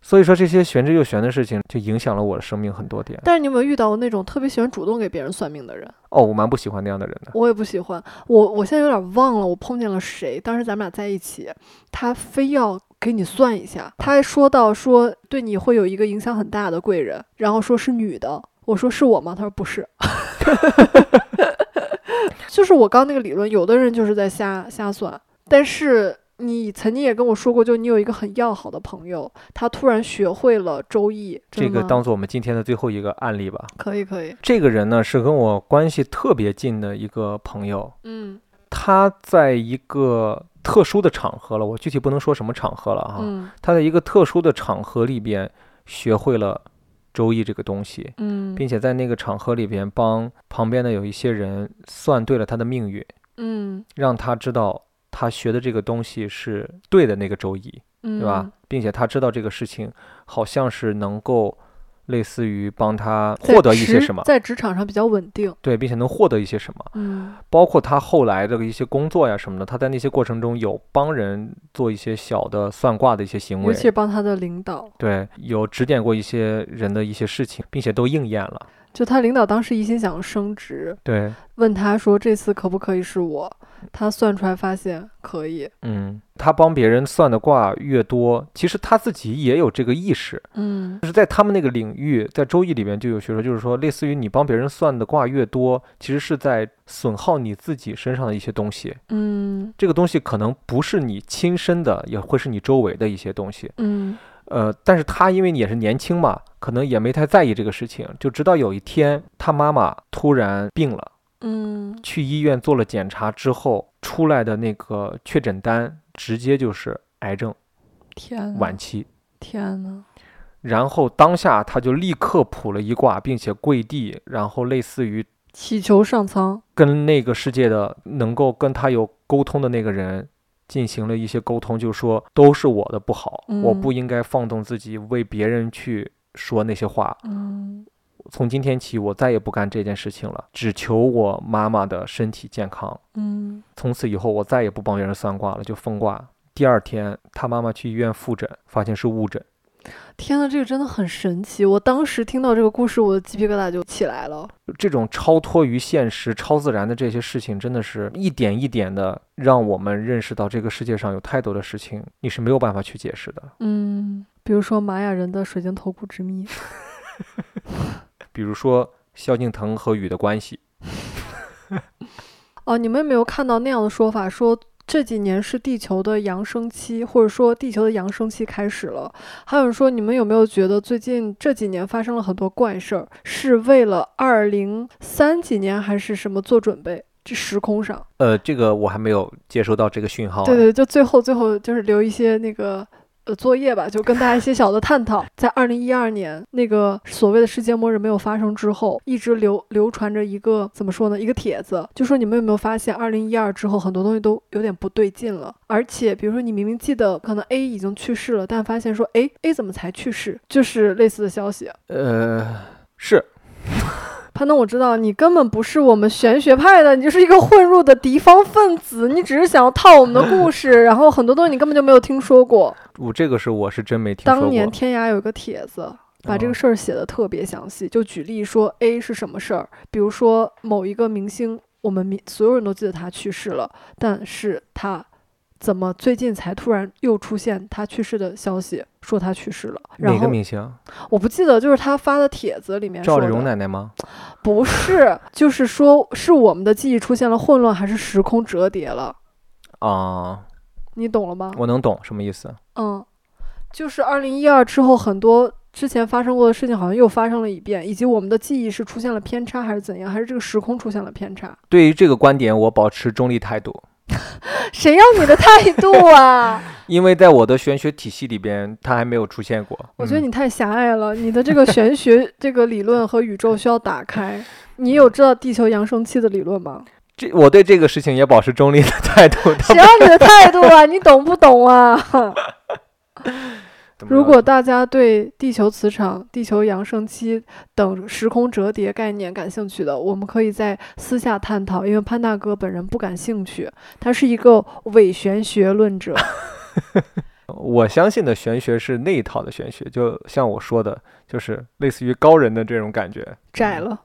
Speaker 1: 所以说这些玄之又玄的事情，就影响了我的生命很多点。
Speaker 2: 但是你有没有遇到过那种特别喜欢主动给别人算命的人？
Speaker 1: 哦，我蛮不喜欢那样的人 [LAUGHS] 的。
Speaker 2: 我也不喜欢，我我现在有点忘了我碰见了谁，当时咱们俩在一起，他非要给你算一下，他还说到说对你会有一个影响很大的贵人，然后说是女的，我说是我吗？他说不是。 [LAUGHS] 就是我刚那个理论，有的人就是在瞎瞎算，但是你曾经也跟我说过，就你有一个很要好的朋友，他突然学会了周易，
Speaker 1: 这
Speaker 2: 真
Speaker 1: 个
Speaker 2: 吗
Speaker 1: 当做我们今天的最后一个案例吧。
Speaker 2: 可以可以，
Speaker 1: 这个人呢是跟我关系特别近的一个朋友，
Speaker 2: 嗯
Speaker 1: 他在一个特殊的场合了，我具体不能说什么场合了哈。
Speaker 2: 嗯
Speaker 1: 他在一个特殊的场合里边学会了周易这个东西，
Speaker 2: 嗯
Speaker 1: 并且在那个场合里边帮旁边的有一些人算对了他的命运，
Speaker 2: 嗯，
Speaker 1: 让他知道他学的这个东西是对的那个周易，
Speaker 2: 对
Speaker 1: 对吧？？并且他知道这个事情好像是能够类似于帮他
Speaker 2: 在
Speaker 1: 获得一些
Speaker 2: 职
Speaker 1: 什么，
Speaker 2: 在职场上比较稳定，
Speaker 1: 对，并且能获得一些什么。
Speaker 2: 嗯
Speaker 1: 包括他后来的一些工作呀什么的，他在那些过程中有帮人做一些小的算卦的一些行
Speaker 2: 尤
Speaker 1: 为
Speaker 2: 其，是帮他的领导，
Speaker 1: 对，有指点过一些人的一些事情，并且都应验了。
Speaker 2: 就他领导当时一心想升职，
Speaker 1: 对，
Speaker 2: 问他说这次可不可以是我，他算出来发现可以，
Speaker 1: 嗯，他帮别人算的卦越多，其实他自己也有这个意识，
Speaker 2: 嗯
Speaker 1: 就是在他们那个领域，在周易里面就有学说，就是说，类似于你帮别人算的卦越多，其实是在损耗你自己身上的一些东西。
Speaker 2: 嗯
Speaker 1: 这个东西可能不是你亲身的，也会是你周围的一些东西。
Speaker 2: 嗯
Speaker 1: 呃，但是他因为也是年轻嘛，可能也没太在意这个事情，就直到有一天，他妈妈突然病了，
Speaker 2: 嗯，
Speaker 1: 去医院做了检查之后，出来的那个确诊单直接就是癌症
Speaker 2: 天呐
Speaker 1: 晚期。
Speaker 2: 天呐，
Speaker 1: 然后当下他就立刻卜了一卦，并且跪地，然后类似于
Speaker 2: 祈求上苍，
Speaker 1: 跟那个世界的能够跟他有沟通的那个人进行了一些沟通，就说都是我的不好，我
Speaker 2: 嗯
Speaker 1: 不应该放纵自己，为别人去说那些话。
Speaker 2: 嗯
Speaker 1: 从今天起，我再也不干这件事情了，只求我妈妈的身体健康。
Speaker 2: 嗯
Speaker 1: 从此以后，我再也不帮别人算卦了，就封卦。第二天，他妈妈去医院复诊，发现是误诊。
Speaker 2: 天呐，这个真的很神奇！我当时听到这个故事，我的鸡皮疙瘩就起来了。
Speaker 1: 这种超脱于现实、超自然的这些事情，真的是一点一点的让我们认识到，这个世界上有太多的事情你是没有办法去解释的。
Speaker 2: 嗯，比如说玛雅人的水晶头骨之谜，
Speaker 1: 比如说萧敬腾和雨的关系，
Speaker 2: 哦，你们有没有看到那样的说法，说这几年是地球的扬升期，或者说地球的扬升期开始了？还有人说，你们有没有觉得最近这几年发生了很多怪事儿，是为了二零三几年还是什么做准备？这时空上，
Speaker 1: 呃，这个我还没有接收到这个讯号啊。
Speaker 2: 对对，就最后最后就是留一些那个。呃，作业吧，就跟大家一些小的探讨。在二零一二年那个所谓的世界末日没有发生之后，一直流流传着一个怎么说呢，一个帖子，就说你们有没有发现，二零一二之后很多东西都有点不对劲了。而且，比如说你明明记得可能 A 已经去世了，但发现说，哎，A 怎么才去世？就是类似的消息。啊
Speaker 1: 呃，是
Speaker 2: 潘东，我知道你根本不是我们玄学派的，你就是一个混入的敌方分子，你只是想要套我们的故事，然后很多东西你根本就没有听说过。
Speaker 1: 我这个是我是真没 [LAUGHS] 听说过。哦
Speaker 2: 当年天涯有一个帖子，把这个事儿写的特别详细，就举例说 A 是什么事儿，比如说某一个明星，我们明所有人都记得他去世了，但是他怎么最近才突然又出现他去世的消息，说他去世了？然
Speaker 1: 哪个
Speaker 2: 后
Speaker 1: 明星？啊
Speaker 2: 我不记得，就是他发的帖子里面
Speaker 1: 赵
Speaker 2: 说
Speaker 1: 丽蓉
Speaker 2: 的，
Speaker 1: 奶奶吗？
Speaker 2: 不是，就是说是我们的记忆出现了混乱，还是时空折叠了？
Speaker 1: 啊、
Speaker 2: 哦你懂了吗？
Speaker 1: 我能懂什么意思。
Speaker 2: 嗯，就是二零一二之后，很多之前发生过的事情好像又发生了一遍，以及我们的记忆是出现了偏差，还是怎样，还是这个时空出现了偏差？
Speaker 1: 对于这个观点，我保持中立态度，
Speaker 2: 谁要你的态度啊？ [LAUGHS]
Speaker 1: 因为在我的玄学体系里边，它还没有出现过。
Speaker 2: 我觉得
Speaker 1: 嗯
Speaker 2: 你太狭隘了，你的这个玄学这个理论和宇宙需要打开。你有知道地球扬升期的理
Speaker 1: [LAUGHS]
Speaker 2: 论吗？
Speaker 1: 这我对这个事情也保持中立的态度。它
Speaker 2: 谁要你的态度啊？你懂不懂啊？
Speaker 1: 怎么
Speaker 2: 如
Speaker 1: 着
Speaker 2: 果大家对地球磁场、地球扬升期等时空折叠概念感兴趣的，我们可以在私下探讨，因为潘大哥本人不感兴趣，他是一个伪玄学论者。
Speaker 1: 我相信的玄学是那一套的玄学，就像我说的，就是类似于高人的这种感觉，
Speaker 2: 窄了，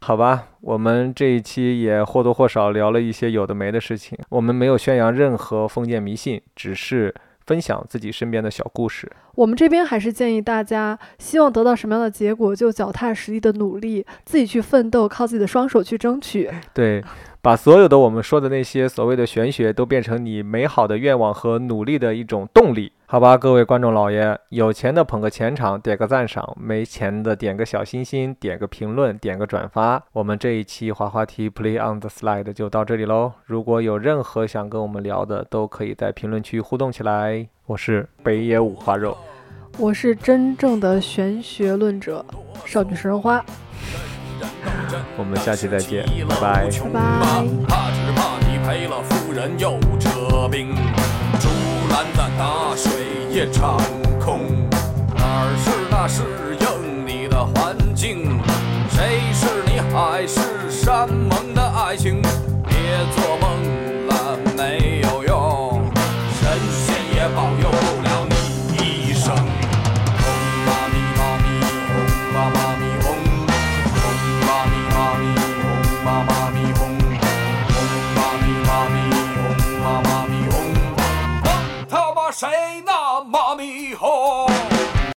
Speaker 1: 好吧？我们这一期也或多或少聊了一些有的没的事情，我们没有宣扬任何封建迷信，只是分享自己身边的小故事。
Speaker 2: 我们这边还是建议大家，希望得到什么样的结果，就脚踏实地的努力，自己去奋斗，靠自己的双手去争取。
Speaker 1: 对，把所有的我们说的那些所谓的玄学都变成你美好的愿望和努力的一种动力，好吧，各位观众老爷，有钱的捧个钱场，点个赞赏；没钱的点个小心心，点个评论，点个转发。我们这一期滑滑梯 Play on the Slide 就到这里喽。如果有任何想跟我们聊的，都可以在评论区互动起来。我是北野五花肉，
Speaker 2: 我是真正的玄学论者，少女食人花，
Speaker 1: 我们下期再见，拜拜。
Speaker 2: 拜拜。
Speaker 3: 怕只怕你赔了夫人又折兵，竹篮子打水一场空。哪儿是那适应你的环境？谁是你海誓山盟的爱情？别做梦了，没有用，神仙也保佑不了你一生。嗡嘛咪嘛咪，嗡嘛嘛咪嗡，嗡嘛咪嘛咪，嗡嘛嘛咪嗡，嗡嘛咪嘛咪，嗡嘛嘛咪嗡。我他妈谁呢？